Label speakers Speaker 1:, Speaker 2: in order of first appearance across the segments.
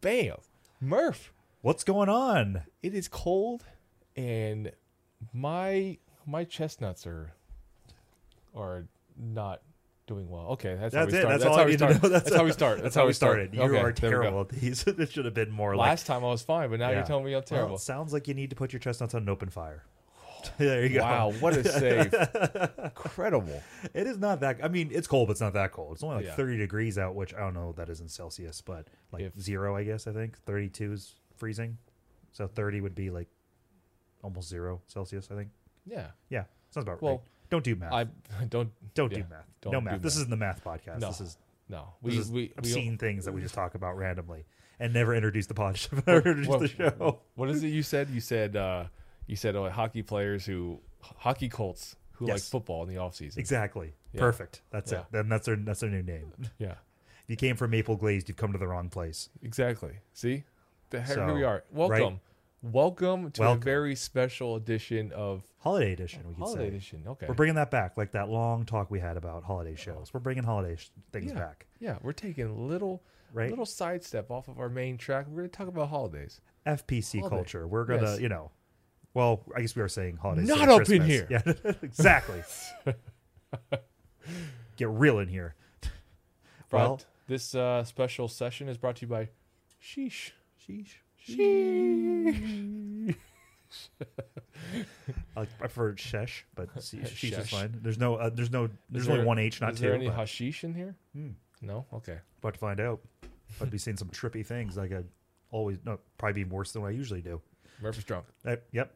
Speaker 1: Bam. Murph,
Speaker 2: What's going on?
Speaker 1: it is cold and my my chestnuts are are not doing well. Okay, that's, how we
Speaker 2: That's
Speaker 1: started.
Speaker 2: it. That's, all I
Speaker 1: we
Speaker 2: need
Speaker 1: start.
Speaker 2: to know.
Speaker 1: That's, how we start.
Speaker 2: That's how we started. You
Speaker 1: Okay,
Speaker 2: are
Speaker 1: there we go.
Speaker 2: terrible at these. it should have been more like.
Speaker 1: Last time I was fine, but now
Speaker 2: Yeah.
Speaker 1: you're telling me I'm
Speaker 2: Well,
Speaker 1: terrible.
Speaker 2: it sounds like you need to put your chestnuts on an open fire. there you go.
Speaker 1: Wow, what a save. Incredible.
Speaker 2: It is not that. I mean, it's cold, but it's not that cold. It's only like
Speaker 1: Yeah.
Speaker 2: 30 degrees out, which I don't know what that is in Celsius, but like
Speaker 1: If-
Speaker 2: zero, I guess. I think 32 is freezing, so 30 would be like almost zero Celsius. I think.
Speaker 1: Yeah.
Speaker 2: Yeah, sounds about right.
Speaker 1: Well,
Speaker 2: Don't do math.
Speaker 1: I don't
Speaker 2: don't
Speaker 1: yeah,
Speaker 2: do math.
Speaker 1: don't
Speaker 2: no
Speaker 1: do
Speaker 2: math. This
Speaker 1: math.
Speaker 2: isn't the math podcast.
Speaker 1: No.
Speaker 2: This is
Speaker 1: no.
Speaker 2: this
Speaker 1: We
Speaker 2: is
Speaker 1: we we
Speaker 2: obscene things that we just talk about randomly and never introduce the pod. never introduce
Speaker 1: what-
Speaker 2: the show.
Speaker 1: What is it you said? You said uh, you said oh, hockey players who hockey colts who like
Speaker 2: Yes.
Speaker 1: football in the offseason.
Speaker 2: Exactly.
Speaker 1: Yeah.
Speaker 2: Perfect. That's it.
Speaker 1: Yeah.
Speaker 2: Then that's their that's their new name. If
Speaker 1: Yeah,
Speaker 2: you came from Maple Glazed, you've come to the wrong place.
Speaker 1: exactly. See, the heck here
Speaker 2: So,
Speaker 1: we are.
Speaker 2: right?
Speaker 1: Welcome, welcome to
Speaker 2: Welcome.
Speaker 1: a very special edition of
Speaker 2: Holiday edition, we could
Speaker 1: holiday
Speaker 2: say.
Speaker 1: edition. Okay,
Speaker 2: We're bringing that back, like that long talk we had about holiday shows. We're bringing holiday sh- things
Speaker 1: Yeah.
Speaker 2: back,
Speaker 1: yeah, we're taking a little
Speaker 2: right?
Speaker 1: little sidestep off of our main track. We're going to talk about holidays.
Speaker 2: FPC
Speaker 1: holiday.
Speaker 2: culture. We're gonna,
Speaker 1: Yes.
Speaker 2: you know, well, I guess we are saying holidays.
Speaker 1: Not
Speaker 2: and
Speaker 1: up in
Speaker 2: Christmas.
Speaker 1: here.
Speaker 2: Yeah, exactly. Get real in here.
Speaker 1: But
Speaker 2: Well-
Speaker 1: this uh, special session is brought to you by Sheesh.
Speaker 2: Sheesh.
Speaker 1: Sheesh.
Speaker 2: I prefer shesh, but she- sheesh is
Speaker 1: Shesh.
Speaker 2: fine. There's no, uh, there's no, there's
Speaker 1: Is
Speaker 2: only
Speaker 1: there-
Speaker 2: one H, not
Speaker 1: is
Speaker 2: two.
Speaker 1: there any
Speaker 2: but-
Speaker 1: hashish in here?
Speaker 2: Hmm.
Speaker 1: No. Okay.
Speaker 2: About to find out. I'd be seeing some trippy things. Like I always, no, probably be worse than what I usually do.
Speaker 1: Murphy's drunk.
Speaker 2: Uh, yep.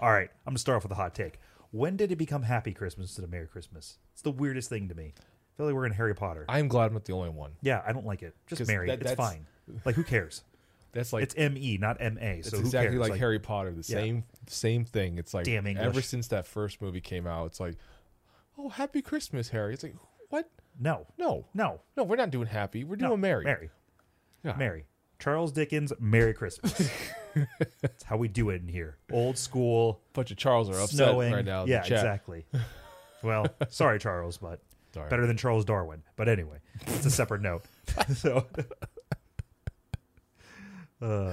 Speaker 2: All right. I'm gonna start off with a hot take. When did it become Happy Christmas instead of Merry Christmas? It's the weirdest thing to me. I feel like we're in Harry Potter.
Speaker 1: I'm glad I'm not the only one.
Speaker 2: yeah, I don't like it. Just
Speaker 1: 'Cause
Speaker 2: Merry.
Speaker 1: that-
Speaker 2: it's
Speaker 1: that's-
Speaker 2: fine. Like who cares?
Speaker 1: That's like
Speaker 2: it's M E, not M A.
Speaker 1: it's
Speaker 2: So who
Speaker 1: exactly
Speaker 2: cares?
Speaker 1: like, Harry Potter. The
Speaker 2: Yeah.
Speaker 1: same same thing. It's like
Speaker 2: Damn English.
Speaker 1: ever since that first movie came out, it's like, oh, Happy Christmas, Harry. It's like what?
Speaker 2: No,
Speaker 1: No,
Speaker 2: no,
Speaker 1: no, we're not doing Happy. We're
Speaker 2: no.
Speaker 1: doing Merry.
Speaker 2: Merry.
Speaker 1: Yeah.
Speaker 2: Merry. Charles Dickens. Merry Christmas. That's how we do it in here. Old school.
Speaker 1: Bunch of Charles are upset
Speaker 2: snowing
Speaker 1: right now. in the
Speaker 2: Yeah,
Speaker 1: chat.
Speaker 2: exactly. Well, sorry, Charles, but
Speaker 1: Sorry.
Speaker 2: better than Charles Darwin. But anyway, it's a separate note. so, uh,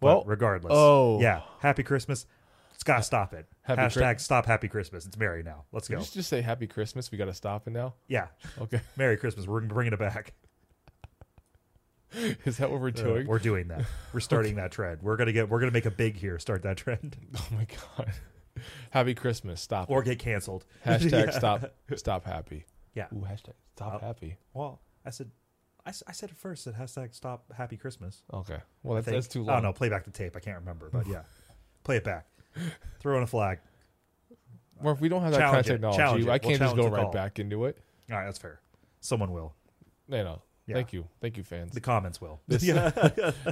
Speaker 2: well,
Speaker 1: Well,
Speaker 2: regardless.
Speaker 1: oh.
Speaker 2: yeah. Happy Christmas. It's gotta stop it.
Speaker 1: Happy
Speaker 2: Hashtag
Speaker 1: Christ-
Speaker 2: stop Happy Christmas. It's merry now. Let's
Speaker 1: Did
Speaker 2: go.
Speaker 1: you just say Happy Christmas? We got to stop it now.
Speaker 2: Yeah,
Speaker 1: Okay,
Speaker 2: Merry Christmas. We're bringing it back.
Speaker 1: is that what we're
Speaker 2: Uh,
Speaker 1: doing?
Speaker 2: we're doing that. We're starting that trend. We're gonna get. We're gonna make a big here. Start that trend
Speaker 1: oh my god. Happy Christmas. Stop.
Speaker 2: or get canceled.
Speaker 1: hashtag
Speaker 2: Yeah.
Speaker 1: stop. Stop happy.
Speaker 2: Yeah.
Speaker 1: Ooh, hashtag stop
Speaker 2: Oh.
Speaker 1: happy.
Speaker 2: Well, I said, I, s- I said it first. That hashtag stop Happy Christmas.
Speaker 1: Okay. Well, that's,
Speaker 2: think.
Speaker 1: that's too
Speaker 2: I
Speaker 1: long.
Speaker 2: don't know. Play back the tape. I can't remember, but yeah, play it back. Throw in a flag.
Speaker 1: Or if we don't have that kind of
Speaker 2: Challenge it.
Speaker 1: technology,
Speaker 2: Challenge it. We'll
Speaker 1: I can't just
Speaker 2: challenge
Speaker 1: go
Speaker 2: the
Speaker 1: right
Speaker 2: call.
Speaker 1: back into it.
Speaker 2: All right, that's fair. Someone will.
Speaker 1: No, no.
Speaker 2: Yeah.
Speaker 1: Thank you. Thank you, fans.
Speaker 2: The comments will.
Speaker 1: This-
Speaker 2: yeah.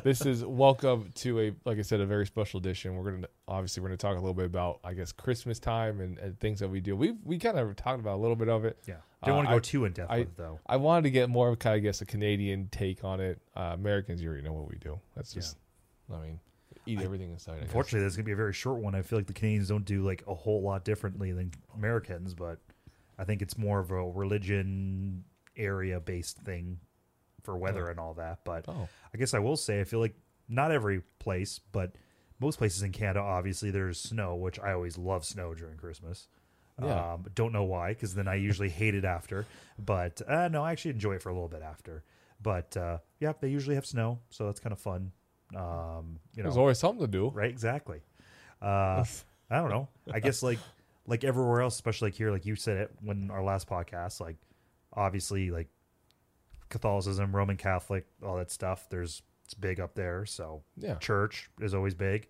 Speaker 1: this is welcome to a, like I said, a very special edition. We're going to, obviously, we're going to talk a little bit about, I guess, Christmas time and, and things that we do. We've, we kind of talked about a little bit of it.
Speaker 2: yeah. Didn't want to
Speaker 1: Uh,
Speaker 2: go
Speaker 1: I-
Speaker 2: too in depth
Speaker 1: I-
Speaker 2: with it though.
Speaker 1: I wanted to get more of, kind of, I guess, a Canadian take on it. Uh, Americans, you already know what we do. That's
Speaker 2: Yeah.
Speaker 1: just, I mean, eat everything inside. I guess.
Speaker 2: Unfortunately, this is gonna be a very short one. I feel like the Canadians don't do like a whole lot differently than Americans, but I think it's more of a religion area based thing for weather and all that. But
Speaker 1: Oh,
Speaker 2: I guess I will say I feel like not every place, but most places in Canada, obviously there's snow, which I always love snow during Christmas.
Speaker 1: Yeah.
Speaker 2: Um, don't know why, because then I usually hate it after. But uh, no, I actually enjoy it for a little bit after. But uh, yeah, they usually have snow, so that's kind of fun. Um, you know,
Speaker 1: there's always something to do.
Speaker 2: right? Exactly. Uh, I don't know. I guess like like everywhere else, especially like here, like you said it when our last podcast, like obviously like Catholicism, Roman Catholic, all that stuff. There's it's big up there, so
Speaker 1: Yeah.
Speaker 2: church is always big.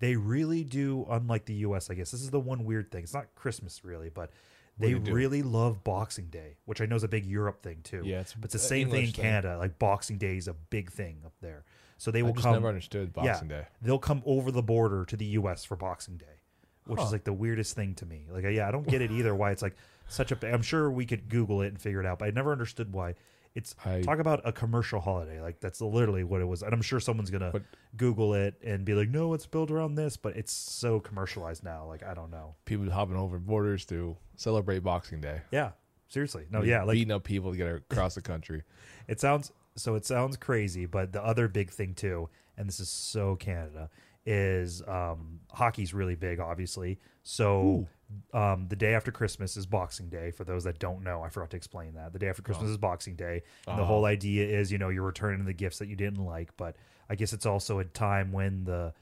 Speaker 2: They really do, unlike the U.S. I guess this is the one weird thing. It's not Christmas really, but
Speaker 1: do
Speaker 2: they
Speaker 1: you do?
Speaker 2: really love Boxing Day, which I know is a big Europe thing too.
Speaker 1: Yeah, it's
Speaker 2: but it's the
Speaker 1: a
Speaker 2: same
Speaker 1: English
Speaker 2: thing
Speaker 1: thing.
Speaker 2: in Canada. Like Boxing Day is a big thing up there, so they
Speaker 1: I
Speaker 2: will
Speaker 1: just
Speaker 2: come
Speaker 1: never understood Boxing Day.
Speaker 2: they'll come over the border to the U.S. for Boxing Day, which is
Speaker 1: Huh.
Speaker 2: like the weirdest thing to me. Like, yeah, I don't get it either. Why it's like such a? I'm sure we could Google it and figure it out, but I never understood why it's
Speaker 1: I-
Speaker 2: talk about a commercial holiday. Like that's literally what it was, and I'm sure someone's gonna
Speaker 1: But-
Speaker 2: Google it and be like, no, it's built around this, but it's so commercialized now. Like I don't know.
Speaker 1: People hopping over borders to celebrate Boxing Day.
Speaker 2: Yeah, seriously, no, yeah, like
Speaker 1: beating up people to get across the country.
Speaker 2: it sounds so it sounds crazy, but the other big thing too, and this is so Canada, is um, hockey's really big, obviously. So um, the day after Christmas is Boxing Day. For those that don't know, I forgot to explain that. The day after Christmas is Boxing Day. And the
Speaker 1: Ah.
Speaker 2: whole idea is, you know, you're returning the gifts that you didn't like, but I guess it's also a time when the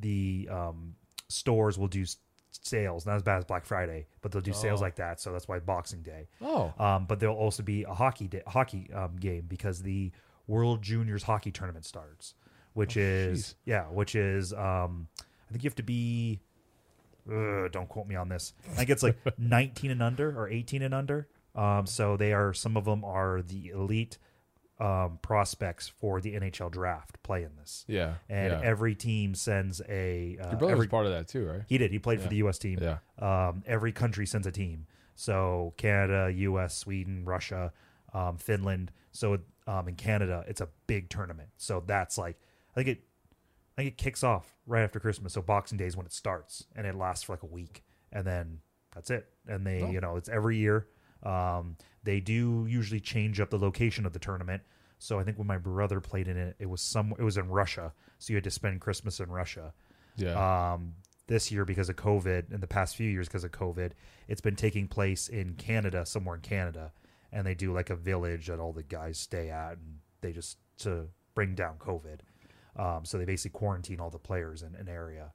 Speaker 2: the um, stores will do s- sales, not as bad as Black Friday, but they'll do sales
Speaker 1: Oh.
Speaker 2: like that. So that's why Boxing Day.
Speaker 1: Oh,
Speaker 2: Um, but there'll also be a hockey day, hockey um, game because the World Juniors hockey tournament starts, which
Speaker 1: Oh, jeez.
Speaker 2: is yeah, which is um, I think you have to be. Uh, don't quote me on this. I think it's like 19 and under or 18 and under. Um, so they are some of them are the elite um, prospects for the NHL draft play in this,
Speaker 1: yeah.
Speaker 2: and
Speaker 1: yeah.
Speaker 2: every team sends a uh,
Speaker 1: Your brother was
Speaker 2: every
Speaker 1: part of that too, right?
Speaker 2: he did. He played for
Speaker 1: Yeah.
Speaker 2: the U.S. team.
Speaker 1: Yeah.
Speaker 2: Um, every country sends a team. So Canada, U.S., Sweden, Russia, um, Finland. So um, in Canada, it's a big tournament. So that's like I think it. I think it kicks off right after Christmas. So Boxing Day is when it starts, and it lasts for like a week, and then that's it. And they,
Speaker 1: Oh.
Speaker 2: you know, it's every year. Um, they do usually change up the location of the tournament. So I think when my brother played in it, it was some. It was in Russia, so you had to spend Christmas in Russia
Speaker 1: Yeah.
Speaker 2: um, this year because of COVID, and the past few years because of COVID, it's been taking place in Canada, somewhere in Canada, and they do like a village that all the guys stay at, and they just to bring down COVID. Um, so they basically quarantine all the players in an area.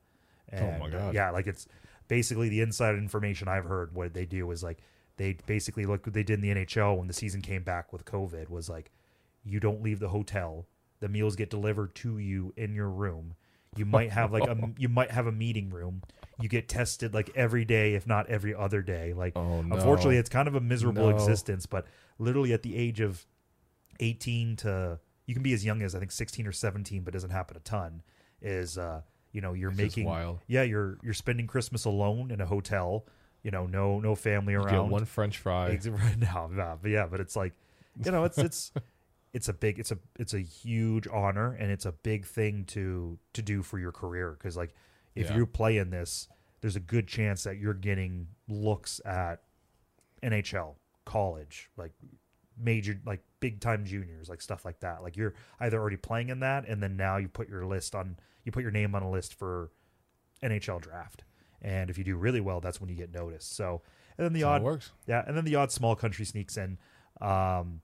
Speaker 2: And,
Speaker 1: Oh my
Speaker 2: uh,
Speaker 1: God.
Speaker 2: yeah, like it's basically the inside information I've heard. What they do is like they basically look what they did in the NHL when the season came back with COVID was like you don't leave the hotel. The meals get delivered to you in your room. You might have like a you might have a meeting room. You get tested like every day, if not every other day. Like
Speaker 1: oh no.
Speaker 2: unfortunately, it's kind of a miserable
Speaker 1: No.
Speaker 2: existence. But literally at the age of eighteen to you can be as young as I think sixteen or seventeen, but it doesn't happen a ton. Is uh, you know you're
Speaker 1: It's just
Speaker 2: making
Speaker 1: wild.
Speaker 2: yeah you're you're spending Christmas alone in a hotel. You know no no family
Speaker 1: You
Speaker 2: around.
Speaker 1: get one French fry.
Speaker 2: It's right now, nah, but yeah, but it's like, you know, it's it's it's a big, it's a it's a huge honor, and it's a big thing to to do for your career because like if
Speaker 1: Yeah.
Speaker 2: you play in this, there's a good chance that you're getting looks at NHL, college, like major, like big time juniors, like stuff like that. Like you're either already playing in that, and then now you put your list on, you put your name on a list for NHL draft. And if you do really well, that's when you get noticed. So, and then the
Speaker 1: That's how it
Speaker 2: odd
Speaker 1: works.
Speaker 2: yeah, and then the odd small country sneaks in. Um,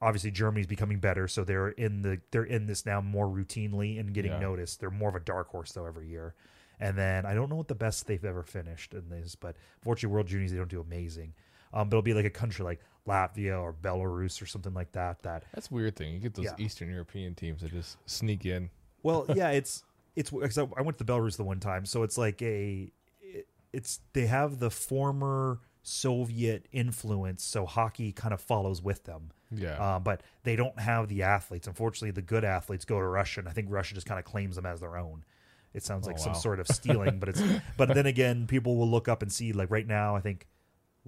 Speaker 2: obviously, Germany's becoming better, so they're in the they're in this now more routinely and getting
Speaker 1: Yeah.
Speaker 2: noticed. They're more of a dark horse though every year. And then I don't know what the best they've ever finished in this, but fortunately, World Juniors they don't do amazing. Um, but it'll be like a country like Latvia or Belarus or something like that. That
Speaker 1: That's a weird thing. You get those
Speaker 2: Yeah.
Speaker 1: Eastern European teams that just sneak in.
Speaker 2: Well, yeah, it's it's because I, I went to the Belarus the one time, so it's like a it, it's they have the former Soviet influence, so hockey kind of follows with them.
Speaker 1: Yeah.
Speaker 2: Uh, but they don't have the athletes. Unfortunately, the good athletes go to Russia, and I think Russia just kind of claims them as their own. It sounds like
Speaker 1: Oh,
Speaker 2: some
Speaker 1: wow.
Speaker 2: sort of stealing, but it's but then again, people will look up and see like right now, I think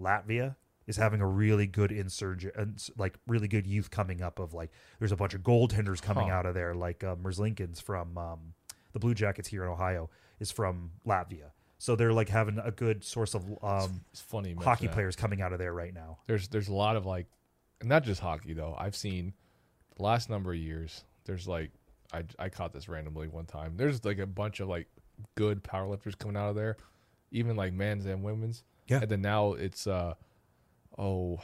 Speaker 2: Latvia is having a really good insurgent, like really good youth coming up of like there's a bunch of goaltenders coming
Speaker 1: Huh.
Speaker 2: out of there, like uh, Merzlinkins from um, the Blue Jackets here in Ohio is from Latvia, so they're like having a good source of um,
Speaker 1: it's funny. you mention
Speaker 2: hockey
Speaker 1: that.
Speaker 2: players coming out of there right now.
Speaker 1: There's there's a lot of like, and not just hockey though. I've seen the last number of years. There's like, I I caught this randomly one time. There's like a bunch of like good powerlifters coming out of there, even like men's and women's.
Speaker 2: Yeah.
Speaker 1: And then now it's uh, oh,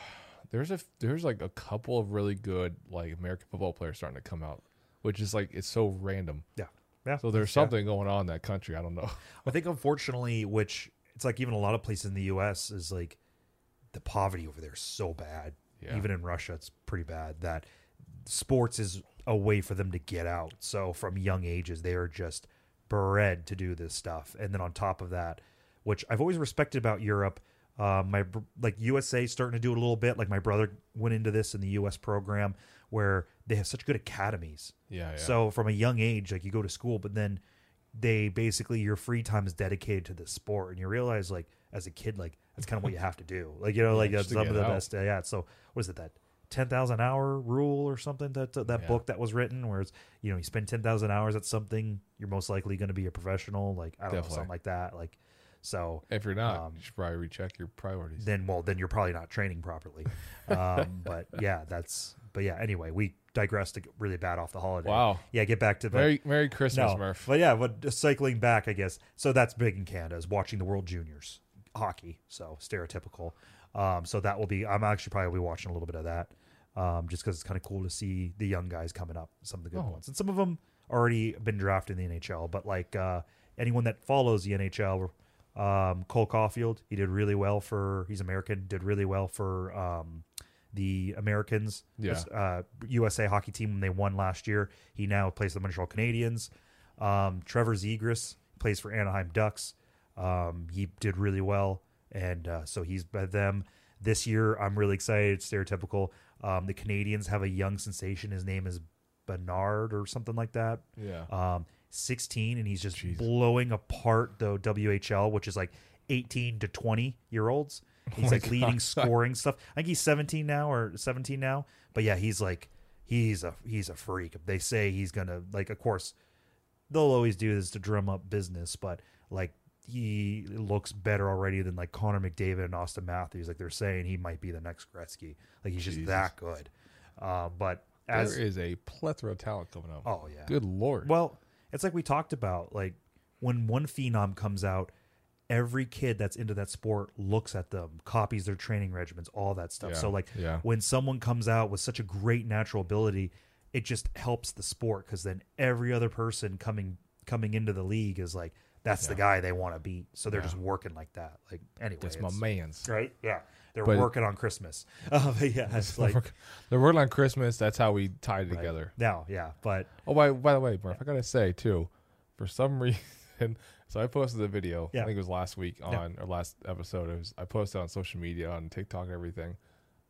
Speaker 1: there's a there's like a couple of really good like American football players starting to come out, which is like it's so random.
Speaker 2: Yeah, yeah.
Speaker 1: So there's
Speaker 2: Yeah.
Speaker 1: something going on in that country. I don't know.
Speaker 2: I think unfortunately, which it's like even a lot of places in the U.S. is like the poverty over there is so bad.
Speaker 1: Yeah.
Speaker 2: Even in Russia, it's pretty bad that sports is a way for them to get out. So from young ages, they are just bred to do this stuff. And then on top of that, which I've always respected about Europe, uh, my br- like USA starting to do it a little bit. Like my brother went into this in the U.S. program where they have such good academies.
Speaker 1: Yeah. yeah.
Speaker 2: So from a young age, like you go to school, but then they basically your free time is dedicated to the sport, and you realize like as a kid, like that's kind of what you have to do. Like you know, like
Speaker 1: just
Speaker 2: that's
Speaker 1: to
Speaker 2: some of
Speaker 1: get
Speaker 2: the
Speaker 1: out.
Speaker 2: best. uh, Yeah. So what is it that ten thousand hour rule or something that uh, that
Speaker 1: Yeah.
Speaker 2: book that was written, where it's you know you spend ten thousand hours at something, you're most likely going to be a professional. Like I don't know
Speaker 1: Definitely.
Speaker 2: something like that. Like so
Speaker 1: if you're not,
Speaker 2: um,
Speaker 1: you should probably recheck your priorities.
Speaker 2: then well then you're probably not training properly. Um, but yeah, that's But yeah, anyway, we digressed to get really bad off the holiday.
Speaker 1: Wow.
Speaker 2: Yeah, get back to the
Speaker 1: Merry Merry Christmas, Murph.
Speaker 2: But yeah, but just cycling back, I guess. So that's big in Canada is watching the World Juniors hockey. So stereotypical. Um, so that will be. I'm actually probably be watching a little bit of that, um, just because it's kind of cool to see the young guys coming up, some of the good
Speaker 1: Oh.
Speaker 2: ones, and some of them already been drafted in the NHL. But like uh, anyone that follows the NHL, um, Cole Caulfield, he did really well for. He's American, did really well for. Um, the Americans,
Speaker 1: Yeah.
Speaker 2: uh, USA hockey team when they won last year. He now plays the Montreal Canadiens. Um, Trevor Zegras plays for Anaheim Ducks. Um, he did really well, and uh, so he's by them this year. I'm really excited. It's stereotypical. Um, the Canadians have a young sensation. His name is Bernard or something like that
Speaker 1: Yeah.
Speaker 2: um, 16, and he's just
Speaker 1: Jeez.
Speaker 2: blowing apart the WHL, which is like 18 to 20 year olds. He's
Speaker 1: Oh my
Speaker 2: like leading
Speaker 1: God.
Speaker 2: scoring stuff. I think he's 17 now or 17 now, but yeah, he's like he's a he's a freak. They say he's gonna like, of course, they'll always do this to drum up business, but like he looks better already than like Connor McDavid and Austin Matthews. Like they're saying he might be the next Gretzky. Like he's just
Speaker 1: Jesus.
Speaker 2: that good. Um, but as
Speaker 1: there is a plethora of talent coming up.
Speaker 2: oh yeah,
Speaker 1: Good lord.
Speaker 2: well, it's like we talked about, like when one phenom comes out, every kid that's into that sport looks at them, copies their training regimens, all that stuff.
Speaker 1: Yeah,
Speaker 2: So like
Speaker 1: yeah.
Speaker 2: when someone comes out with such a great natural ability, it just helps the sport because then every other person coming coming into the league is like, that's the guy they want to beat. So they're
Speaker 1: Yeah.
Speaker 2: just working like that. Like anyway,
Speaker 1: That's my
Speaker 2: it's-
Speaker 1: man's.
Speaker 2: right? Yeah, they're
Speaker 1: But-
Speaker 2: working on Christmas. Uh, but yeah, it's like
Speaker 1: They're working on Christmas. That's how we tied it together.
Speaker 2: no, yeah, but
Speaker 1: Oh, by, by the way, Murph, I gotta say too, for some reason, so I posted the video.
Speaker 2: Yeah.
Speaker 1: I think it was last week on or last episode. It was I posted on social media on TikTok and everything.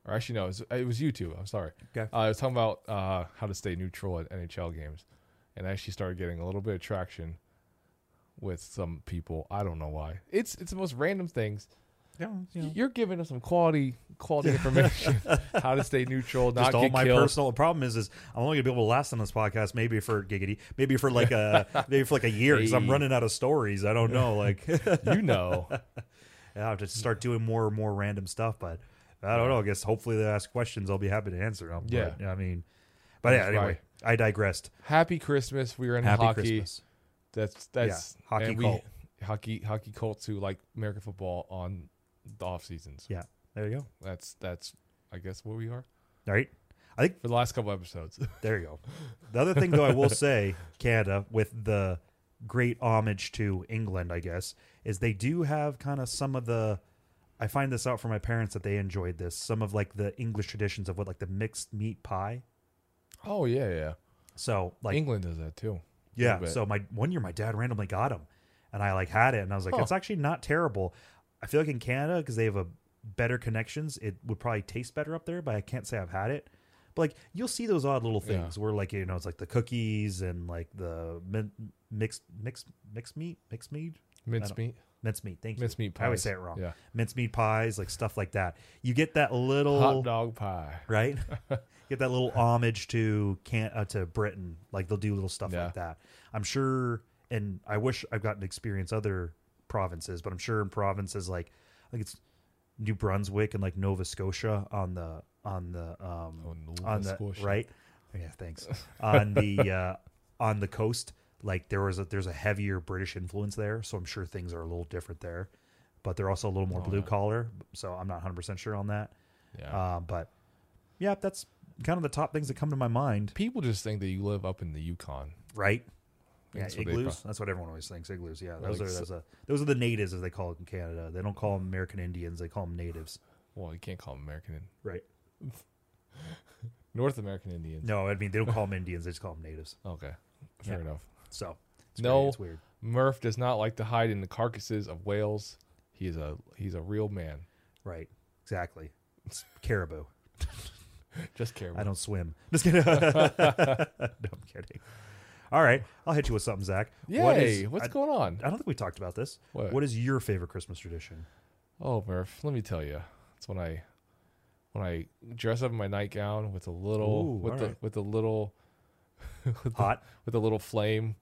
Speaker 1: Or actually, no, it was, it was YouTube. I'm sorry.
Speaker 2: Okay.
Speaker 1: Uh, I was talking about uh, how to stay neutral at NHL games, and I actually started getting a little bit of traction with some people. I don't know why. It's it's the most random things.
Speaker 2: yeah, you know,
Speaker 1: You're giving us some quality quality information. how to stay neutral, not
Speaker 2: just all
Speaker 1: get
Speaker 2: my
Speaker 1: killed.
Speaker 2: personal problem is is I'm only gonna be able to last on this podcast maybe for giggity, maybe for like a maybe for like a year because I'm
Speaker 1: Hey.
Speaker 2: running out of stories. I don't know. Like
Speaker 1: you know.
Speaker 2: I have to start doing more and more random stuff, but I don't know. I guess hopefully they ask questions. I'll be happy to answer them.
Speaker 1: Yeah.
Speaker 2: but, I mean, but yeah.
Speaker 1: That's
Speaker 2: Anyway, I digressed.
Speaker 1: Happy Christmas. We are in
Speaker 2: Happy
Speaker 1: hockey.
Speaker 2: Christmas.
Speaker 1: That's that's
Speaker 2: hockey
Speaker 1: and
Speaker 2: cult.
Speaker 1: hockey hockey cults who like American football on the off seasons.
Speaker 2: Yeah, there you go.
Speaker 1: That's that's I guess what we are
Speaker 2: All right. I think
Speaker 1: for the last couple episodes.
Speaker 2: There you go. The other thing, though, I will say, Canada, with the great homage to England, I guess, is they do have kind of some of the. I find this out from my parents that they enjoyed this. Some of like the English traditions of what, like the mixed meat pie.
Speaker 1: oh yeah, yeah.
Speaker 2: So like
Speaker 1: England does that too.
Speaker 2: yeah.
Speaker 1: bit.
Speaker 2: So my one year, my dad randomly got them, and I like had it, and I was like,
Speaker 1: Huh.
Speaker 2: it's actually not terrible. I feel like in Canada because they have a better connections, it would probably taste better up there. But I can't say I've had it. But like you'll see those odd little
Speaker 1: Yeah.
Speaker 2: things where like you know it's like the cookies and like the min- mixed mixed mixed meat mixed meat
Speaker 1: Mincemeat.
Speaker 2: mincemeat. Thank you.
Speaker 1: Mincemeat
Speaker 2: I always
Speaker 1: pies.
Speaker 2: say it wrong.
Speaker 1: Yeah.
Speaker 2: Mincemeat pies, like stuff like that. You get that little
Speaker 1: Hot dog pie.
Speaker 2: right? Get that little homage to can uh, to Britain, like they'll do little stuff
Speaker 1: Yeah.
Speaker 2: like that. I'm sure, and I wish I've gotten to experience other provinces, but I'm sure in provinces like like it's New Brunswick and like Nova Scotia on the on the um
Speaker 1: Oh, Nova
Speaker 2: on the
Speaker 1: Scotia.
Speaker 2: right, yeah, thanks on the uh, on the coast. Like there was a there's a heavier British influence there, so I'm sure things are a little different there, but they're also a little more
Speaker 1: Oh, yeah.
Speaker 2: blue collar. So I'm not 100 percent sure on that.
Speaker 1: Yeah.
Speaker 2: Um, but yeah, that's kind of the top things that come to my mind,
Speaker 1: People just think that you live up in the Yukon.
Speaker 2: right? Yeah,
Speaker 1: That's what they
Speaker 2: igloos. That's what everyone always thinks. Igloos. Yeah, those
Speaker 1: like
Speaker 2: are
Speaker 1: s-
Speaker 2: those are, those are the natives as they call it in Canada. They don't call them American Indians. They call them natives.
Speaker 1: Pro- well, you can't call them American. In-
Speaker 2: Right.
Speaker 1: North American Indians.
Speaker 2: No, I mean they don't call them Indians. They just call them natives.
Speaker 1: Okay. Fair
Speaker 2: Yeah.
Speaker 1: enough.
Speaker 2: So it's
Speaker 1: No.
Speaker 2: weird. it's weird.
Speaker 1: Murph does not like to hide in the carcasses of whales. He is a he's a real man.
Speaker 2: Right. Exactly. It's caribou.
Speaker 1: Just care.
Speaker 2: I don't swim. Just kidding. no, I'm kidding. All right, I'll hit you with something, Zach.
Speaker 1: Yay!
Speaker 2: What is-
Speaker 1: What's
Speaker 2: I,
Speaker 1: going on?
Speaker 2: I don't think we talked about this.
Speaker 1: What?
Speaker 2: what is your favorite Christmas tradition?
Speaker 1: Oh, Murph, let me tell you, it's when I when I dress up in my nightgown with a little
Speaker 2: Ooh,
Speaker 1: with the
Speaker 2: alright.
Speaker 1: with the little
Speaker 2: Hot.
Speaker 1: with a little flame.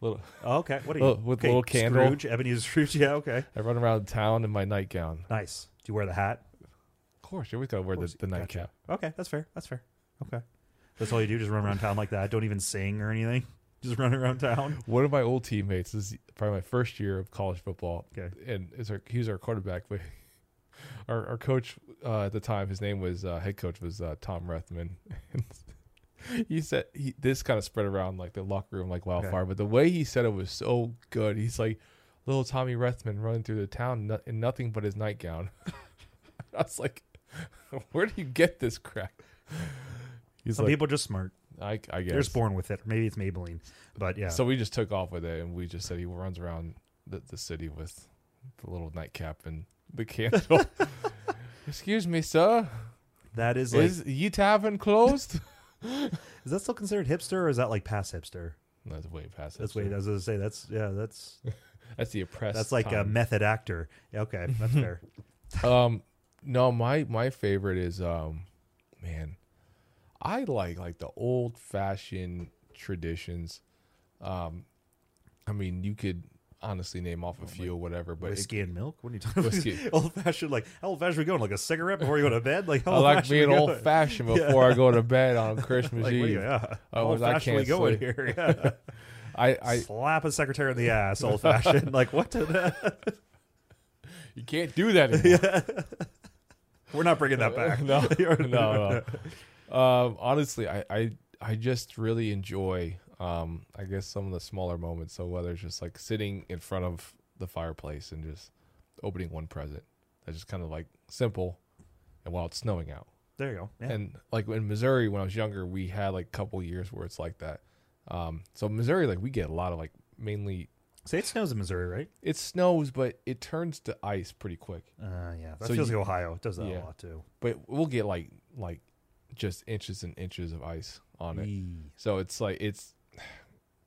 Speaker 1: Little
Speaker 2: Oh, okay. What are you?
Speaker 1: Little- with
Speaker 2: okay.
Speaker 1: little candle.
Speaker 2: Scrooge, Ebenezer Scrooge. Yeah. Okay.
Speaker 1: I run around town in my nightgown.
Speaker 2: Nice. Do you wear the hat?
Speaker 1: Of course, you always gotta wear
Speaker 2: Of
Speaker 1: the,
Speaker 2: course,
Speaker 1: the
Speaker 2: gotcha.
Speaker 1: nightcap.
Speaker 2: Okay, that's fair. That's fair. Okay. That's all you do? Just run around town like that? Don't even sing or anything? Just run around town?
Speaker 1: One of my old teammates this is probably my first year of college football,
Speaker 2: Okay.
Speaker 1: and is our, he was our quarterback. But our our coach uh, at the time, his name was uh, head coach was uh, Tom Rethman. And he said he, this kind of spread around like the locker room like wildfire, but the way he said it was so good. He's like little Tommy Rethman running through the town no- in nothing but his nightgown. I was like, where do you get this crap? He's
Speaker 2: Some
Speaker 1: like,
Speaker 2: people are just smart.
Speaker 1: I, I guess
Speaker 2: They're just born with it. Or maybe it's Maybelline. But yeah.
Speaker 1: So we just took off with it, and we just said he runs around the, the city with the little nightcap and the candle. Excuse me, sir.
Speaker 2: that is like
Speaker 1: Is ye tavern closed?
Speaker 2: Is that still considered hipster or is that like past hipster?
Speaker 1: that's way past.
Speaker 2: That's
Speaker 1: hipster.
Speaker 2: way. I was gonna say that's yeah. That's
Speaker 1: That's the oppressed.
Speaker 2: that's like a
Speaker 1: time.
Speaker 2: method actor. Yeah, okay, that's fair.
Speaker 1: um, no, my my favorite is um, man, I like like the old fashioned traditions. Um, I mean, you could honestly name off a few, or whatever, but it-
Speaker 2: whiskey and milk. What are you talking
Speaker 1: Whiskey.
Speaker 2: about? old fashioned. Like how old fashioned we going? Like a cigarette before you go to bed? Like how
Speaker 1: I like
Speaker 2: old-fashioned we
Speaker 1: being
Speaker 2: going?
Speaker 1: old fashioned before I go to bed on Christmas
Speaker 2: Like, what are
Speaker 1: Eve.
Speaker 2: you- yeah.
Speaker 1: I was-
Speaker 2: Old
Speaker 1: I
Speaker 2: fashioned we
Speaker 1: can't
Speaker 2: going
Speaker 1: sleep.
Speaker 2: here. Yeah.
Speaker 1: I, I
Speaker 2: Slap a secretary in the ass. Old fashioned. like what? The,
Speaker 1: you can't do that anymore.
Speaker 2: we're not bringing that back.
Speaker 1: no, no, no. Um, honestly, I, I I just really enjoy um, I guess some of the smaller moments. So whether it's just like sitting in front of the fireplace and just opening one present, that's just kind of like simple, and while it's snowing out.
Speaker 2: There you go. Yeah.
Speaker 1: and like in Missouri when I was younger, we had like a couple years where it's like that. Um, so Missouri, like we get a lot of like mainly
Speaker 2: Say it snows in Missouri, right?
Speaker 1: it snows, but it turns to ice pretty quick.
Speaker 2: Uh, yeah. That
Speaker 1: So
Speaker 2: feels
Speaker 1: you-
Speaker 2: like Ohio. It does that
Speaker 1: Yeah.
Speaker 2: a lot too.
Speaker 1: But we'll get like like just inches and inches of ice on it.
Speaker 2: Yee.
Speaker 1: So it's like it's.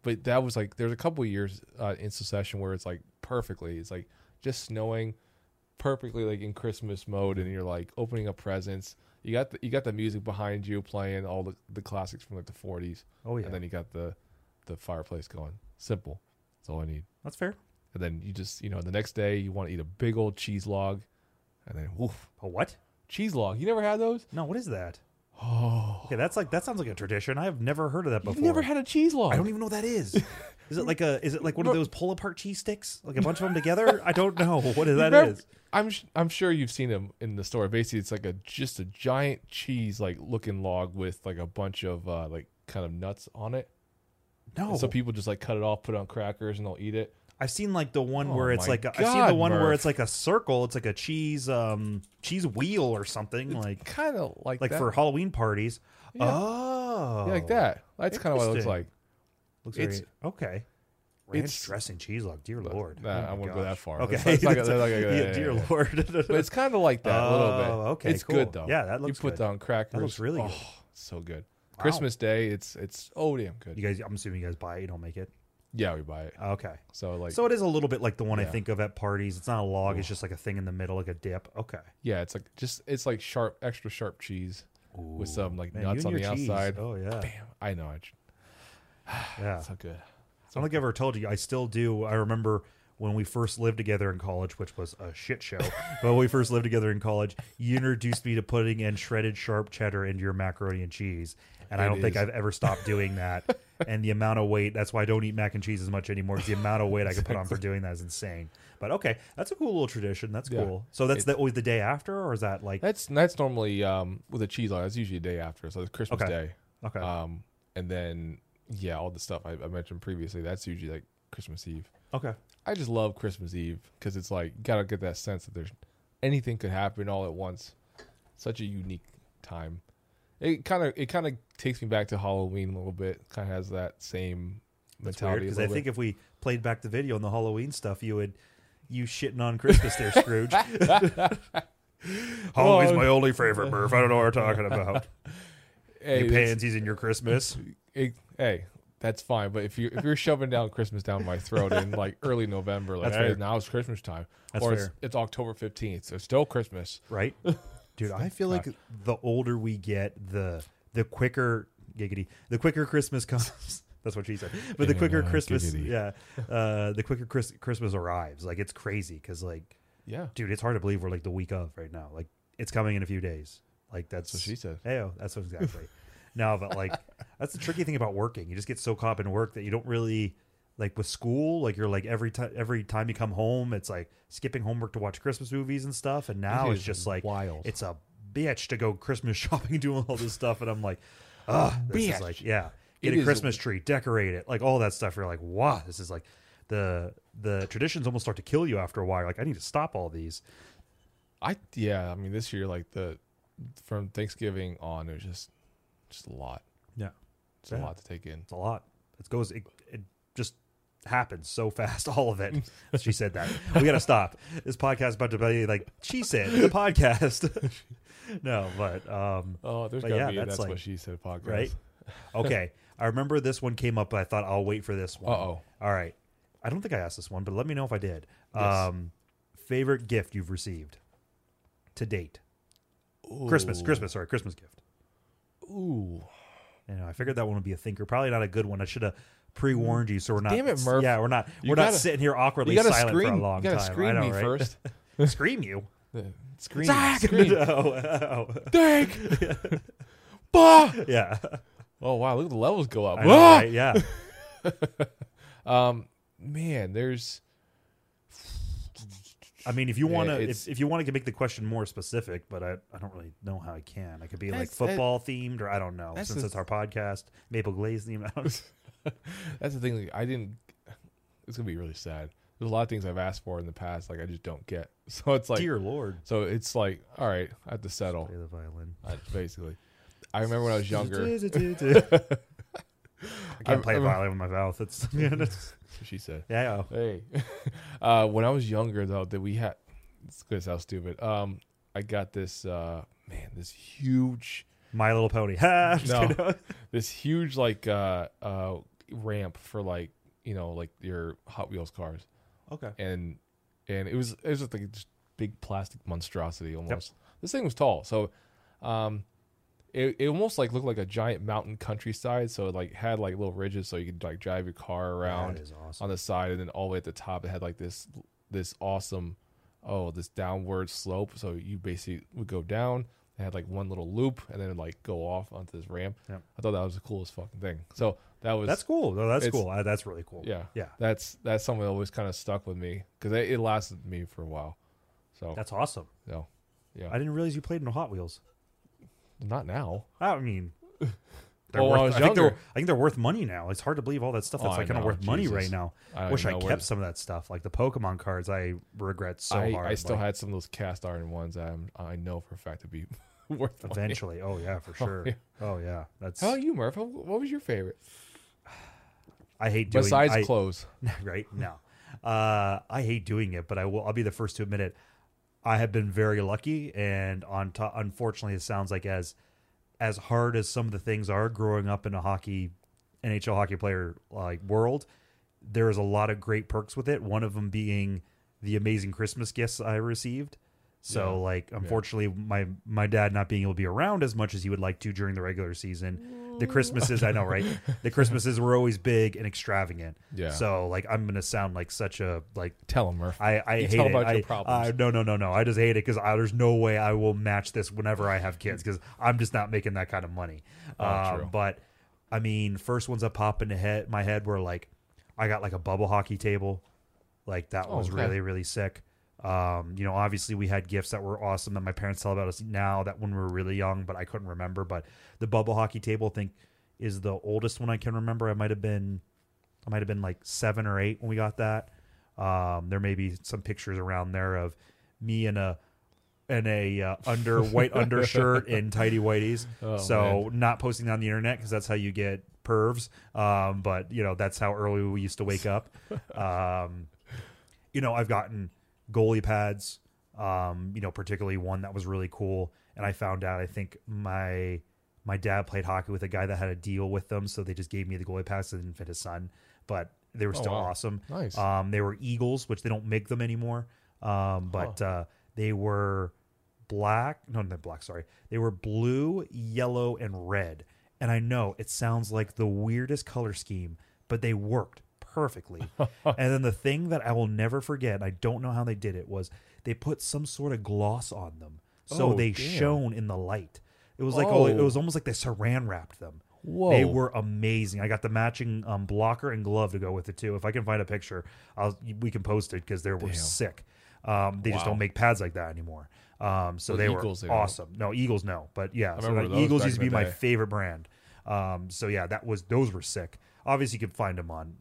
Speaker 1: But that was like there's a couple of years uh, in succession where it's like perfectly. It's like just snowing, perfectly like in Christmas mode, and you're like opening up presents. You got the, you got the music behind you playing all the, the classics from like the 40s,
Speaker 2: Oh yeah.
Speaker 1: and then you got the the fireplace going. Simple, that's all I need.
Speaker 2: That's fair.
Speaker 1: And then you just you know the next day you want to eat a big old cheese log, and then woof,
Speaker 2: A what?
Speaker 1: cheese log. You never had those?
Speaker 2: No, what is that?
Speaker 1: Oh,
Speaker 2: Okay, that's like that sounds like a tradition. I have never heard of that before.
Speaker 1: you've never had a cheese log.
Speaker 2: I don't even know what that is. Is it like a? Is it like one of those pull apart cheese sticks? Like a bunch of them together? I don't know what is that
Speaker 1: Remember-
Speaker 2: is.
Speaker 1: I'm sh- I'm sure you've seen them in the store. Basically, it's like a just a giant cheese like looking log with like a bunch of uh, like kind of nuts on it.
Speaker 2: No,
Speaker 1: And
Speaker 2: Oh.
Speaker 1: so people just like cut it off, put it on crackers, and they'll eat it.
Speaker 2: I've seen like the one
Speaker 1: Oh
Speaker 2: where it's
Speaker 1: my
Speaker 2: like a, I've seen
Speaker 1: God,
Speaker 2: the one where
Speaker 1: Murph.
Speaker 2: it's like a circle. It's like a cheese um cheese wheel or something like
Speaker 1: Kind of like
Speaker 2: like
Speaker 1: that.
Speaker 2: for Halloween parties.
Speaker 1: Yeah.
Speaker 2: Oh,
Speaker 1: Yeah, like that. That's kind of what it looks like.
Speaker 2: Interesting. Looks
Speaker 1: It's-
Speaker 2: very- okay. Ranch
Speaker 1: it's-
Speaker 2: dressing cheese log, dear lord.
Speaker 1: Nah,
Speaker 2: Oh
Speaker 1: I
Speaker 2: my
Speaker 1: wouldn't go that
Speaker 2: gosh.
Speaker 1: far.
Speaker 2: Okay,
Speaker 1: That's not- that's not gonna- that's not gonna go-
Speaker 2: Yeah,
Speaker 1: yeah,
Speaker 2: dear
Speaker 1: yeah, yeah.
Speaker 2: lord.
Speaker 1: But it's kind of like that a little bit.
Speaker 2: Oh, okay,
Speaker 1: it's
Speaker 2: cool.
Speaker 1: good though.
Speaker 2: Yeah, that looks
Speaker 1: You put
Speaker 2: good.
Speaker 1: that on crackers.
Speaker 2: really
Speaker 1: oh,
Speaker 2: good.
Speaker 1: So good. Christmas Day, it's it's oh damn good.
Speaker 2: You guys, I'm assuming you guys buy it. You don't make it.
Speaker 1: Yeah, we buy it.
Speaker 2: Okay.
Speaker 1: So like,
Speaker 2: So it is a little bit like the one I
Speaker 1: Yeah.
Speaker 2: think of at parties. It's not a log. It's just like a thing in the middle, like a dip. Okay.
Speaker 1: yeah, it's like just it's like sharp, extra sharp cheese with
Speaker 2: Ooh.
Speaker 1: some like
Speaker 2: Man,
Speaker 1: nuts
Speaker 2: you
Speaker 1: on
Speaker 2: and
Speaker 1: the
Speaker 2: your cheese.
Speaker 1: outside.
Speaker 2: Oh yeah.
Speaker 1: Bam! I know it.
Speaker 2: Yeah.
Speaker 1: So good.
Speaker 2: I don't think I ever told you. I still do. I remember when we first lived together in college, which was a shit show. but when we first lived together in college, you introduced me to putting in shredded sharp cheddar into your macaroni and cheese, and I
Speaker 1: It
Speaker 2: don't think
Speaker 1: is.
Speaker 2: I've ever stopped doing that. and the amount of weight that's why I don't eat mac and cheese as much anymore. 'cause The amount of weight I could put on for doing that is insane. But okay, that's a cool little tradition. That's
Speaker 1: Yeah.
Speaker 2: cool. So that's the, always the day after, or is that like
Speaker 1: That's that's normally um with a cheese on. That's usually a day after. So it's Christmas
Speaker 2: Okay.
Speaker 1: Day.
Speaker 2: okay?
Speaker 1: Um, and then yeah, all the stuff I, I mentioned previously. That's usually like Christmas Eve.
Speaker 2: okay.
Speaker 1: I just love Christmas Eve because it's like you gotta get that sense that there's anything could happen all at once. Such a unique time. It kind of it kind of takes me back to Halloween a little bit. Kind of has that same
Speaker 2: That's weird
Speaker 1: mentality.
Speaker 2: because I think if we played back the video on the Halloween stuff, you would you shitting on Christmas there, Scrooge. Halloween's
Speaker 1: Well,
Speaker 2: my only favorite, Murph. I don't know what we're talking about.
Speaker 1: hey,
Speaker 2: you
Speaker 1: that's-
Speaker 2: pansies in your Christmas.
Speaker 1: it- hey, that's fine. But if you if you're shoving down Christmas down my throat in like early November, like
Speaker 2: That's
Speaker 1: hey,
Speaker 2: fair.
Speaker 1: now it's Christmas time,
Speaker 2: That's
Speaker 1: or it's,
Speaker 2: fair.
Speaker 1: it's October fifteenth, so it's still Christmas.
Speaker 2: right? Dude, I feel like the older we get, the the quicker giggity, the quicker Christmas comes. That's what she said. But the quicker
Speaker 1: Yeah,
Speaker 2: Christmas,
Speaker 1: giggity.
Speaker 2: yeah, uh, the quicker Chris, Christmas arrives. Like it's crazy because, like,
Speaker 1: Yeah,
Speaker 2: dude, it's hard to believe we're like the week of right now. Like it's coming in a few days. Like that's
Speaker 1: that's what she said.
Speaker 2: Heyo, that's what exactly. No, but like that's the tricky thing about working. You just get so caught up in work that you don't really like with school. Like you're like every time every time you come home, it's like skipping homework to watch Christmas movies and stuff. And now
Speaker 1: It
Speaker 2: it's
Speaker 1: is
Speaker 2: just like
Speaker 1: wild.
Speaker 2: it's a bitch to go Christmas shopping and doing all this stuff. And I'm like, ah, this is
Speaker 1: Bitch.
Speaker 2: like yeah,
Speaker 1: It
Speaker 2: get a
Speaker 1: is-
Speaker 2: Christmas tree, decorate it, like all that stuff. You're like, wow, this is like the the traditions almost start to kill you after a while. You're like I need to stop all these.
Speaker 1: I yeah, I mean this year like the from Thanksgiving on it was just just a lot.
Speaker 2: Yeah.
Speaker 1: It's a
Speaker 2: Yeah.
Speaker 1: lot to take in.
Speaker 2: It's a lot. It goes. It, it just happens so fast. All of it. she said that. We gotta stop. This podcast is about to be like she said in the podcast. no, but um,
Speaker 1: Oh, there's
Speaker 2: But
Speaker 1: gotta
Speaker 2: yeah,
Speaker 1: be a
Speaker 2: that's
Speaker 1: that's,
Speaker 2: like-
Speaker 1: what she said podcast.
Speaker 2: right. Okay, I remember this one came up. But I thought I'll wait for this
Speaker 1: Uh
Speaker 2: one.
Speaker 1: oh.
Speaker 2: All right. I don't think I asked this one, but let me know if I did.
Speaker 1: Yes.
Speaker 2: Um, favorite gift you've received to date? Christmas. Christmas. Sorry, Christmas gift.
Speaker 1: Ooh.
Speaker 2: You know, I figured that one would be a thinker. Probably not a good one. I should have pre-warned you, so we're not.
Speaker 1: Damn it, Murph.
Speaker 2: Yeah, we're not.
Speaker 1: You
Speaker 2: we're
Speaker 1: gotta-
Speaker 2: not sitting here awkwardly
Speaker 1: You gotta
Speaker 2: silent
Speaker 1: scream
Speaker 2: for a long
Speaker 1: you gotta
Speaker 2: time.
Speaker 1: scream
Speaker 2: I know,
Speaker 1: me
Speaker 2: right?
Speaker 1: first.
Speaker 2: scream you.
Speaker 1: The- Scream.
Speaker 2: Zach!
Speaker 1: Scream.
Speaker 2: No, oh,
Speaker 1: Dang. bah!
Speaker 2: yeah.
Speaker 1: Oh wow, look at the levels go up.
Speaker 2: I know,
Speaker 1: Ah!
Speaker 2: right? Yeah.
Speaker 1: Um man, there's
Speaker 2: I mean, if you
Speaker 1: Yeah,
Speaker 2: want to,
Speaker 1: it's-
Speaker 2: if, if you want to make the question more specific, but I, I don't really know how I can. I could be like
Speaker 1: That's- that-
Speaker 2: football themed, or I don't know,
Speaker 1: that's
Speaker 2: since
Speaker 1: the-
Speaker 2: it's our podcast, maple glaze themed. I don't-
Speaker 1: that's the thing like, I didn't it's gonna be really sad. There's a lot of things I've asked for in the past like I just don't get. So it's like
Speaker 2: Dear Lord,
Speaker 1: so it's like, all right, I have to settle.
Speaker 2: play the violin.
Speaker 1: I- basically. I remember when I was younger.
Speaker 2: I
Speaker 1: I'm-
Speaker 2: can't play
Speaker 1: I'm-
Speaker 2: the violin with my mouth. It's yeah, that's-
Speaker 1: She said,
Speaker 2: yeah. yeah.
Speaker 1: "Hey, uh, when I was younger though, that we had. It's gonna sound stupid. Um, I got this uh, man, this huge,
Speaker 2: My Little Pony. Ha! Just
Speaker 1: No.
Speaker 2: kidding.
Speaker 1: this huge like uh, uh, ramp for like you know like your Hot Wheels cars,
Speaker 2: Okay.
Speaker 1: and and it was it was just like a just big plastic monstrosity almost. This thing was tall, so um, it, it almost like looked like a giant mountain countryside. So it like had like little ridges, so you could like drive your car around.
Speaker 2: That is awesome.
Speaker 1: on the side, and then all the way at the top, it had like this this awesome oh this downward slope. So you basically would go down. It had like one little loop, and then like go off onto this ramp.
Speaker 2: Yep.
Speaker 1: I thought that was the coolest fucking thing. So that was
Speaker 2: that's cool. No, that's
Speaker 1: it's-
Speaker 2: cool. Uh, that's really cool.
Speaker 1: yeah
Speaker 2: Yeah.
Speaker 1: That's that's something that always kind of stuck with me because it, it lasted me for a while. So
Speaker 2: That's awesome.
Speaker 1: no, yeah,
Speaker 2: I didn't realize you played in Hot Wheels.
Speaker 1: not now.
Speaker 2: I mean,
Speaker 1: Well, when I was
Speaker 2: I think, they're,
Speaker 1: younger-
Speaker 2: I think they're worth money now. It's hard to believe all that stuff
Speaker 1: Oh,
Speaker 2: that's
Speaker 1: I
Speaker 2: like kind of
Speaker 1: know,
Speaker 2: worth money
Speaker 1: Jesus.
Speaker 2: right now.
Speaker 1: I don't
Speaker 2: Wish I
Speaker 1: even know
Speaker 2: kept
Speaker 1: where-
Speaker 2: some of that stuff, like the Pokemon cards. I regret so
Speaker 1: I,
Speaker 2: hard.
Speaker 1: I still
Speaker 2: like,
Speaker 1: had some of those cast iron ones. that I'm, I know for a fact to be worth. money.
Speaker 2: eventually. Oh yeah, for sure.
Speaker 1: yeah.
Speaker 2: Oh yeah, that's.
Speaker 1: How about you, Murph? How- What was your favorite
Speaker 2: I hate doing.
Speaker 1: besides
Speaker 2: I,
Speaker 1: clothes?
Speaker 2: right? No. Uh, I hate doing it, but I will. I'll be the first to admit it. I have been very lucky, and on top, unfortunately, it sounds like as as hard as some of the things are growing up in a hockey NHL hockey player like world, there is a lot of great perks with it. One of them being the amazing Christmas gifts I received. So
Speaker 1: Yeah.
Speaker 2: like unfortunately my my dad not being able to be around as much as he would like to during the regular season. The Christmases, I know, right? The Christmases were always big and extravagant.
Speaker 1: Yeah.
Speaker 2: So like I'm gonna sound like such a like
Speaker 1: Tell him, Murph.
Speaker 2: I I
Speaker 1: You
Speaker 2: hate
Speaker 1: tell
Speaker 2: it.
Speaker 1: about your
Speaker 2: I-
Speaker 1: problems.
Speaker 2: I- no no no no. I just hate it because there's no way I will match this whenever I have kids because I'm just not making that kind of money.
Speaker 1: Oh,
Speaker 2: Uh,
Speaker 1: true.
Speaker 2: but I mean, first ones that pop into head my head were like I got like a bubble hockey table, like that
Speaker 1: Oh,
Speaker 2: was
Speaker 1: okay.
Speaker 2: really really sick. Um, you know, obviously we had gifts that were awesome that my parents tell about us now that when we were really young, but I couldn't remember. But the bubble hockey table I think is the oldest one I can remember. I might have been I might have been like seven or eight when we got that. Um, there may be some pictures around there of me in a in a uh, under white undershirt and tidy whiteies.
Speaker 1: Oh,
Speaker 2: so not posting on the internet because that's how you get pervs. Um, but you know that's how early we used to wake up. Um, you know I've gotten goalie pads. Um, you know particularly one that was really cool, and I found out I think my my dad played hockey with a guy that had a deal with them, so they just gave me the goalie pads that didn't fit his son, but they were
Speaker 1: Oh,
Speaker 2: still
Speaker 1: wow.
Speaker 2: awesome.
Speaker 1: Nice.
Speaker 2: Um, they were Eagles, which they don't make them anymore. Um, but uh, they were black. No, not black. Sorry, they were blue, yellow, and red. And I know it sounds like the weirdest color scheme, but they worked perfectly. and then the thing that I will never forget, and I don't know how they did it, was they put some sort of gloss on them, so
Speaker 1: Oh,
Speaker 2: they
Speaker 1: damn.
Speaker 2: shone in the light. It was like oh. it
Speaker 1: Oh.
Speaker 2: was almost like they saran wrapped them.
Speaker 1: Whoa.
Speaker 2: They were amazing. I got the matching um, blocker and glove to go with it too. If I can find a picture, I'll we can post it because they were
Speaker 1: Damn.
Speaker 2: sick. Um, they just
Speaker 1: Wow.
Speaker 2: don't make pads like that anymore. Um, so
Speaker 1: With
Speaker 2: they
Speaker 1: Eagles, they
Speaker 2: were
Speaker 1: don't.
Speaker 2: awesome. No Eagles, no, but yeah, so,
Speaker 1: remember
Speaker 2: like,
Speaker 1: those
Speaker 2: Eagles
Speaker 1: back
Speaker 2: used to
Speaker 1: in
Speaker 2: be
Speaker 1: the
Speaker 2: my
Speaker 1: day.
Speaker 2: favorite brand. Um, so yeah, that was those were sick. Obviously, you can find them on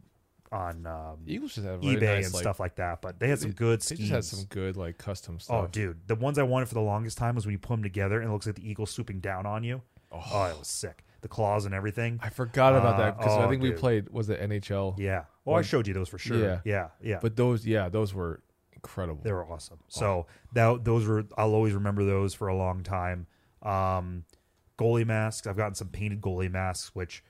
Speaker 2: on um,
Speaker 1: Eagles just have really
Speaker 2: eBay
Speaker 1: nice,
Speaker 2: and
Speaker 1: like,
Speaker 2: stuff like that. But they had some
Speaker 1: They-
Speaker 2: good
Speaker 1: They
Speaker 2: schemes.
Speaker 1: just had some good like custom
Speaker 2: Oh,
Speaker 1: stuff.
Speaker 2: dude, the ones I wanted for the longest time was when you put them together and it looks like the eagle swooping down on you. Oh, it was sick. The claws and everything.
Speaker 1: I forgot about
Speaker 2: Uh,
Speaker 1: that because I
Speaker 2: oh,
Speaker 1: think we
Speaker 2: dude.
Speaker 1: played was it NHL?
Speaker 2: yeah. Well, I showed you those for sure. Yeah,
Speaker 1: Yeah.
Speaker 2: yeah,
Speaker 1: But Oh. those, yeah, those were incredible.
Speaker 2: they were awesome. So that those were I'll always remember those for a long time. Um, goalie masks. I've gotten some painted goalie masks, which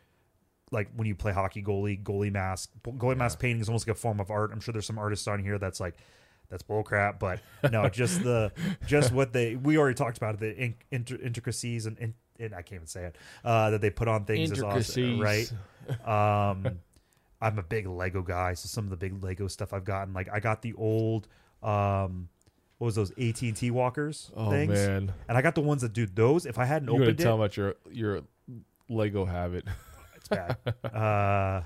Speaker 2: like when you play hockey goalie, goalie mask, goalie mask painting is almost like a form of art. I'm sure there's some artists on here that's like, that's bull crap, but no, just the just what they we already talked about it, the in, inter, intricacies and, in, and I can't even say it uh, that they put on things is awesome,
Speaker 1: Intricacies.
Speaker 2: right? Um, I'm a big Lego guy, so some of the big Lego stuff I've gotten, like I got the old, um, what was those AT and T walkers
Speaker 1: oh
Speaker 2: things,
Speaker 1: man,
Speaker 2: and I got the ones that do those. If I hadn't
Speaker 1: you're gonna
Speaker 2: opened
Speaker 1: tell
Speaker 2: it,
Speaker 1: me about your your Lego habit.
Speaker 2: it's bad. uh,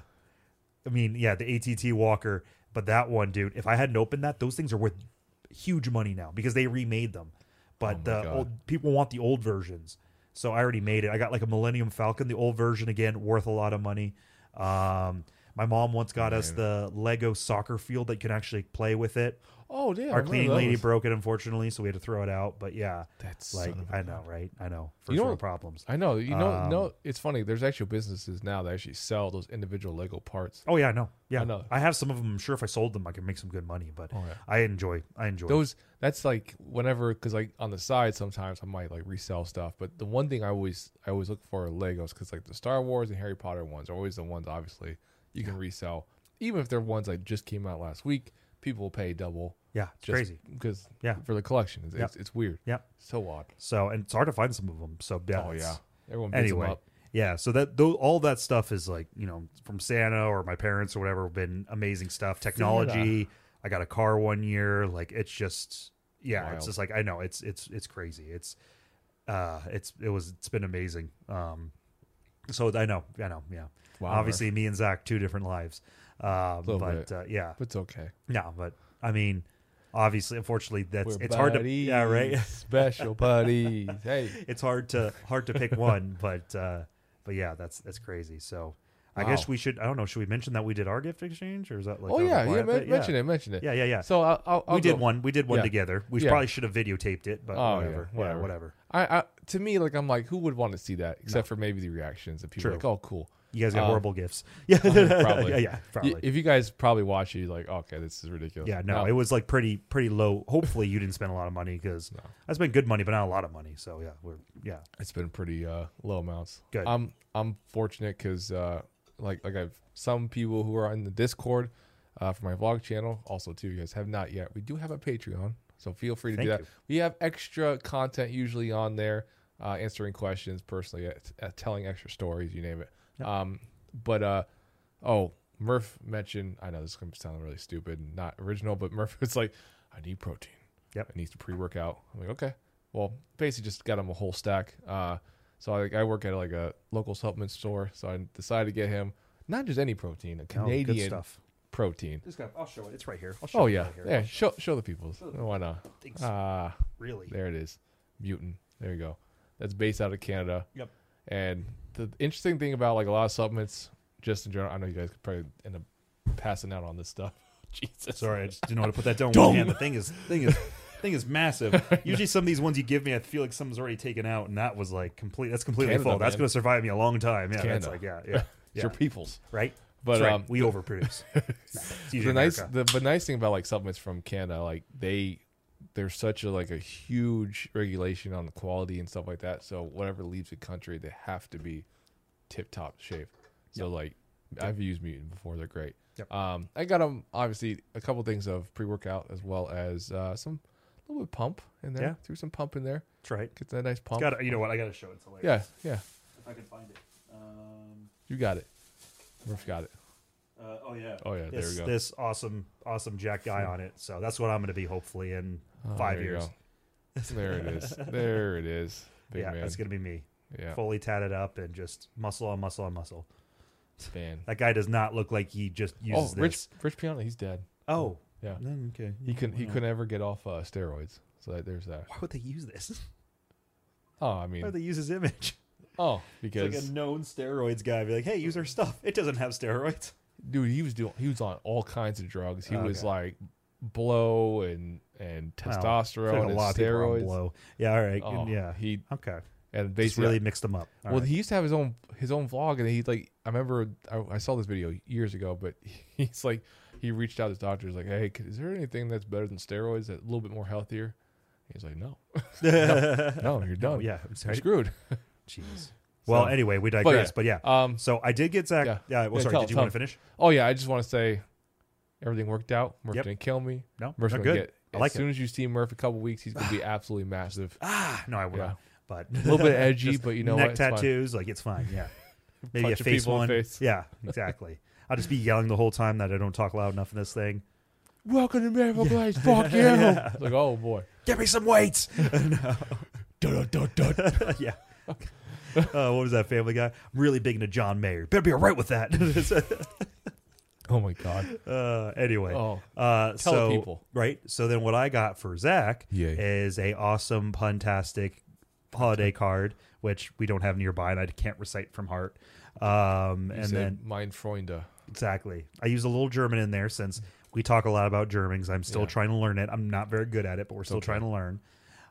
Speaker 2: I mean, yeah, the AT and T walker, but that one, dude. If I hadn't opened that, those things are worth huge money now because they remade them. But
Speaker 1: Oh my
Speaker 2: the
Speaker 1: God.
Speaker 2: old people want the old versions, so I already made it. I got like a Millennium Falcon, the old version again, worth a lot of money. Um, my mom once got us
Speaker 1: Man.
Speaker 2: the Lego soccer field that you can actually play with it.
Speaker 1: Oh yeah, I
Speaker 2: Our
Speaker 1: remember
Speaker 2: cleaning lady
Speaker 1: those.
Speaker 2: broke it, unfortunately, so we had to throw it out. But yeah,
Speaker 1: That's
Speaker 2: like
Speaker 1: son of a-
Speaker 2: I know, right? I know first
Speaker 1: You know
Speaker 2: world
Speaker 1: what-
Speaker 2: problems.
Speaker 1: I know. You know,
Speaker 2: Um,
Speaker 1: no, it's funny. There's actual businesses now that actually sell those individual Lego parts.
Speaker 2: Oh yeah, I know. Yeah, I
Speaker 1: I know.
Speaker 2: have some of them. I'm sure if I sold them, I could make some good money. But
Speaker 1: Oh, yeah.
Speaker 2: I enjoy. I enjoy.
Speaker 1: Those that's like whenever because like on the side sometimes I might like resell stuff. But the one thing I always I always look for are Legos because like the Star Wars and Harry Potter ones are always the ones obviously you can resell, even if they're ones that just came out last week. People will pay double.
Speaker 2: yeah, it's
Speaker 1: Just
Speaker 2: crazy.
Speaker 1: because
Speaker 2: Yeah.
Speaker 1: for the collection it's,
Speaker 2: Yep.
Speaker 1: it's, it's weird
Speaker 2: Yep.
Speaker 1: so odd
Speaker 2: So and it's hard to find some of them. So yeah.
Speaker 1: oh
Speaker 2: it's-
Speaker 1: yeah everyone bids 'em
Speaker 2: Anyway,
Speaker 1: up
Speaker 2: yeah. So that though, all that stuff is like you know from Santa or my parents or whatever. Been amazing stuff. Technology. I got a car one year. Like it's just yeah.
Speaker 1: Wild.
Speaker 2: It's just like I know it's it's it's crazy. It's uh it's it was it's been amazing. Um, so I know I know yeah.
Speaker 1: Wow,
Speaker 2: Obviously, me and Zach two different lives. Uh,
Speaker 1: Little
Speaker 2: but
Speaker 1: bit.
Speaker 2: uh, yeah,
Speaker 1: but it's okay
Speaker 2: No, but I mean, obviously, unfortunately, that's
Speaker 1: We're
Speaker 2: it's hard to
Speaker 1: buddies,
Speaker 2: yeah, right.
Speaker 1: special buddies hey
Speaker 2: it's hard to hard to pick one, but uh, but yeah, that's that's crazy. So I guess
Speaker 1: Wow.
Speaker 2: we should I don't know should we mention that we did our gift exchange or is that like
Speaker 1: oh
Speaker 2: on the
Speaker 1: yeah yeah
Speaker 2: fly-up
Speaker 1: men-
Speaker 2: bit?
Speaker 1: mention it mention it
Speaker 2: yeah yeah yeah.
Speaker 1: so I'll, I'll, I'll
Speaker 2: we did
Speaker 1: go-
Speaker 2: one we did one
Speaker 1: yeah.
Speaker 2: together. We
Speaker 1: Yeah.
Speaker 2: probably should have videotaped it, but
Speaker 1: Oh, yeah,
Speaker 2: whatever. Yeah, whatever.
Speaker 1: whatever. I, I to me like I'm like who would want to see that except for maybe the reactions of people
Speaker 2: True.
Speaker 1: like oh cool
Speaker 2: You guys got
Speaker 1: Uh,
Speaker 2: horrible gifts. Yeah,
Speaker 1: probably.
Speaker 2: yeah, yeah,
Speaker 1: Y-
Speaker 2: probably.
Speaker 1: if you guys probably watch it you're like okay this is ridiculous
Speaker 2: yeah, no, it was like pretty pretty low. Hopefully, you didn't spend a lot of money because I spent good money, but not a lot of money. So yeah, we're yeah.
Speaker 1: it's been pretty uh, low amounts.
Speaker 2: Good.
Speaker 1: I'm I'm fortunate because uh, like like I've some people who are in the Discord uh, for my vlog channel also too. You guys have not yet. We do have a Patreon, so feel free to
Speaker 2: Thank
Speaker 1: do that.
Speaker 2: you.
Speaker 1: We have extra content usually on there, uh, answering questions personally, at, at telling extra stories, you name it. Um, but uh, oh, Murph mentioned. I know this is gonna sound really stupid and not original, but Murph was like, "I need protein.
Speaker 2: Yep.
Speaker 1: I need to pre-workout." I'm like, "Okay." Well, basically, just got him a whole stack. Uh, so I, I work at like a local supplement store, so I decided to get him not just any protein, a
Speaker 2: No, Oh, good
Speaker 1: Canadian
Speaker 2: stuff.
Speaker 1: protein.
Speaker 2: Just got, I'll show it. It's right here. I'll show
Speaker 1: Oh
Speaker 2: it
Speaker 1: yeah,
Speaker 2: right here.
Speaker 1: yeah. Show show the people. Why not?
Speaker 2: Thanks.
Speaker 1: Ah,
Speaker 2: really.
Speaker 1: there it is, Mutant. There you go. That's based out of Canada.
Speaker 2: Yep.
Speaker 1: And the interesting thing about like a lot of supplements, just in general, I know you guys could probably end up passing out on this stuff. Jesus.
Speaker 2: Sorry, I just didn't know how to put that down with
Speaker 1: Dumb.
Speaker 2: one hand. The thing is, thing is, thing is massive. Usually, some of these ones you give me, I feel like something's already taken out, and that was like complete. That's completely
Speaker 1: Canada,
Speaker 2: full. That's
Speaker 1: man.
Speaker 2: going to survive me a long time. Yeah, that's
Speaker 1: Canada.
Speaker 2: like yeah, yeah,
Speaker 1: It's
Speaker 2: yeah.
Speaker 1: your people's.
Speaker 2: right.
Speaker 1: But
Speaker 2: That's right.
Speaker 1: um,
Speaker 2: we overproduce. Nah, it's
Speaker 1: the
Speaker 2: usually
Speaker 1: nice the
Speaker 2: America.
Speaker 1: but nice thing about like supplements from Canada, like they there's such a like a huge regulation on the quality and stuff like that. So whatever leaves the country, they have to be tip top shape. So like I've used mutant before, they're great.
Speaker 2: Yep.
Speaker 1: Um, I got them obviously a couple things of pre workout as well as uh, some a little bit of pump in there.
Speaker 2: Yeah.
Speaker 1: Threw some pump in there.
Speaker 2: That's right.
Speaker 1: Get that nice pump.
Speaker 2: Got you know what? I got to show it to later.
Speaker 1: Yeah, Um, yeah.
Speaker 2: if I can find it. Um,
Speaker 1: You got it. Murph got it.
Speaker 2: uh, oh yeah.
Speaker 1: Oh yeah,
Speaker 2: This,
Speaker 1: there we go. Hmm.
Speaker 2: this awesome, awesome Jack guy on it. So that's what I'm going to be hopefully in
Speaker 1: Oh,
Speaker 2: five
Speaker 1: there you
Speaker 2: years.
Speaker 1: go. There it is. There it is. Big
Speaker 2: yeah,
Speaker 1: man.
Speaker 2: that's going to be me.
Speaker 1: Yeah.
Speaker 2: fully tatted up and just muscle on muscle on muscle.
Speaker 1: Man.
Speaker 2: That guy does not look like he just
Speaker 1: Oh,
Speaker 2: uses
Speaker 1: Rich
Speaker 2: this.
Speaker 1: Rich Piana, he's dead.
Speaker 2: Oh,
Speaker 1: Yeah.
Speaker 2: Mm, okay.
Speaker 1: He couldn't he
Speaker 2: Wow.
Speaker 1: couldn't ever get off uh, steroids. So that, there's that.
Speaker 2: Why would they use this?
Speaker 1: Oh, I
Speaker 2: Why would
Speaker 1: mean,
Speaker 2: they use his image?
Speaker 1: oh,
Speaker 2: It's
Speaker 1: because
Speaker 2: like a known steroids guy. Be like, hey, use our stuff. It doesn't have steroids.
Speaker 1: dude, he was doing he was on all kinds of drugs. He was
Speaker 2: Okay.
Speaker 1: like blow and and
Speaker 2: Well,
Speaker 1: testosterone
Speaker 2: Like
Speaker 1: and
Speaker 2: a lot of people are on
Speaker 1: steroids.
Speaker 2: blow. Yeah, all right.
Speaker 1: Oh,
Speaker 2: yeah.
Speaker 1: he
Speaker 2: Okay.
Speaker 1: and
Speaker 2: They just
Speaker 1: basically
Speaker 2: really mixed them up. All
Speaker 1: well,
Speaker 2: right.
Speaker 1: he used to have his own his own vlog, and he like I remember I, I saw this video years ago, but he's like he reached out to his doctor, he's like, "Hey, c- is there anything that's better than steroids? That's a little bit more healthier?" He's like, "No, no, you're done.
Speaker 2: Oh, yeah. I'm
Speaker 1: you're
Speaker 2: sorry.
Speaker 1: screwed."
Speaker 2: Jeez. Well,
Speaker 1: So-
Speaker 2: anyway, we digress. But yeah.
Speaker 1: Um,
Speaker 2: So I did get Zach.
Speaker 1: Yeah.
Speaker 2: Yeah.
Speaker 1: Yeah,
Speaker 2: well, sorry.
Speaker 1: tell-
Speaker 2: did you
Speaker 1: tell
Speaker 2: want
Speaker 1: him.
Speaker 2: to finish?
Speaker 1: oh yeah, I just want to say everything worked out. Murph
Speaker 2: Yep.
Speaker 1: didn't kill me.
Speaker 2: No.
Speaker 1: Murph's
Speaker 2: no,
Speaker 1: gonna
Speaker 2: good.
Speaker 1: get
Speaker 2: I like
Speaker 1: as soon as you see Murph a couple weeks, he's gonna be absolutely massive.
Speaker 2: Ah, no, I will
Speaker 1: Yeah.
Speaker 2: not. But
Speaker 1: A little bit edgy,
Speaker 2: Just
Speaker 1: but you know
Speaker 2: neck
Speaker 1: what? It's fine.
Speaker 2: tattoos, like it's fine. Yeah, maybe a
Speaker 1: Punching
Speaker 2: face
Speaker 1: people in
Speaker 2: one.
Speaker 1: the face.
Speaker 2: Yeah, exactly. I'll just be yelling the whole time that I don't talk loud enough in this thing.
Speaker 1: Welcome to Miracle Place. Fuck you.
Speaker 2: Yeah.
Speaker 1: It's Like, oh boy.
Speaker 2: Get me some weights.
Speaker 1: Dun, dun, dun, dun.
Speaker 2: yeah. Uh, what was that Family Guy? I'm really big into John Mayer. Better be all right with that.
Speaker 1: oh my god.
Speaker 2: uh, anyway,
Speaker 1: Oh.
Speaker 2: uh,
Speaker 1: Tell
Speaker 2: so
Speaker 1: people.
Speaker 2: right. So then, what I got for Zach
Speaker 1: Yay.
Speaker 2: is a awesome puntastic holiday card, which we don't have nearby, and I can't recite from heart. Um,
Speaker 1: You
Speaker 2: and
Speaker 1: said uh,
Speaker 2: then
Speaker 1: mein Freunde.
Speaker 2: Exactly. I use a little German in there since we talk a lot about Germans. I'm still
Speaker 1: Yeah.
Speaker 2: trying to learn it. I'm not very good at it, but we're still
Speaker 1: Okay.
Speaker 2: trying to learn.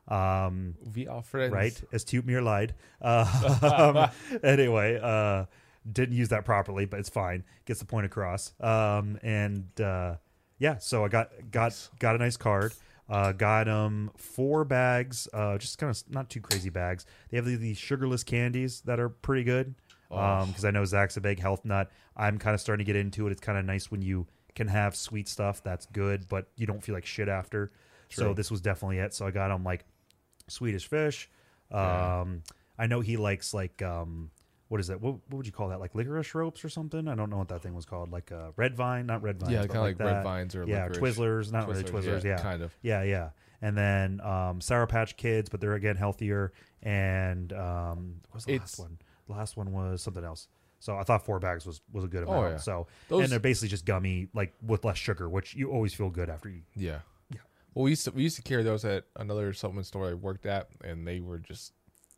Speaker 2: Um,
Speaker 1: We are friends.
Speaker 2: right? As tut mir leid. Uh, um, anyway, uh, didn't use that properly, but it's fine. Gets the point across. Um, and uh, yeah, so I got got got a nice card. Uh, got um four bags, uh, just kind of not too crazy bags. They have these, these sugarless candies that are pretty good. Um, because I know Zach's a big health nut. I'm kind of starting to get into it. It's kind of nice when you can have sweet stuff that's good, but you don't feel like shit after. So
Speaker 1: True.
Speaker 2: this was definitely it. So I got them like Swedish fish. Um, I know he likes like um, what is that? What, what would you call that? Like licorice ropes or something? I don't know what that thing was called. Like uh, red vine, not red vine.
Speaker 1: Yeah, kind of like, red
Speaker 2: that.
Speaker 1: vines or
Speaker 2: yeah,
Speaker 1: licorice.
Speaker 2: Twizzlers, not really Twizzlers. Yeah,
Speaker 1: kind of.
Speaker 2: yeah, yeah. And then um, Sour Patch Kids, but they're again healthier. And um, what was the
Speaker 1: It's-
Speaker 2: last one? The last one was something else. So I thought four bags was was a good
Speaker 1: Oh,
Speaker 2: amount.
Speaker 1: yeah.
Speaker 2: So
Speaker 1: Those-
Speaker 2: and they're basically just gummy, like with less sugar, which you always feel good after you.
Speaker 1: Yeah.
Speaker 2: Yeah.
Speaker 1: Well, we used to we used to carry those at another supplement store I worked at, and they were just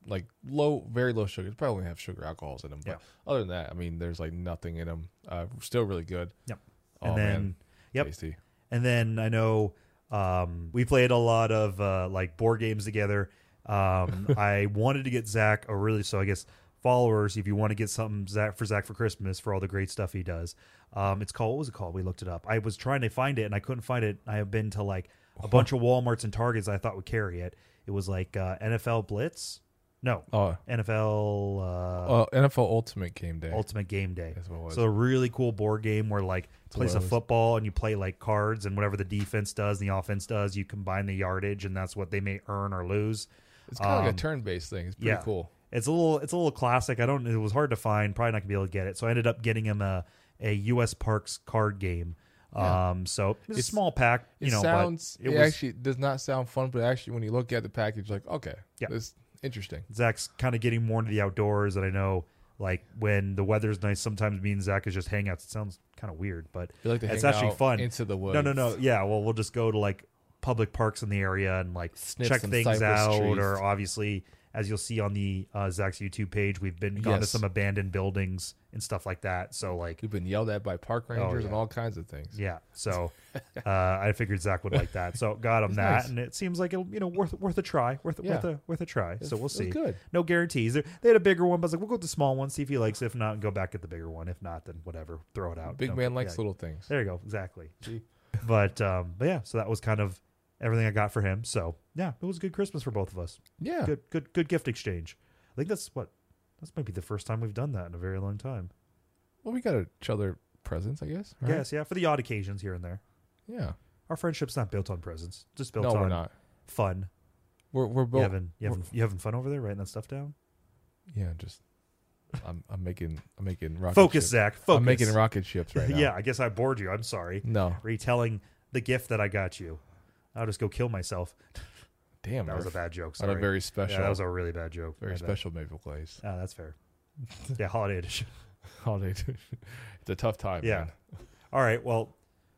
Speaker 1: like low, very low sugar. They probably only have sugar alcohols in them, but other than that, I mean, there's like nothing in them. Uh, still really good.
Speaker 2: Yep.
Speaker 1: Oh
Speaker 2: And then
Speaker 1: man,
Speaker 2: yep.
Speaker 1: tasty.
Speaker 2: And then I know um, we played a lot of uh, like board games together. Um, I wanted to get Zach a really so I guess followers. If you want to get something Zach for Zach for Christmas for all the great stuff he does, um, it's called what was it called? We looked it up. I was trying to find it and I couldn't find it. I have been to like a bunch of WalMarts and Targets I thought would carry it. It was like uh, NFL Blitz, no
Speaker 1: Oh,
Speaker 2: NFL uh,
Speaker 1: uh, NFL Ultimate Game Day.
Speaker 2: Ultimate Game Day.
Speaker 1: That's what it was.
Speaker 2: So a really cool board game where like plays
Speaker 1: what
Speaker 2: a
Speaker 1: it was.
Speaker 2: football and you play like cards and whatever the defense does, the offense does, you combine the yardage and that's what they may earn or lose.
Speaker 1: it's kind of like
Speaker 2: um,
Speaker 1: a turn-based thing. It's pretty
Speaker 2: yeah.
Speaker 1: cool.
Speaker 2: It's a little it's a little classic. I don't it was hard to find, probably not gonna be able to get it. So I ended up getting him a a US Parks card game.
Speaker 1: Yeah.
Speaker 2: Um so it's, a
Speaker 1: It's-
Speaker 2: small pack,
Speaker 1: It
Speaker 2: you know,
Speaker 1: sounds.
Speaker 2: but
Speaker 1: It, actually does not sound fun, but actually, when you look at the package, like okay,
Speaker 2: Yeah.
Speaker 1: this interesting.
Speaker 2: Zach's kind of getting more into the outdoors, and I know like when the weather's nice, sometimes me and Zach is just hangouts. It sounds kind of weird, but
Speaker 1: I feel like they
Speaker 2: it's
Speaker 1: hang
Speaker 2: actually
Speaker 1: out
Speaker 2: fun.
Speaker 1: into the woods.
Speaker 2: No, no, no. Yeah, well, we'll just go to like public parks in the area and like
Speaker 1: Sniff
Speaker 2: check
Speaker 1: some
Speaker 2: things
Speaker 1: cypress
Speaker 2: out.
Speaker 1: trees.
Speaker 2: Or obviously, as you'll see on the uh, Zach's YouTube page, we've been gone to
Speaker 1: Yes.
Speaker 2: some abandoned buildings and stuff like that. So like,
Speaker 1: We've been yelled at by park rangers and
Speaker 2: Oh, yeah.
Speaker 1: all kinds of things.
Speaker 2: yeah. So uh, I figured Zach would like that. So got him
Speaker 1: It's
Speaker 2: that,
Speaker 1: nice.
Speaker 2: and it seems like it you know worth worth a try, worth
Speaker 1: Yeah.
Speaker 2: worth a worth a try. so we'll
Speaker 1: It's
Speaker 2: see.
Speaker 1: Good.
Speaker 2: No guarantees. They they had a bigger one, but I was like, we'll go with the small one, see if he likes it. If not, go back at the bigger one. If not, then whatever, throw it out.
Speaker 1: Big
Speaker 2: No-
Speaker 1: man likes
Speaker 2: yeah.
Speaker 1: little things.
Speaker 2: There you go. Exactly. but um, but yeah, so that was kind of everything I got for him. So yeah, it was a good Christmas for both of us.
Speaker 1: Yeah.
Speaker 2: Good good good gift exchange. I think that's what that's maybe the first time we've done that in a very long time.
Speaker 1: Well, we got each other presents, I guess. right?
Speaker 2: Yes, yeah, for the odd occasions here and there.
Speaker 1: Yeah.
Speaker 2: Our friendship's not built on presents, just built
Speaker 1: No,
Speaker 2: on
Speaker 1: we're not.
Speaker 2: fun.
Speaker 1: We're we're
Speaker 2: you
Speaker 1: both.
Speaker 2: having you having, you having fun over there writing that stuff down?
Speaker 1: Yeah. Just. I'm I'm making I'm making rocket
Speaker 2: Focus,
Speaker 1: Ships.
Speaker 2: Zach. Focus.
Speaker 1: I'm making rocket ships right now.
Speaker 2: yeah, I guess I bored you. I'm sorry.
Speaker 1: No.
Speaker 2: Retelling the gift that I got you. I'll just go kill myself.
Speaker 1: Damn,
Speaker 2: That was a
Speaker 1: we're
Speaker 2: bad joke.
Speaker 1: on
Speaker 2: Sorry.
Speaker 1: a very special,
Speaker 2: Yeah, that was a really bad joke.
Speaker 1: very
Speaker 2: My bad.
Speaker 1: special Maple Glaze
Speaker 2: Yeah, Ah, that's fair. yeah, holiday edition.
Speaker 1: holiday. edition. Oh, it's a tough time.
Speaker 2: Yeah.
Speaker 1: man.
Speaker 2: All right. Well,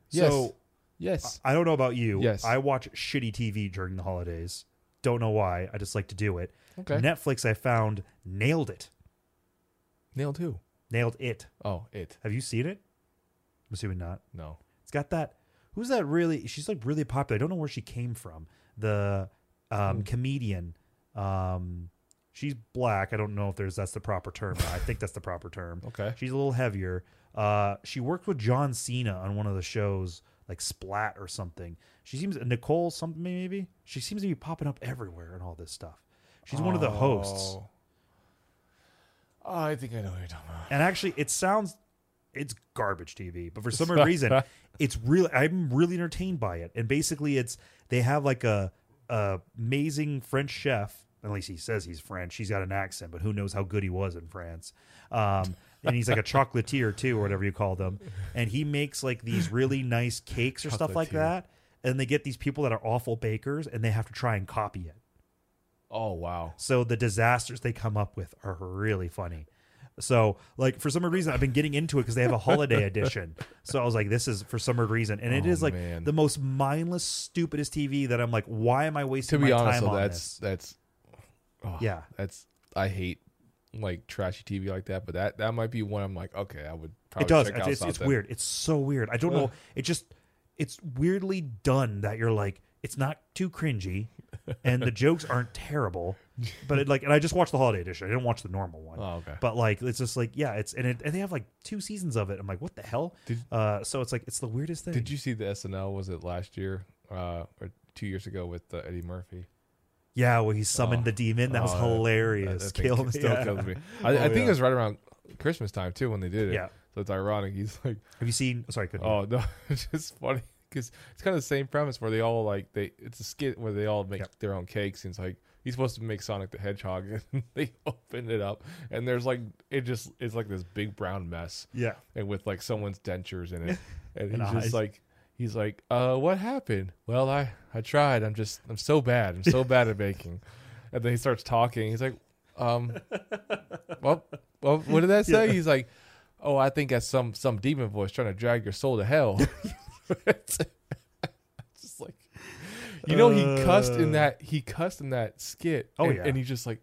Speaker 1: Yes.
Speaker 2: so
Speaker 1: Yes.
Speaker 2: I I don't know about you.
Speaker 1: Yes.
Speaker 2: I watch shitty TV during the holidays. Don't know why. I just like to do it.
Speaker 1: okay.
Speaker 2: Netflix, I found, nailed it.
Speaker 1: Nail two.
Speaker 2: Nailed it.
Speaker 1: Oh, it.
Speaker 2: Have you seen it? I'm assuming not.
Speaker 1: No.
Speaker 2: It's got that. Who's that really? She's like really popular. I don't know where she came from. The
Speaker 1: Hmm.
Speaker 2: um, comedian. Um, she's black. I don't know if there's that's the proper term. but I think that's the proper term.
Speaker 1: Okay.
Speaker 2: She's a little heavier. Uh, she worked with John Cena on one of the shows, like Splat or something. She seems Nicole something maybe. She seems to be popping up everywhere and all this stuff. She's one of the hosts.
Speaker 1: Oh. Oh, I think I know who you're talking about.
Speaker 2: And actually, it sounds it's garbage TV, but for some odd reason, it's really I'm really entertained by it. And basically, it's they have like a, a amazing French chef. At least he says he's French. He's got an accent, but who knows how good he was in France? Um, and he's like a chocolatier too, or whatever you call them. And he makes like these really nice cakes or stuff like
Speaker 1: Chocolatier.
Speaker 2: that. And they get these people that are awful bakers, and they have to try and copy it.
Speaker 1: Oh wow.
Speaker 2: So the disasters they come up with are really funny. So like for some odd reason I've been getting into it because they have a holiday edition. So I was like, this is for some odd reason, and it
Speaker 1: Oh,
Speaker 2: is like
Speaker 1: man.
Speaker 2: the most mindless, stupidest TV that I'm like, why am I
Speaker 1: To
Speaker 2: wasting
Speaker 1: be
Speaker 2: my
Speaker 1: honest,
Speaker 2: time
Speaker 1: though,
Speaker 2: on
Speaker 1: that's
Speaker 2: this?
Speaker 1: that's. oh,
Speaker 2: Yeah.
Speaker 1: That's I hate like trashy TV like that, but that that might be one I'm like, okay, I would. probably
Speaker 2: It does.
Speaker 1: Oh, Check
Speaker 2: It's,
Speaker 1: out
Speaker 2: it's, it's
Speaker 1: something.
Speaker 2: weird. It's so weird. I don't know.
Speaker 1: Ugh.
Speaker 2: It just it's weirdly done that you're like, it's not too cringy, and the jokes aren't terrible. But it like, and I just watched the holiday edition. I didn't watch the normal one.
Speaker 1: Oh okay.
Speaker 2: But like it's just like yeah, it's and, it, and they have like two seasons of it. I'm like, what the hell?
Speaker 1: Did-
Speaker 2: uh, so it's like it's the weirdest thing.
Speaker 1: Did you see the SNL? Was it last year uh, or two years ago with uh, Eddie Murphy?
Speaker 2: Yeah, where he summoned
Speaker 1: Oh.
Speaker 2: the demon. That was
Speaker 1: Oh, that-
Speaker 2: hilarious.
Speaker 1: That- that
Speaker 2: Kill
Speaker 1: thing
Speaker 2: him.
Speaker 1: still
Speaker 2: yeah.
Speaker 1: kills me. I, I
Speaker 2: Oh,
Speaker 1: think
Speaker 2: yeah.
Speaker 1: it was right around Christmas time too when they did it.
Speaker 2: Yeah.
Speaker 1: So it's ironic. He's like,
Speaker 2: Have you seen? Sorry, couldn't.
Speaker 1: oh no, it's just funny because it's kind of the same premise where they all like they it's a skit where they all make
Speaker 2: Yep.
Speaker 1: their own cakes and it's like he's supposed to make Sonic the Hedgehog and they open it up and there's like it just it's like this big brown mess
Speaker 2: yeah.
Speaker 1: and with like someone's dentures in it and he's
Speaker 2: And eyes.
Speaker 1: just like he's like uh what happened well i i tried i'm just i'm so bad i'm so bad at baking and then he starts talking he's like um well well what did that say he's like oh i think that's some some demon voice trying to drag your soul to hell It's just like you know he cussed in
Speaker 2: Uh.
Speaker 1: that he cussed in that skit
Speaker 2: Oh,
Speaker 1: and,
Speaker 2: yeah.
Speaker 1: and he just like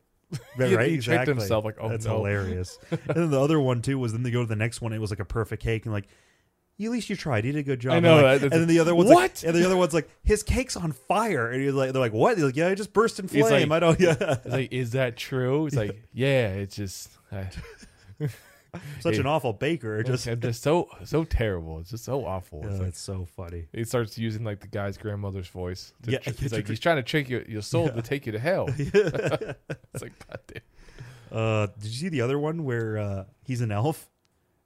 Speaker 2: Right,
Speaker 1: he
Speaker 2: right,
Speaker 1: checked
Speaker 2: exactly.
Speaker 1: himself, like, oh,
Speaker 2: that's
Speaker 1: no.
Speaker 2: hilarious. and then the other one too was then they go to the next one. It was like a perfect cake and like. At least you tried. You did a good job.
Speaker 1: I
Speaker 2: And
Speaker 1: know,
Speaker 2: like-
Speaker 1: that-
Speaker 2: and
Speaker 1: that's-
Speaker 2: then the other one's
Speaker 1: What?
Speaker 2: Like, and the other one's like, his cake's on fire. And you're like, they're like, what? They're like, yeah, it just burst in
Speaker 1: He's
Speaker 2: flame.
Speaker 1: like-
Speaker 2: I don't. Yeah,
Speaker 1: it's like is that true it's like yeah it's just I,
Speaker 2: such an awful baker. It Just
Speaker 1: I'm just so so terrible. It's just so awful.
Speaker 2: Yeah,
Speaker 1: It's like,
Speaker 2: it's so funny.
Speaker 1: he starts using like the guy's grandmother's voice. To
Speaker 2: Yeah,
Speaker 1: tr-
Speaker 2: yeah,
Speaker 1: he's like
Speaker 2: to-
Speaker 1: he's trying to trick your your soul to take you to hell. it's like God damn.
Speaker 2: Uh, did you see the other one where uh, he's an elf,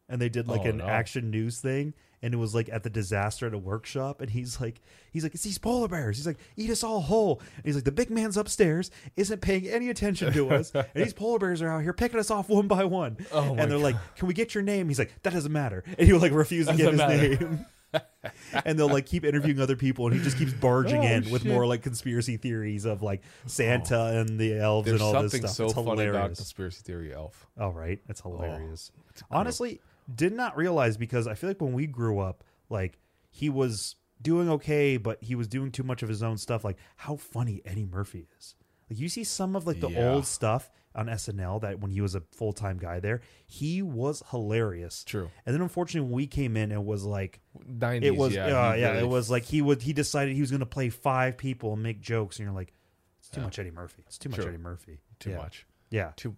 Speaker 2: and they did like
Speaker 1: Oh,
Speaker 2: an
Speaker 1: no.
Speaker 2: action news thing, and it was like at the disaster at a workshop, and he's like, he's like, it's these polar bears. He's like, eat us all whole. And he's like, the big man's upstairs, isn't paying any attention to us, and these polar bears are out here picking us off one by one.
Speaker 1: Oh,
Speaker 2: and
Speaker 1: my
Speaker 2: they're like, can we get your name? He's like, that doesn't matter, and he like refuses to give his
Speaker 1: Doesn't matter.
Speaker 2: name. and they'll like keep interviewing other people, and he just keeps barging
Speaker 1: Oh,
Speaker 2: in with
Speaker 1: shit. Oh.
Speaker 2: more like conspiracy theories of like Santa and the elves
Speaker 1: There's
Speaker 2: and all this
Speaker 1: something
Speaker 2: stuff.
Speaker 1: so
Speaker 2: it's
Speaker 1: funny
Speaker 2: hilarious.
Speaker 1: about conspiracy theory elf.
Speaker 2: All Oh, right, that's hilarious.
Speaker 1: Oh,
Speaker 2: Honestly, did not realize because I feel like when we grew up, like he was doing okay, but he was doing too much of his own stuff. Like how funny Eddie Murphy is. Like you see some of like the
Speaker 1: Yeah.
Speaker 2: old stuff on SNL that when he was a full time guy there, he was hilarious.
Speaker 1: True.
Speaker 2: And then unfortunately, when we came in, it was like
Speaker 1: Nineties.
Speaker 2: it was
Speaker 1: yeah,
Speaker 2: yeah, uh,
Speaker 1: he
Speaker 2: yeah
Speaker 1: really-
Speaker 2: it was like he would he decided he was going to play five people and make jokes, and you're like, it's too much Eddie Murphy. It's too much
Speaker 1: True.
Speaker 2: Eddie Murphy.
Speaker 1: too
Speaker 2: Yeah.
Speaker 1: much.
Speaker 2: Yeah.
Speaker 1: Too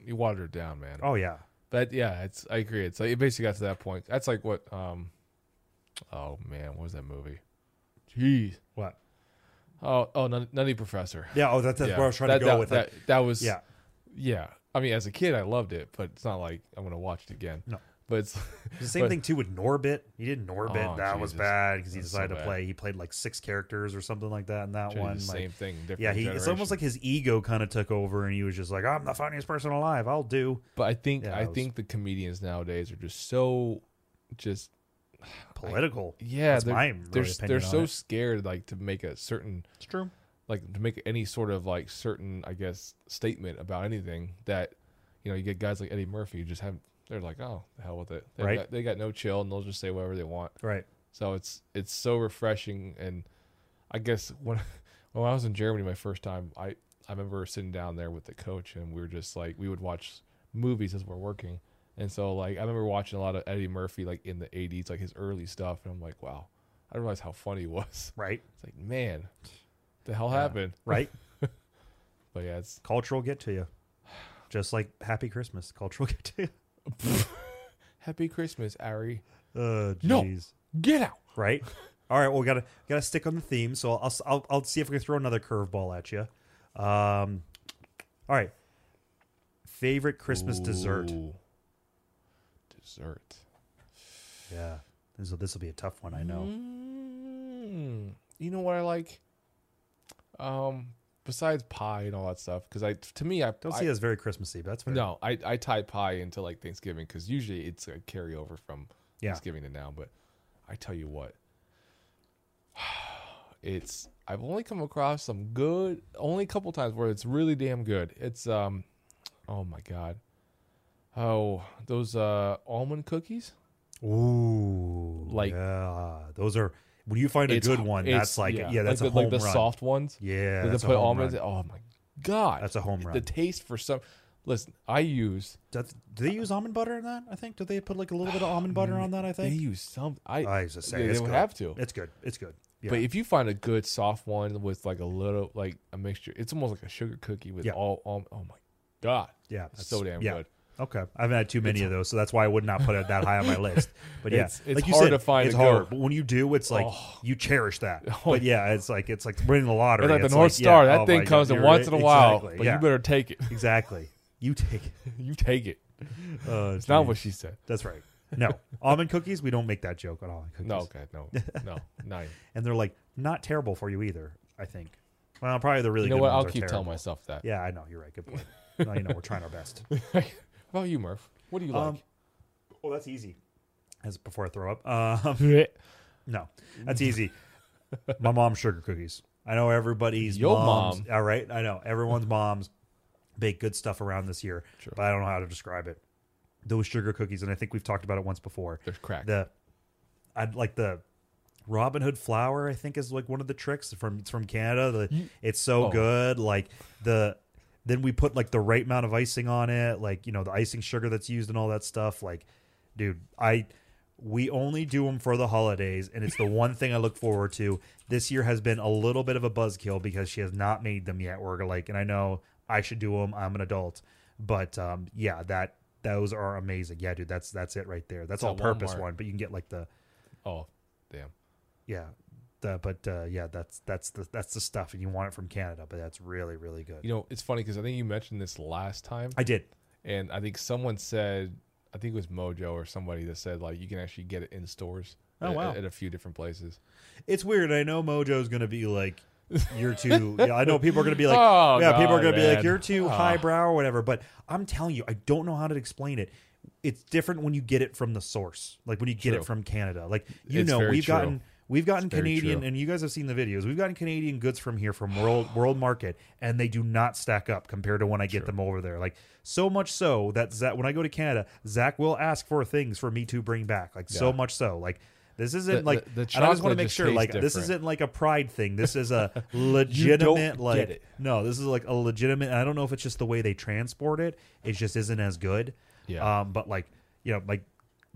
Speaker 1: you watered it down, man.
Speaker 2: Oh yeah.
Speaker 1: But yeah, it's I agree. It's like it basically got to that point. That's like what um oh man, what was that movie? Jeez.
Speaker 2: What?
Speaker 1: Oh oh Nun- Nutty Professor.
Speaker 2: Yeah, oh, that's, that's
Speaker 1: Yeah.
Speaker 2: where I was trying
Speaker 1: That-
Speaker 2: to go
Speaker 1: that,
Speaker 2: with
Speaker 1: that.
Speaker 2: it.
Speaker 1: That was
Speaker 2: Yeah,
Speaker 1: Yeah. I mean, as a kid, I loved it, but it's not like I'm going to watch it again.
Speaker 2: No.
Speaker 1: But it's,
Speaker 2: It's the same
Speaker 1: But-
Speaker 2: thing too with Norbit. He did Norbit.
Speaker 1: Oh,
Speaker 2: that was
Speaker 1: Jesus.
Speaker 2: bad because he
Speaker 1: That's so
Speaker 2: decided to
Speaker 1: bad.
Speaker 2: play. He played like six characters or something like that in that
Speaker 1: it's
Speaker 2: one.
Speaker 1: the
Speaker 2: Like,
Speaker 1: same thing. Different
Speaker 2: yeah, he, it's
Speaker 1: generation.
Speaker 2: almost like his ego kind of took over, and he was just like, "I'm the funniest person alive. I'll do."
Speaker 1: But I think
Speaker 2: Yeah,
Speaker 1: I
Speaker 2: it was-
Speaker 1: think the comedians nowadays are just so, just
Speaker 2: Political.
Speaker 1: yeah.
Speaker 2: That's
Speaker 1: they're
Speaker 2: my really
Speaker 1: they're,
Speaker 2: opinion
Speaker 1: they're
Speaker 2: on
Speaker 1: so
Speaker 2: it.
Speaker 1: scared like to make a certain
Speaker 2: it's true.
Speaker 1: like to make any sort of like certain, I guess, statement about anything that you know you get guys like Eddie Murphy who just have they're like, oh, the hell with it. They
Speaker 2: Right.
Speaker 1: got, they got no chill and they'll just say whatever they want.
Speaker 2: Right.
Speaker 1: So it's it's so refreshing and I guess when when I was in Germany my first time, I I remember sitting down there with the coach and we were just like we would watch movies as we're working. And so like I remember watching a lot of Eddie Murphy like in the 80s like his early stuff and I'm like, wow. I didn't realize how funny he was.
Speaker 2: Right.
Speaker 1: It's like, man, the hell
Speaker 2: Yeah.
Speaker 1: happened?
Speaker 2: Right.
Speaker 1: But yeah, it's
Speaker 2: Culture will get to you. Just like Happy Christmas. Culture will get to you.
Speaker 1: Happy Christmas, Ari.
Speaker 2: Oh,
Speaker 1: No.
Speaker 2: jeez.
Speaker 1: Get out.
Speaker 2: Right. All right. Well, we gotta gotta stick on the theme. So I'll I'll, I'll see if we can throw another curveball at you. Um. All right. Favorite Christmas dessert.
Speaker 1: Ooh. Dessert.
Speaker 2: Yeah. And so this will be a tough one. I know.
Speaker 1: Mm-hmm. Mm. you know what I like? Um, besides pie and all that stuff, because I to me I
Speaker 2: Don't
Speaker 1: I,
Speaker 2: see that's very Christmassy, but that's fair.
Speaker 1: no I I tie pie into like Thanksgiving because usually it's a carryover from
Speaker 2: Yeah.
Speaker 1: Thanksgiving to now. But I tell you what, it's I've only come across some good only a couple times where it's really damn good. It's um, oh my god, oh those uh almond cookies.
Speaker 2: Ooh.
Speaker 1: Like-
Speaker 2: yeah. Those are when you find a
Speaker 1: It's-
Speaker 2: good one.
Speaker 1: it's-
Speaker 2: That's like yeah. that's
Speaker 1: like the,
Speaker 2: a
Speaker 1: like
Speaker 2: home
Speaker 1: the
Speaker 2: run.
Speaker 1: soft ones.
Speaker 2: yeah.
Speaker 1: They
Speaker 2: That's a,
Speaker 1: put
Speaker 2: home
Speaker 1: almonds.
Speaker 2: run.
Speaker 1: in- Oh my god,
Speaker 2: that's a home
Speaker 1: the
Speaker 2: run.
Speaker 1: taste for some. Listen, I use
Speaker 2: Do, do they use almond butter in that? I think. Do they put like a little bit of almond butter on that? I
Speaker 1: Mm, they
Speaker 2: think.
Speaker 1: use some. I,
Speaker 2: I was just
Speaker 1: they,
Speaker 2: saying.
Speaker 1: they
Speaker 2: it's
Speaker 1: would
Speaker 2: good.
Speaker 1: have to.
Speaker 2: It's good. It's good. Yeah.
Speaker 1: But if you find a good soft one with like a little like a mixture, it's almost like a sugar cookie with
Speaker 2: Yeah.
Speaker 1: all almond. Oh my god,
Speaker 2: yeah.
Speaker 1: it's so damn
Speaker 2: yeah.
Speaker 1: good.
Speaker 2: Okay, I've had too many of those, so that's why I would not put it that high on my list. But yeah,
Speaker 1: It's- it's hard to find
Speaker 2: It's
Speaker 1: a
Speaker 2: hard,
Speaker 1: goat.
Speaker 2: but when you do, it's like
Speaker 1: Oh.
Speaker 2: you cherish that.
Speaker 1: Oh.
Speaker 2: But yeah, it's like it's like winning the lottery.
Speaker 1: It's like the North Star.
Speaker 2: yeah,
Speaker 1: that
Speaker 2: oh
Speaker 1: thing
Speaker 2: my
Speaker 1: comes
Speaker 2: God,
Speaker 1: in
Speaker 2: you're
Speaker 1: once in a
Speaker 2: right,
Speaker 1: while,
Speaker 2: Exactly,
Speaker 1: but
Speaker 2: yeah,
Speaker 1: you better take it.
Speaker 2: exactly. You take. it.
Speaker 1: you take it.
Speaker 2: Oh,
Speaker 1: It's not
Speaker 2: geez.
Speaker 1: what she said.
Speaker 2: That's right. No almond cookies. We don't make that joke on almond cookies.
Speaker 1: No, okay, no, no, not. even.
Speaker 2: and they're like not terrible for you either. I think. Well, probably the really
Speaker 1: You know
Speaker 2: good
Speaker 1: what?
Speaker 2: ones
Speaker 1: I'll
Speaker 2: are
Speaker 1: keep telling
Speaker 2: terrible.
Speaker 1: myself that.
Speaker 2: Yeah, I know you're right. Good point. now you know we're trying our best.
Speaker 1: How about you, Murph? What do you
Speaker 2: Um,
Speaker 1: like?
Speaker 2: Well, that's easy. As before I throw up. Um, No, that's easy. My mom's sugar cookies. I know everybody's
Speaker 1: Yo,
Speaker 2: moms,
Speaker 1: mom.
Speaker 2: All right, I know everyone's moms bake good stuff around this year,
Speaker 1: Sure.
Speaker 2: but I don't know how to describe it. Those sugar cookies, and I think we've talked about it once before.
Speaker 1: There's crack.
Speaker 2: The I'd like the Robin Hood flour. I think is like one of the tricks from it's from Canada. The,
Speaker 1: You-
Speaker 2: it's so
Speaker 1: Oh.
Speaker 2: good. Like the then we put like the right amount of icing on it. Like you know the icing sugar that's used and all that stuff. Like dude, I we only do them for the holidays, and it's the one thing I look forward to. This year has been a little bit of a buzzkill because she has not made them yet. We're like, and I know I should do them. I'm an adult, but um, yeah, that those are amazing. Yeah, dude, that's that's it right there. That's
Speaker 1: At
Speaker 2: all purpose
Speaker 1: Walmart.
Speaker 2: one, but you can get like the
Speaker 1: oh, damn.
Speaker 2: yeah, the but uh, yeah, that's that's the that's the stuff, and you want it from Canada, but that's really really good.
Speaker 1: You know, it's funny because I think you mentioned this last time,
Speaker 2: I did.
Speaker 1: and I think someone said, I think it was Mojo or somebody that said like you can actually get it in stores.
Speaker 2: Oh,
Speaker 1: at,
Speaker 2: wow.
Speaker 1: At, a few different places.
Speaker 2: It's weird. I know Mojo's gonna be like. You're too. Yeah, I know people are gonna be like,
Speaker 1: Oh,
Speaker 2: yeah, people are
Speaker 1: God,
Speaker 2: gonna be like,
Speaker 1: man.
Speaker 2: you're too
Speaker 1: Oh.
Speaker 2: highbrow or whatever. But I'm telling you, I don't know how to explain it. It's different when you get it from the source, like when you get
Speaker 1: True.
Speaker 2: it from Canada. Like you
Speaker 1: It's
Speaker 2: know,
Speaker 1: very
Speaker 2: we've
Speaker 1: true.
Speaker 2: gotten we've gotten
Speaker 1: It's very
Speaker 2: Canadian,
Speaker 1: true.
Speaker 2: and you guys have seen the videos. We've gotten Canadian goods from here from world world market, and they do not stack up compared to when I get them over there. Like so much so that Zach, when I go to Canada, Zach will ask for things for me to bring back. Like so
Speaker 1: Yeah.
Speaker 2: much so, like. This isn't
Speaker 1: The-
Speaker 2: like
Speaker 1: the- the
Speaker 2: and I just want to
Speaker 1: chocolate
Speaker 2: make
Speaker 1: just
Speaker 2: sure
Speaker 1: tastes
Speaker 2: like this
Speaker 1: different.
Speaker 2: isn't like a pride thing. This is a legitimate like
Speaker 1: get it.
Speaker 2: no, this is like a legitimate. and I don't know if it's just the way they transport it. It just isn't as good.
Speaker 1: Yeah.
Speaker 2: Um, but like you know, like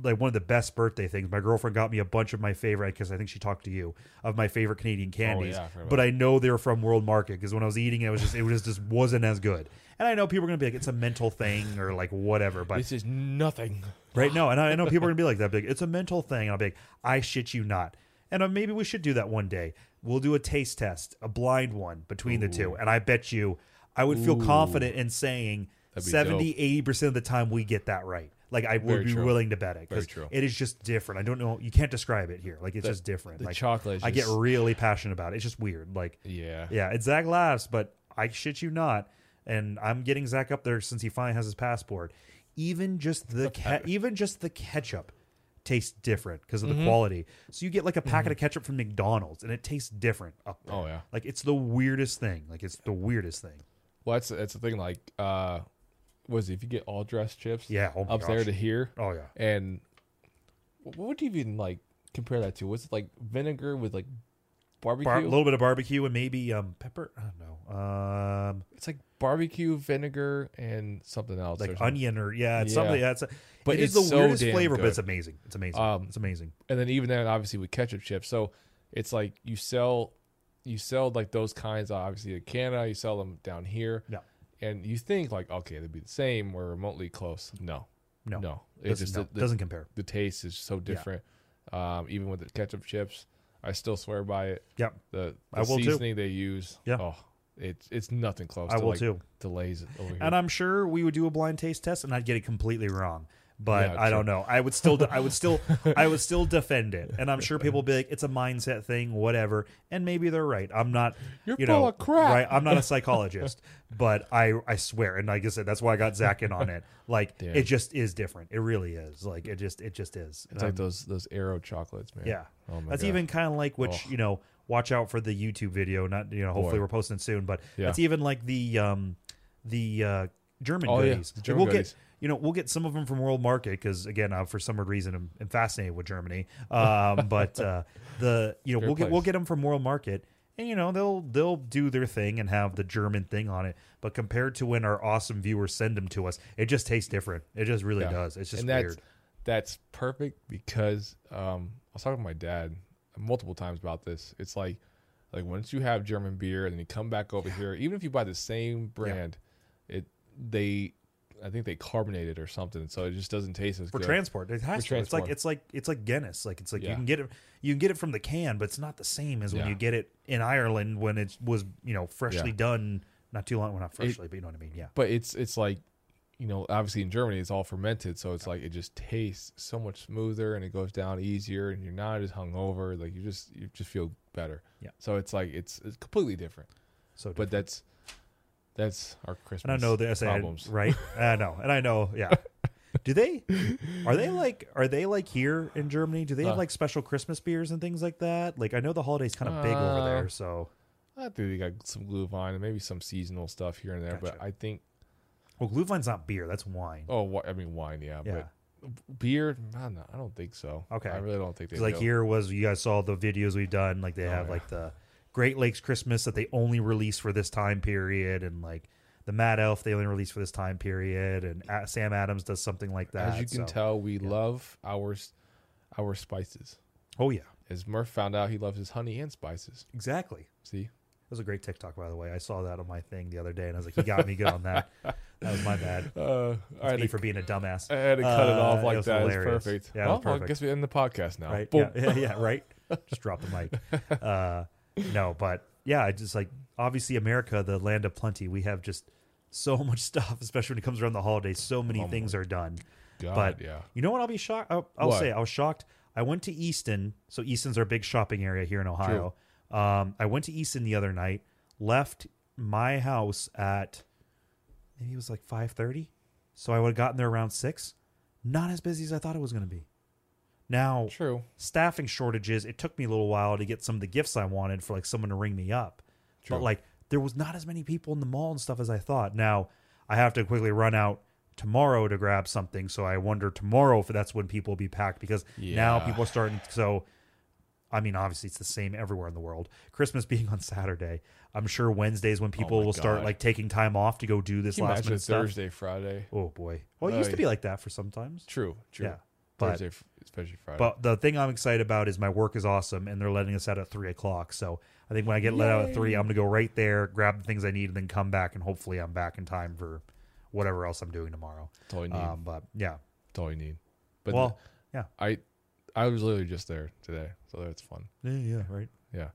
Speaker 2: like one of the best birthday things. My girlfriend got me a bunch of my favorite because I think she talked to you of my favorite Canadian candies.
Speaker 1: Oh, yeah, I forgot about
Speaker 2: but I know they're from World Market because when I was eating it, it was just it was just wasn't as good. And I know people are gonna be like it's a mental thing or like whatever. But
Speaker 1: This is nothing.
Speaker 2: Right? No, and I, I know people are gonna be like that. Big, it's a mental thing. And I'll be like, I shit you not. And uh, maybe we should do that one day. We'll do a taste test, a blind one between the two. And I bet you, I would feel
Speaker 1: Ooh.
Speaker 2: confident in saying
Speaker 1: That'd be
Speaker 2: 70, 80% of the time we get that right. Like I would
Speaker 1: Very
Speaker 2: be
Speaker 1: true.
Speaker 2: willing to bet it
Speaker 1: Very
Speaker 2: because
Speaker 1: true.
Speaker 2: it is just different. I don't know. You can't describe it here. Like it's just different.
Speaker 1: The
Speaker 2: Like
Speaker 1: chocolate. Is
Speaker 2: I get
Speaker 1: just-
Speaker 2: really passionate about it. It's just weird. Like
Speaker 1: yeah.
Speaker 2: yeah, it's Zach laughs, but I shit you not. And I'm getting Zach up there since he finally has his passport. Even just the ke- even just the ketchup tastes different because of the
Speaker 1: Mm-hmm.
Speaker 2: quality. So you get like a packet of ketchup from McDonald's and it tastes different up there.
Speaker 1: Oh, yeah.
Speaker 2: Like it's the weirdest thing. Like it's the weirdest thing.
Speaker 1: Well, that's that's the thing. Like, uh, was if you get all dressed chips,
Speaker 2: Yeah, oh my
Speaker 1: up there
Speaker 2: gosh.
Speaker 1: to here,
Speaker 2: Oh yeah.
Speaker 1: and what would you even like compare that to? Was it like vinegar with like barbecue?
Speaker 2: Bar- little bit of barbecue and maybe um pepper. I don't know. Um,
Speaker 1: it's like barbecue vinegar and something else, or
Speaker 2: like
Speaker 1: something.
Speaker 2: onion or yeah, it's
Speaker 1: Yeah.
Speaker 2: something. That's a,
Speaker 1: But
Speaker 2: it is
Speaker 1: it's
Speaker 2: the
Speaker 1: so
Speaker 2: weirdest
Speaker 1: damn
Speaker 2: flavor, but
Speaker 1: good.
Speaker 2: it's amazing. It's amazing.
Speaker 1: Um,
Speaker 2: it's amazing.
Speaker 1: and then even then, obviously with ketchup chips. So it's like you sell, you sell like those kinds. Obviously in Canada, you sell them down here.
Speaker 2: Yeah.
Speaker 1: And you think like, okay, they'd be the same. We're remotely close. No,
Speaker 2: No,
Speaker 1: no,
Speaker 2: no,
Speaker 1: it
Speaker 2: doesn't,
Speaker 1: just
Speaker 2: no,
Speaker 1: the- the,
Speaker 2: doesn't compare.
Speaker 1: the taste is so different. Um, even with the ketchup chips, I still swear by it.
Speaker 2: Yep,
Speaker 1: The, the
Speaker 2: I will too.
Speaker 1: seasoning they use,
Speaker 2: Yeah.
Speaker 1: oh, it's it's nothing close.
Speaker 2: I
Speaker 1: to
Speaker 2: will
Speaker 1: like
Speaker 2: too.
Speaker 1: Delays over here.
Speaker 2: And I'm sure we would do a blind taste test, and I'd get it completely wrong. But
Speaker 1: Yeah,
Speaker 2: I don't know. I would still, I would still, I would still defend it. And I'm sure people would be like, "It's a mindset thing, whatever." And maybe they're right. I'm not,
Speaker 1: You're
Speaker 2: you
Speaker 1: full
Speaker 2: know,
Speaker 1: of crap.
Speaker 2: right? I'm not a psychologist, but I, I swear, and like I said, that's why I got Zach in on it. Like,
Speaker 1: Damn.
Speaker 2: it just is different. It really is. Like, it just, it just is.
Speaker 1: it's
Speaker 2: Um,
Speaker 1: like those those arrow chocolates, man.
Speaker 2: yeah.
Speaker 1: Oh my
Speaker 2: that's
Speaker 1: God.
Speaker 2: even kind of like which,
Speaker 1: Oh.
Speaker 2: you know, watch out for the YouTube video. Not, you know, hopefully
Speaker 1: Boy.
Speaker 2: we're posting soon, but
Speaker 1: Yeah.
Speaker 2: that's even like the um the uh German
Speaker 1: Oh, yeah,
Speaker 2: goodies.
Speaker 1: the
Speaker 2: Like,
Speaker 1: German
Speaker 2: we'll
Speaker 1: goodies.
Speaker 2: get you know, we'll get some of them from World Market because again, uh, for some odd reason I'm, I'm fascinated with Germany. Um but uh the you know,
Speaker 1: Fair
Speaker 2: we'll get
Speaker 1: place.
Speaker 2: we'll get them from World Market. And you know they'll they'll do their thing and have the German thing on it, but compared to when our awesome viewers send them to us, it just tastes different. It just really
Speaker 1: Yeah.
Speaker 2: does. It's just
Speaker 1: and that's
Speaker 2: weird.
Speaker 1: that's perfect because um, I was talking to my dad multiple times about this. It's like like once you have German beer and then you come back over here, even if you buy the same brand, it they I think they carbonate it or something, so it just doesn't taste as
Speaker 2: for
Speaker 1: good.
Speaker 2: transport. It has
Speaker 1: For
Speaker 2: to. It's like
Speaker 1: transport.
Speaker 2: it's like it's like Guinness. Like it's like you
Speaker 1: Yeah.
Speaker 2: can get it you can get it from the can, but it's not the same as when
Speaker 1: Yeah.
Speaker 2: you get it in Ireland when it was you know freshly
Speaker 1: Yeah.
Speaker 2: done not too long. Well, not freshly, but you know what I mean. Yeah.
Speaker 1: but it's it's like you know obviously in germany it's all fermented so it's like it just tastes so much smoother and it goes down easier and you're not as hungover like you just you just feel better
Speaker 2: Yeah.
Speaker 1: so it's like it's, it's completely different
Speaker 2: So,
Speaker 1: but that's that's our christmas
Speaker 2: and I know the SA
Speaker 1: problems
Speaker 2: right? I know, and I know. Yeah. Do they? Are they like? Are they like here in Germany? Do they have
Speaker 1: Uh.
Speaker 2: like special Christmas beers and things like that? Like I know the holidays kind of big over
Speaker 1: Uh,
Speaker 2: there, so
Speaker 1: i think they got some glue vine and maybe some seasonal stuff here and there but
Speaker 2: Gotcha.
Speaker 1: i think
Speaker 2: well, Glühwein's not beer, that's wine.
Speaker 1: oh wi- i mean wine yeah,
Speaker 2: yeah.
Speaker 1: but beer i don't, know, I don't think so
Speaker 2: Okay.
Speaker 1: i really don't think they
Speaker 2: Because like
Speaker 1: do.
Speaker 2: here was you guys saw the videos we've done. Like they
Speaker 1: Oh,
Speaker 2: have
Speaker 1: yeah.
Speaker 2: like the Great Lakes Christmas that they only release for this time period, and like the Mad Elf they only release for this time period, and uh, Sam Adams does something like that.
Speaker 1: as you can
Speaker 2: so-
Speaker 1: tell we love our s- our spices
Speaker 2: oh yeah,
Speaker 1: as Murph found out, he loves his honey and spices.
Speaker 2: exactly.
Speaker 1: See,
Speaker 2: It was a great TikTok by the way. I saw that on my thing the other day, and I was like, "He got me good on that." That was my bad.
Speaker 1: uh, all
Speaker 2: It's
Speaker 1: right,
Speaker 2: me for being a dumbass.
Speaker 1: I had to cut it
Speaker 2: Uh,
Speaker 1: off like
Speaker 2: was
Speaker 1: that. It's
Speaker 2: hilarious.
Speaker 1: perfect.
Speaker 2: Yeah, it
Speaker 1: well,
Speaker 2: was
Speaker 1: I
Speaker 2: perfect.
Speaker 1: guess we end the podcast now.
Speaker 2: right?
Speaker 1: Boom.
Speaker 2: Yeah, yeah, yeah, right. just drop the mic. Uh, no, but yeah, I just like obviously America, the land of plenty. We have just so much stuff, especially when it comes around the holidays. So
Speaker 1: Oh,
Speaker 2: many things are done.
Speaker 1: God,
Speaker 2: but
Speaker 1: yeah.
Speaker 2: you know what? I'll be shocked. I'll, I'll
Speaker 1: What?
Speaker 2: say I was shocked. I went to Easton, so Easton's our big shopping area here in Ohio. Um, I went to Easton the other night. Left my house at maybe it was like five thirty, so I would have gotten there around six. Not as busy as I thought it was going to be. Now,
Speaker 1: True.
Speaker 2: staffing shortages, it took me a little while to get some of the gifts I wanted for like someone to ring me up.
Speaker 1: True.
Speaker 2: But like there was not as many people in the mall and stuff as I thought. Now I have to quickly run out tomorrow to grab something. So I wonder tomorrow if that's when people will be packed because now
Speaker 1: Yeah.
Speaker 2: people are starting so I mean, obviously it's the same everywhere in the world. Christmas being on Saturday. I'm sure Wednesdays when people
Speaker 1: Oh my
Speaker 2: will start
Speaker 1: God.
Speaker 2: like taking time off to go do this
Speaker 1: Can you
Speaker 2: last
Speaker 1: imagine
Speaker 2: minute stuff.
Speaker 1: Thursday, Friday?
Speaker 2: Oh boy. Well, it used to
Speaker 1: Oy.
Speaker 2: be like that for sometimes.
Speaker 1: True. True.
Speaker 2: Yeah. But
Speaker 1: Thursday, f- especially Friday.
Speaker 2: but the thing I'm excited about is my work is awesome, and they're letting us out at three o'clock. So I think when I get let out at three, I'm gonna go right there, grab the things I need, and then come back, and hopefully I'm back in time for whatever else I'm doing tomorrow.
Speaker 1: That's all you need.
Speaker 2: Um, but yeah,
Speaker 1: That's all you need. But
Speaker 2: well,
Speaker 1: I, I was literally just there today, so that's fun.
Speaker 2: yeah, yeah, right.
Speaker 1: Yeah.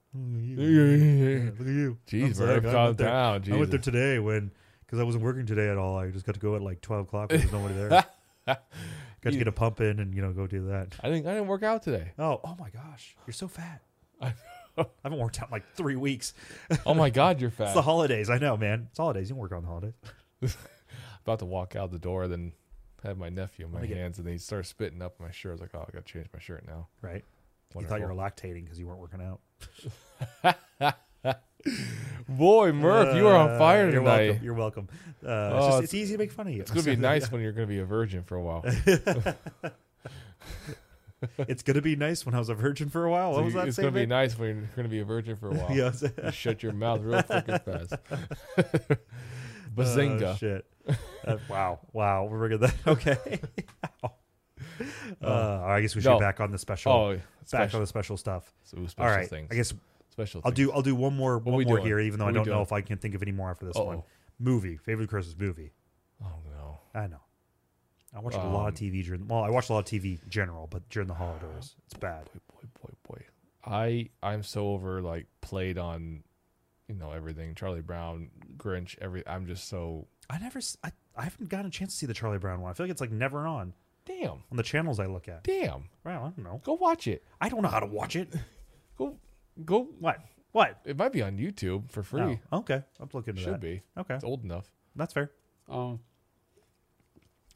Speaker 2: Look at you. I'm
Speaker 1: Jeez,
Speaker 2: Zach.
Speaker 1: Murph,
Speaker 2: I
Speaker 1: calm
Speaker 2: went there-
Speaker 1: down.
Speaker 2: I went there
Speaker 1: Jesus.
Speaker 2: today when because I wasn't working today at all. I just got to go at like twelve o'clock. When there's nobody there. got to
Speaker 1: You-
Speaker 2: get a pump in and you know go do that.
Speaker 1: I think I didn't work out today.
Speaker 2: Oh, oh my gosh, you're so fat.
Speaker 1: I-
Speaker 2: I haven't worked out in like three weeks.
Speaker 1: Oh my God, you're
Speaker 2: It's
Speaker 1: fat.
Speaker 2: the holidays. I know, man. It's holidays. You can work on the holidays.
Speaker 1: About to walk out the door, then had my nephew in my
Speaker 2: me get-
Speaker 1: hands, and they started spitting up my shirt. I was like, oh, I got to change my shirt now.
Speaker 2: right? You
Speaker 1: Wonderful.
Speaker 2: thought you were lactating because you weren't working out.
Speaker 1: Boy, Murph, you are on
Speaker 2: Uh,
Speaker 1: fire
Speaker 2: You're
Speaker 1: tonight.
Speaker 2: welcome. You're welcome.
Speaker 1: Oh,
Speaker 2: Uh, it's, just,
Speaker 1: it's-
Speaker 2: it's easy to make fun of you.
Speaker 1: It's gonna be nice when you're gonna be a virgin for a while.
Speaker 2: it's gonna be nice when I was a virgin for a while. What was that
Speaker 1: it's gonna be
Speaker 2: statement?
Speaker 1: nice when you're gonna be a virgin for a while.
Speaker 2: yeah, it's-
Speaker 1: You shut your mouth real freaking fast.
Speaker 2: Oh,
Speaker 1: Bazinga.
Speaker 2: shit. Uh, wow. Wow. We're gonna that. Okay. Ow. uh, I guess we should
Speaker 1: Oh. no.
Speaker 2: be back on the special.
Speaker 1: oh,
Speaker 2: back on
Speaker 1: special,
Speaker 2: the special stuff.
Speaker 1: so special
Speaker 2: All right.
Speaker 1: things.
Speaker 2: I guess
Speaker 1: special.
Speaker 2: I'll do. I'll do one more.
Speaker 1: we
Speaker 2: one more
Speaker 1: doing?
Speaker 2: here, even though
Speaker 1: What
Speaker 2: I
Speaker 1: we
Speaker 2: don't know
Speaker 1: doing?
Speaker 2: if I can think of any more after this one.
Speaker 1: Oh,
Speaker 2: Movie. Favorite Christmas movie.
Speaker 1: oh no.
Speaker 2: I know. I watched a lot
Speaker 1: Um,
Speaker 2: of TV during. Well, I watched a lot of TV in general, but during the holidays, it's bad.
Speaker 1: Boy, boy, boy, boy. I I'm so over like played on, you know everything. Charlie Brown, Grinch. Every I'm just so
Speaker 2: I never. s- I, I haven't gotten a chance to see the Charlie Brown one. I feel like it's like never on
Speaker 1: damn,
Speaker 2: on the channels I look at.
Speaker 1: damn.
Speaker 2: Well, I don't know.
Speaker 1: Go watch it.
Speaker 2: I don't know how to watch it.
Speaker 1: Go, go.
Speaker 2: What? What?
Speaker 1: It might be on YouTube for free.
Speaker 2: Oh, okay, I'm looking into
Speaker 1: Should
Speaker 2: that.
Speaker 1: be.
Speaker 2: Okay,
Speaker 1: It's old enough.
Speaker 2: that's fair.
Speaker 3: Oh,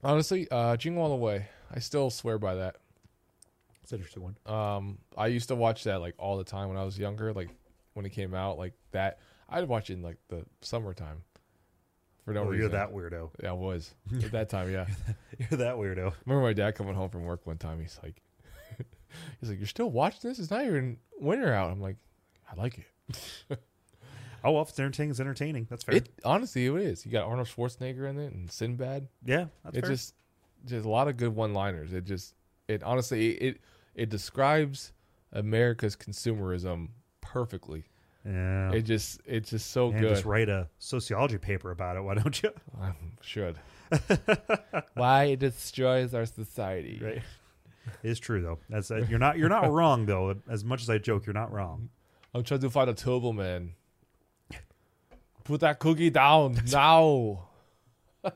Speaker 1: Honestly, uh, Jingle All the Way. I still swear by that.
Speaker 2: It's an interesting one.
Speaker 1: Um, I used to watch that like all the time when I was younger. Like when it came out, like that. I'd watch it in like the summertime for no
Speaker 2: Oh,
Speaker 1: reason.
Speaker 2: you're that weirdo.
Speaker 1: Yeah, I was at that time. Yeah,
Speaker 2: You're that weirdo.
Speaker 1: remember my dad coming home from work one time. He's like, he's like, you're still watching this? It's not even winter out. I'm like, I like it.
Speaker 2: Oh, well, if it's entertaining, it's entertaining. That's fair.
Speaker 1: It honestly, it is. You got Arnold Schwarzenegger in it and Sinbad.
Speaker 2: yeah, that's
Speaker 1: it
Speaker 2: fair.
Speaker 1: just just a lot of good one-liners. It just it honestly it it describes America's consumerism perfectly.
Speaker 2: yeah.
Speaker 1: It just it's just so
Speaker 2: Man,
Speaker 1: good.
Speaker 2: just write a sociology paper about it. Why don't you?
Speaker 1: I should. Why it destroys our society.
Speaker 2: Right. It's true though. That's uh, you're not you're not wrong though. As much as I joke, you're not wrong.
Speaker 1: I'm trying to find a turbo man. Put that cookie down now.
Speaker 2: Uh,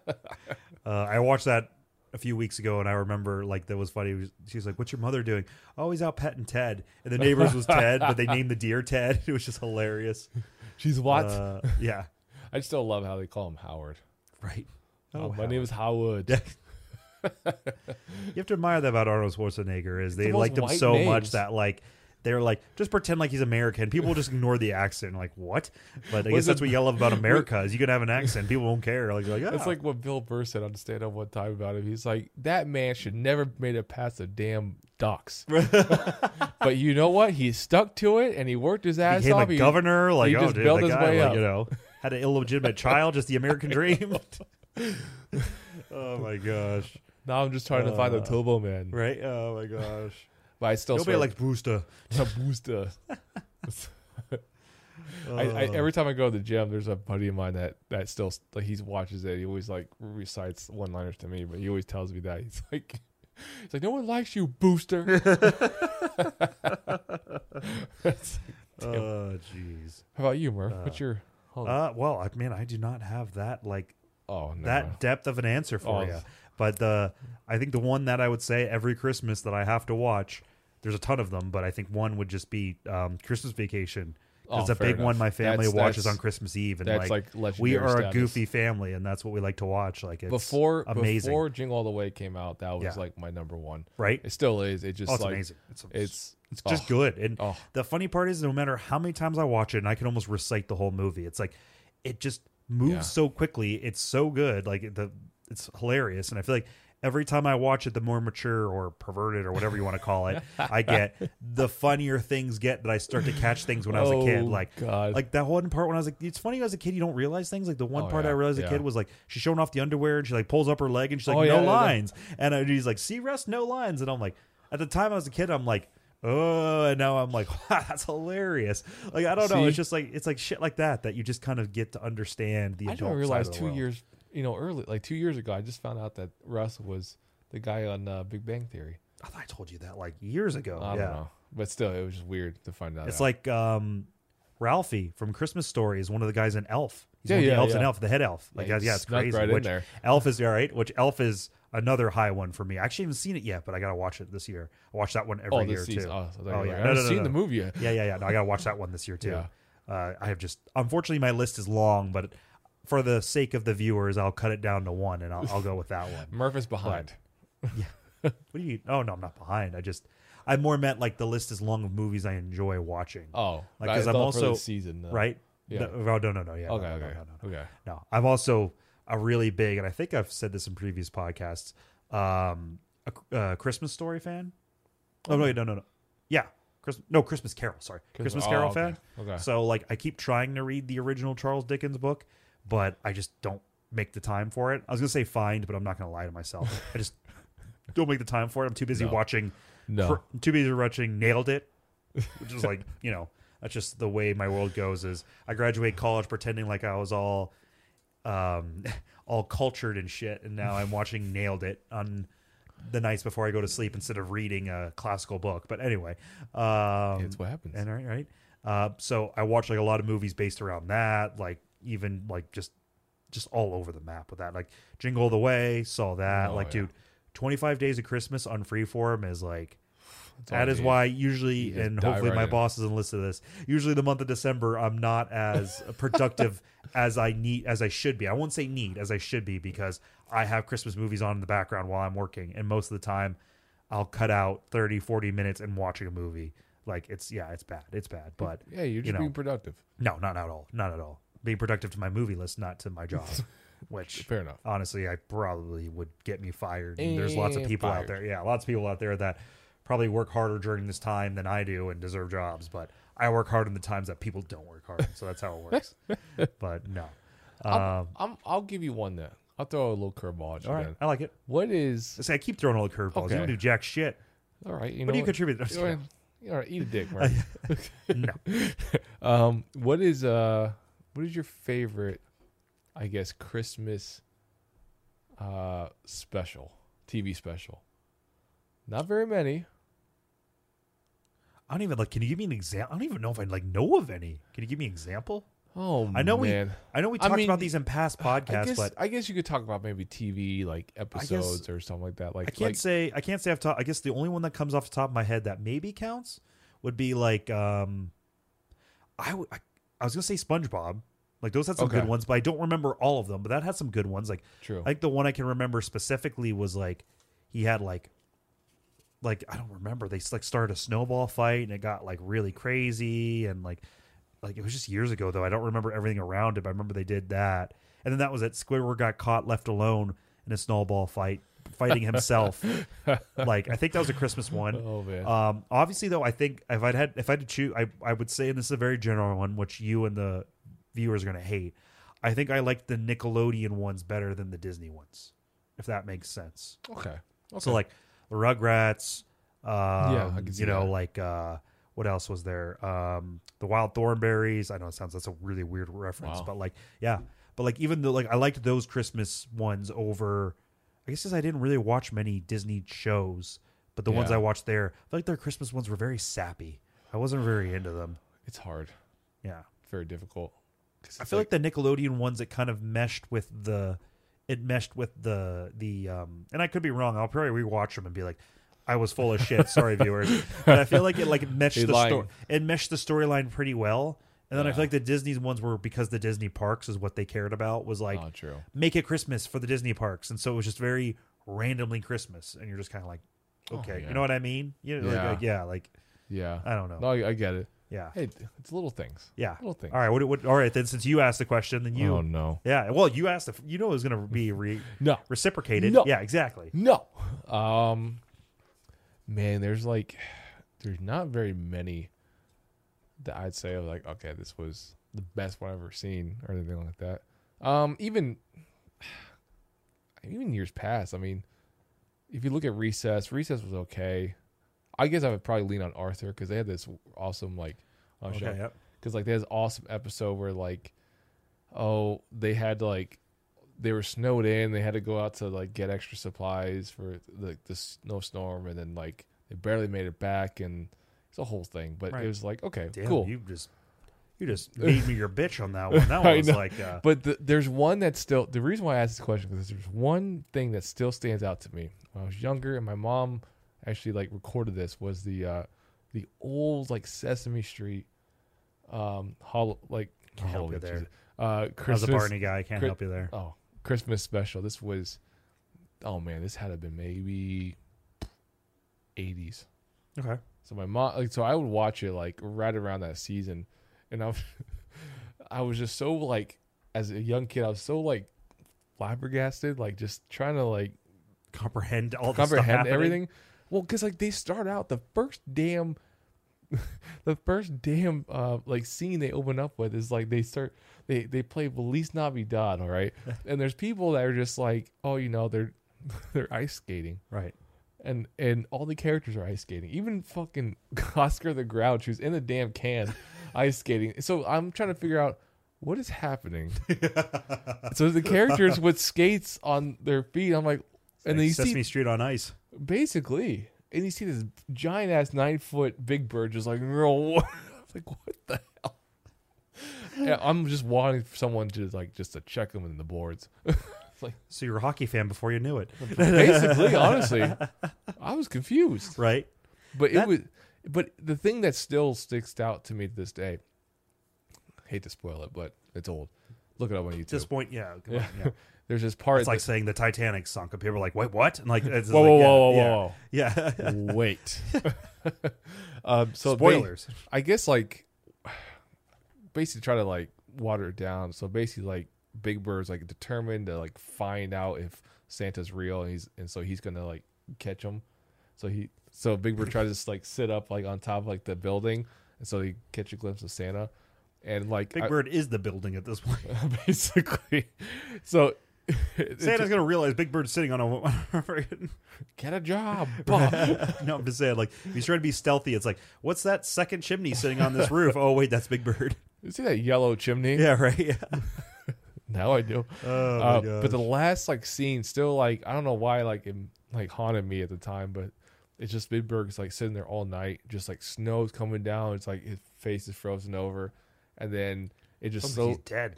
Speaker 2: I watched that a few weeks ago, and I remember like that was funny. It was- She was like, "What's your mother doing?" Oh, he's out petting Ted, and the neighbors was Ted, but they named the deer Ted. It was just hilarious.
Speaker 1: She's what?
Speaker 2: Uh, yeah.
Speaker 1: I still love how they call him Howard.
Speaker 2: Right.
Speaker 1: Oh, my name is Howard.
Speaker 2: You have to admire that about Arnold Schwarzenegger is they
Speaker 1: the most
Speaker 2: liked him
Speaker 1: white
Speaker 2: so much
Speaker 1: names.
Speaker 2: that like they're like just pretend like he's American. People just ignore the accent. Like what? But I
Speaker 1: Was
Speaker 2: guess that's
Speaker 1: it-
Speaker 2: what you love about America is you can have an accent. People won't care. Like, they're like,
Speaker 1: That's
Speaker 2: "Ah."
Speaker 1: like what Bill Burr said on stand up one time about him. He's like, that man should never made it past the damn ducks. but you know what? He stuck to it and he worked his
Speaker 2: he
Speaker 1: ass
Speaker 2: became
Speaker 1: off.
Speaker 2: a
Speaker 1: He-
Speaker 2: governor. Like
Speaker 1: he
Speaker 2: oh,
Speaker 1: just
Speaker 2: dude,
Speaker 1: built
Speaker 2: the
Speaker 1: his
Speaker 2: guy,
Speaker 1: way
Speaker 2: like,
Speaker 1: up.
Speaker 2: you know, had an illegitimate child, just the American dream. oh my gosh!
Speaker 1: Now I'm just trying to find the
Speaker 2: Uh,
Speaker 1: Turbo Man.
Speaker 2: Right? Oh my gosh!
Speaker 1: But I still
Speaker 2: Nobody
Speaker 1: swear-
Speaker 2: likes Brewster.
Speaker 1: a booster. I, I,
Speaker 2: Uh,
Speaker 1: every time I go to the gym, there's a buddy of mine that that still like he watches it. He always like recites one liners to me, but he always tells me that he's like, he's like, no one likes you, booster.
Speaker 2: Oh jeez.
Speaker 1: How about you, Murph?
Speaker 2: Uh,
Speaker 1: What's your? Oh,
Speaker 2: Uh, well, I man, I do not have that like
Speaker 1: oh no,
Speaker 2: that depth of an answer for
Speaker 1: Oh.
Speaker 2: you. But the I think the one that I would say every Christmas that I have to watch, there's a ton of them, but I think one would just be um, Christmas Vacation. 'Cause
Speaker 1: Oh,
Speaker 2: It's a
Speaker 1: fair
Speaker 2: big one
Speaker 1: enough.
Speaker 2: my family
Speaker 1: That's-
Speaker 2: watches
Speaker 1: that's-
Speaker 2: on Christmas Eve, and
Speaker 1: that's
Speaker 2: like,
Speaker 1: like, legendary
Speaker 2: we are
Speaker 1: status.
Speaker 2: a goofy family, and that's what we like to watch. Like it's
Speaker 1: before
Speaker 2: amazing,
Speaker 1: before Jingle All the Way came out. That was
Speaker 2: Yeah.
Speaker 1: like my number one.
Speaker 2: right?
Speaker 1: It still is. It just
Speaker 2: oh, it's
Speaker 1: like
Speaker 2: amazing. It's,
Speaker 1: it's
Speaker 2: it's
Speaker 1: oh,
Speaker 2: just good. And
Speaker 1: Oh.
Speaker 2: the funny part is, no matter how many times I watch it, and I can almost recite the whole movie. It's like it just moves
Speaker 1: Yeah.
Speaker 2: so quickly. It's so good. Like the it's hilarious, and I feel like every time I watch it, the more mature or perverted or whatever you want to call it, I get the funnier things get that I start to catch things when I was a kid.
Speaker 1: Oh,
Speaker 2: Like
Speaker 1: God.
Speaker 2: like that one part when I was like, it's funny as a kid you don't realize things. Like the one
Speaker 1: Oh,
Speaker 2: part I
Speaker 1: yeah,
Speaker 2: realized as a
Speaker 1: yeah.
Speaker 2: kid was like she's showing off the underwear and she like pulls up her leg and she's like
Speaker 1: Oh,
Speaker 2: no
Speaker 1: yeah, yeah, yeah.
Speaker 2: lines, and I, he's like see rest no lines, and I'm like at the time I was a kid I'm like. Oh, and now I'm like, wow, that's hilarious. Like I don't know, it's
Speaker 1: See?
Speaker 2: just like it's like shit like that that you just kind of get to understand the
Speaker 1: I
Speaker 2: adult.
Speaker 1: didn't realize
Speaker 2: side of the
Speaker 1: two
Speaker 2: world.
Speaker 1: years, you know, early like two years ago, I just found out that Russ was the guy on uh, Big Bang Theory.
Speaker 2: I thought I told you that like years ago.
Speaker 1: I
Speaker 2: yeah,
Speaker 1: don't know, but still, it was just weird to find out.
Speaker 2: it's
Speaker 1: that.
Speaker 2: like um, Ralphie from Christmas Story is one of the guys in Elf. He's
Speaker 1: Yeah,
Speaker 2: one of the
Speaker 1: yeah,
Speaker 2: elves in
Speaker 1: yeah.
Speaker 2: Elf, the head elf. Like
Speaker 1: Yeah,
Speaker 2: yeah,
Speaker 1: he
Speaker 2: it's
Speaker 1: snuck
Speaker 2: crazy.
Speaker 1: right in
Speaker 2: which
Speaker 1: there.
Speaker 2: Elf is all right. Which Elf is another high one for me. I actually haven't seen it yet, but I gotta watch it this year. I watch that one every
Speaker 1: oh,
Speaker 2: year
Speaker 1: this season.
Speaker 2: too.
Speaker 1: Oh, I, was like,
Speaker 2: Oh, yeah.
Speaker 1: I
Speaker 2: No,
Speaker 1: haven't
Speaker 2: no, no,
Speaker 1: seen
Speaker 2: no.
Speaker 1: the movie yet.
Speaker 2: Yeah, yeah, yeah. No, I gotta watch that one this year too.
Speaker 1: Yeah.
Speaker 2: Uh, I have just unfortunately my list is long, but for the sake of the viewers, I'll cut it down to one, and I'll, I'll go with that one.
Speaker 1: Murph is behind.
Speaker 2: What do you? Oh no, I'm not behind. I just I more meant like the list is long of movies I enjoy watching.
Speaker 1: Oh,
Speaker 2: Like,
Speaker 1: I
Speaker 2: 'cause I'm
Speaker 1: thought for
Speaker 2: also-
Speaker 1: this season, though.
Speaker 2: right?
Speaker 1: Yeah.
Speaker 2: No, oh, no, no, no. Yeah. no,
Speaker 1: Okay,
Speaker 2: no,
Speaker 1: okay,
Speaker 2: no, no, no, no.
Speaker 1: okay.
Speaker 2: No, I'm also a really big, and I think I've said this in previous podcasts. Um, a uh, Christmas Story fan. Oh no, wait, no, no, no. Yeah, Christmas. No, Christmas Carol. Sorry, Christmas,
Speaker 1: oh,
Speaker 2: Carol
Speaker 1: okay,
Speaker 2: fan.
Speaker 1: Okay.
Speaker 2: So like, I keep trying to read the original Charles Dickens book, but I just don't make the time for it. I was gonna say find, but I'm not gonna lie to myself. I just don't make the time for it. I'm too busy
Speaker 1: No.
Speaker 2: watching
Speaker 1: no.
Speaker 2: for- I'm too busy watching Nailed It, which is like you know that's just the way my world goes. Is I graduate college pretending like I was all, um, all cultured and shit, and now I'm watching Nailed It on the nights before I go to sleep instead of reading a classical book. But anyway, um,
Speaker 1: it's what happens.
Speaker 2: and right, right. Uh, so I watch like a lot of movies based around that, like even like just just all over the map with that. Like Jingle All the Way, saw that.
Speaker 1: Oh,
Speaker 2: like,
Speaker 1: yeah.
Speaker 2: dude, twenty five days of Christmas on Freeform is like
Speaker 1: That's all
Speaker 2: that
Speaker 1: I
Speaker 2: is
Speaker 1: need.
Speaker 2: why
Speaker 1: You
Speaker 2: usually
Speaker 1: just
Speaker 2: and
Speaker 1: dive
Speaker 2: hopefully
Speaker 1: right
Speaker 2: my
Speaker 1: in.
Speaker 2: boss doesn't listen to this. Usually the month of December I'm not as productive as I need as I should be. I won't say need as I should be because I have Christmas movies on in the background while I'm working and most of the time I'll cut out 30 40 minutes and watching a movie. Like it's yeah, it's bad. It's bad, but
Speaker 1: Yeah, you're just
Speaker 2: you know.
Speaker 1: being productive.
Speaker 2: no, not at all. Not at all. Being productive to my movie list, not to my job, which
Speaker 1: Fair enough.
Speaker 2: honestly I probably would get me fired. And there's lots of
Speaker 1: And
Speaker 2: people out
Speaker 1: fired.
Speaker 2: there. Yeah, lots of people out there that probably work harder during this time than I do and deserve jobs, but I work hard in the times that people don't work hard. So that's how it works. but no. Um,
Speaker 1: I'm, I'll give you one then. I'll throw a little curveball at you
Speaker 2: all right.
Speaker 1: then.
Speaker 2: I like it.
Speaker 1: What is?
Speaker 2: See, I keep throwing all the curveballs.
Speaker 1: Okay.
Speaker 2: You don't do jack shit.
Speaker 1: All right, you
Speaker 2: What
Speaker 1: know
Speaker 2: do you contribute? I'm just
Speaker 1: You know,
Speaker 2: kidding.
Speaker 1: you know, eat a dick, Murph.
Speaker 2: no.
Speaker 1: um, what is uh, what is your favorite? I guess Christmas uh special TV special. Not very many.
Speaker 2: I don't even like can you give me an example? I don't even know if I like know of any. Can you give me an example?
Speaker 1: Oh,
Speaker 2: I know
Speaker 1: man.
Speaker 2: we I know we
Speaker 1: I
Speaker 2: talked
Speaker 1: mean,
Speaker 2: about these in past
Speaker 1: I
Speaker 2: podcasts,
Speaker 1: guess
Speaker 2: but
Speaker 1: I guess you could talk about maybe TV like episodes or something like that. Like
Speaker 2: I can't
Speaker 1: like,
Speaker 2: say I can't say off top. I guess the only one that comes off the top of my head that maybe counts would be like um, I w- I- I was gonna say SpongeBob. Like those had some
Speaker 1: Okay.
Speaker 2: good ones, but I don't remember all of them. But that had some good ones. Like
Speaker 1: true.
Speaker 2: I think the one I can remember specifically was like he had like like I don't remember. They like started a snowball fight and it got like really crazy and like like it was just years ago though. I don't remember everything around it, but I remember they did that. And then that was it. Squidward got caught left alone in a snowball fight, fighting himself. like I think that was a Christmas one.
Speaker 1: oh man.
Speaker 2: Um, obviously, though, I think if I'd had if I had to choose, I I would say, and this is a very general one, which you and the viewers are going to hate. I think I like the Nickelodeon ones better than the Disney ones, if that makes sense.
Speaker 1: okay. okay.
Speaker 2: So like the Rugrats, um,
Speaker 1: Yeah, I can see
Speaker 2: you know,
Speaker 1: that.
Speaker 2: like uh, what else was there? Um, the Wild Thornberries. I know it sounds that's a really weird reference,
Speaker 1: Wow.
Speaker 2: but like yeah, but like even though like I liked those Christmas ones over, I guess 'cause I didn't really watch many Disney shows, but the ones
Speaker 1: Yeah.
Speaker 2: I watched there, I feel like their Christmas ones were very sappy. I wasn't very into them.
Speaker 1: it's hard.
Speaker 2: Yeah.
Speaker 1: Very difficult. 'Cause
Speaker 2: I
Speaker 1: it's
Speaker 2: feel like, the Nickelodeon ones it kind of meshed with the it meshed with the the um and I could be wrong. I'll probably rewatch them and be like I was full of shit. Sorry viewers. But I feel like it like meshed
Speaker 1: You're
Speaker 2: the
Speaker 1: lying.
Speaker 2: story it meshed the storyline pretty well. And then I
Speaker 1: Yeah.
Speaker 2: feel like the Disney's ones were because the Disney parks is what they cared about was like
Speaker 1: not true.
Speaker 2: make it Christmas for the Disney parks. And so it was just very randomly Christmas and you're just kind of like
Speaker 1: Oh,
Speaker 2: okay,
Speaker 1: yeah.
Speaker 2: you know what I mean? You know, like-
Speaker 1: Yeah.
Speaker 2: Like, yeah, like
Speaker 1: Yeah.
Speaker 2: I don't know.
Speaker 1: No, I, I get it.
Speaker 2: yeah.
Speaker 1: Hey, it's little things.
Speaker 2: Yeah.
Speaker 1: Little things.
Speaker 2: All right, what, what all right then since you asked the question then you
Speaker 1: Oh no.
Speaker 2: Yeah. Well, you asked if you know it was going to be re-
Speaker 1: No.
Speaker 2: reciprocated.
Speaker 1: No.
Speaker 2: Yeah, exactly.
Speaker 1: No. Um man, there's like there's not very many that I'd say of like, okay, this was the best one I've ever seen or anything like that. Um even even years past, I mean, if you look at Recess, Recess was okay. I guess I would probably lean on Arthur because they had this awesome like uh,
Speaker 2: Okay.
Speaker 1: show
Speaker 2: Yep.
Speaker 1: because like there's awesome episode where like oh they had like they were snowed in they had to go out to like get extra supplies for like the snowstorm and then like they barely made it back and it's a whole thing but
Speaker 2: Right.
Speaker 1: it was like okay
Speaker 2: Damn,
Speaker 1: cool
Speaker 2: you just you just made me your bitch on that one. That one
Speaker 1: I
Speaker 2: was
Speaker 1: know.
Speaker 2: like uh,
Speaker 1: but the, there's one that still the reason why I asked this question because there's one thing that still stands out to me when I was younger and my mom actually like recorded this was the uh the old like Sesame Street um hol- like
Speaker 2: Can't help
Speaker 1: Holy
Speaker 2: you there.
Speaker 1: Jesus. Uh,
Speaker 2: As a
Speaker 1: Christmas.
Speaker 2: Barney guy, I can't
Speaker 1: Chri-
Speaker 2: help you there.
Speaker 1: Oh, Christmas special. This was, oh man, this had to have been maybe 80s.
Speaker 2: Okay.
Speaker 1: So my mom, like, so I would watch it like right around that season, and I, was- I was just so like, as a young kid, I was so like flabbergasted, like just trying to like
Speaker 2: Comprehend all the stuff
Speaker 1: comprehend
Speaker 2: happening.
Speaker 1: everything. Well, because like they start out the first damn, the first damn uh like scene they open up with is like they start they they play Feliz Navidad, all right, and there's people that are just like, oh, you know, they're they're ice skating.
Speaker 2: Right.
Speaker 1: And and all the characters are ice skating. Even fucking Oscar the Grouch, who's in the damn can, ice skating. So I'm trying to figure out what is happening. so the characters with skates on their feet. I'm like, and
Speaker 2: And
Speaker 1: then you see
Speaker 2: Sesame Street on ice.
Speaker 1: Basically. And you see this giant ass nine foot big bird just like, "Roar." I was like, what the hell? Yeah, I'm just wanting for someone to like just to check them in the boards.
Speaker 2: So you're a hockey fan before you knew it,
Speaker 1: Basically, honestly, I was confused.
Speaker 2: right?
Speaker 1: But it
Speaker 2: That-
Speaker 1: was but the thing that still sticks out to me to this day, hate to spoil it, but it's old. Look it up on YouTube.
Speaker 2: At this point, yeah. come on,
Speaker 1: Yeah.
Speaker 2: yeah.
Speaker 1: There's this part
Speaker 2: It's like saying the Titanic sunk, and people are like, "Wait, what?" And like, it's
Speaker 1: whoa, whoa,
Speaker 2: like, yeah,
Speaker 1: whoa, whoa,
Speaker 2: yeah,
Speaker 1: whoa,
Speaker 2: Yeah.
Speaker 1: whoa. Wait. um, so they-
Speaker 2: Spoilers.
Speaker 1: I guess like basically try to like water it down. So basically like Big Bird's like determined to like find out if Santa's real and he's and so he's gonna like catch him. So he so Big Bird tries to like sit up like on top of like the building and so he catch a glimpse of Santa. And like
Speaker 2: Big
Speaker 1: I-
Speaker 2: Bird is the building at this point.
Speaker 1: basically so it's
Speaker 2: Santa's
Speaker 1: just,
Speaker 2: gonna realize Big Bird's sitting on a.
Speaker 1: get a job. Bob.
Speaker 2: no, I'm just saying, like, if he's trying to be stealthy. It's like, what's that second chimney sitting on this roof? Oh, wait, that's Big Bird.
Speaker 1: you see that yellow chimney?
Speaker 2: Yeah, right. Yeah.
Speaker 1: Now I do.
Speaker 2: Oh, my
Speaker 1: Uh,
Speaker 2: gosh.
Speaker 1: but the last like scene still like I don't know why like it like haunted me at the time, but it's just Midberg's like sitting there all night, just like snow's coming down. It's like his face is frozen over, and then it just
Speaker 2: he's
Speaker 1: so
Speaker 2: dead.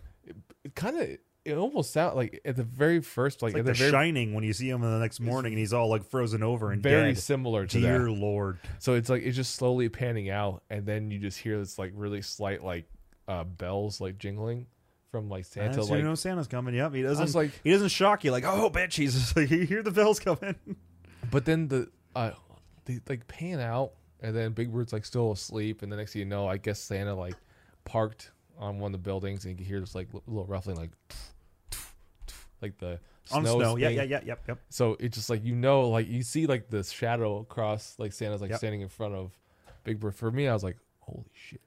Speaker 1: it kind of it almost sound like at the very first like,
Speaker 2: It's like
Speaker 1: at
Speaker 2: The
Speaker 1: the very
Speaker 2: Shining when you see him the next morning and he's all like frozen over and
Speaker 1: very
Speaker 2: dead.
Speaker 1: similar to
Speaker 2: Dear
Speaker 1: that.
Speaker 2: Lord.
Speaker 1: So it's like it's just slowly panning out, and then you just hear this like really slight like uh bells like jingling from like
Speaker 2: That's
Speaker 1: Santa
Speaker 2: when
Speaker 1: like
Speaker 2: you know Santa's coming. Yep, he
Speaker 1: I
Speaker 2: doesn't.
Speaker 1: was like
Speaker 2: he doesn't shock you like, oh, bitch, he's just like, you hear the bells coming.
Speaker 1: But then the uh, they like pan out, and then Big Bird's like still asleep, and the next thing you know, I guess Santa like parked on one of the buildings, and you can hear this like l- little ruffling, like like the snow.
Speaker 2: on snow. Yeah,
Speaker 1: thing.
Speaker 2: yeah, yeah, yep, yep.
Speaker 1: So it's just like you know, like you see like the shadow across, like Santa's like
Speaker 2: Yep.
Speaker 1: standing in front of Big Bird. For me, I was like, holy shit.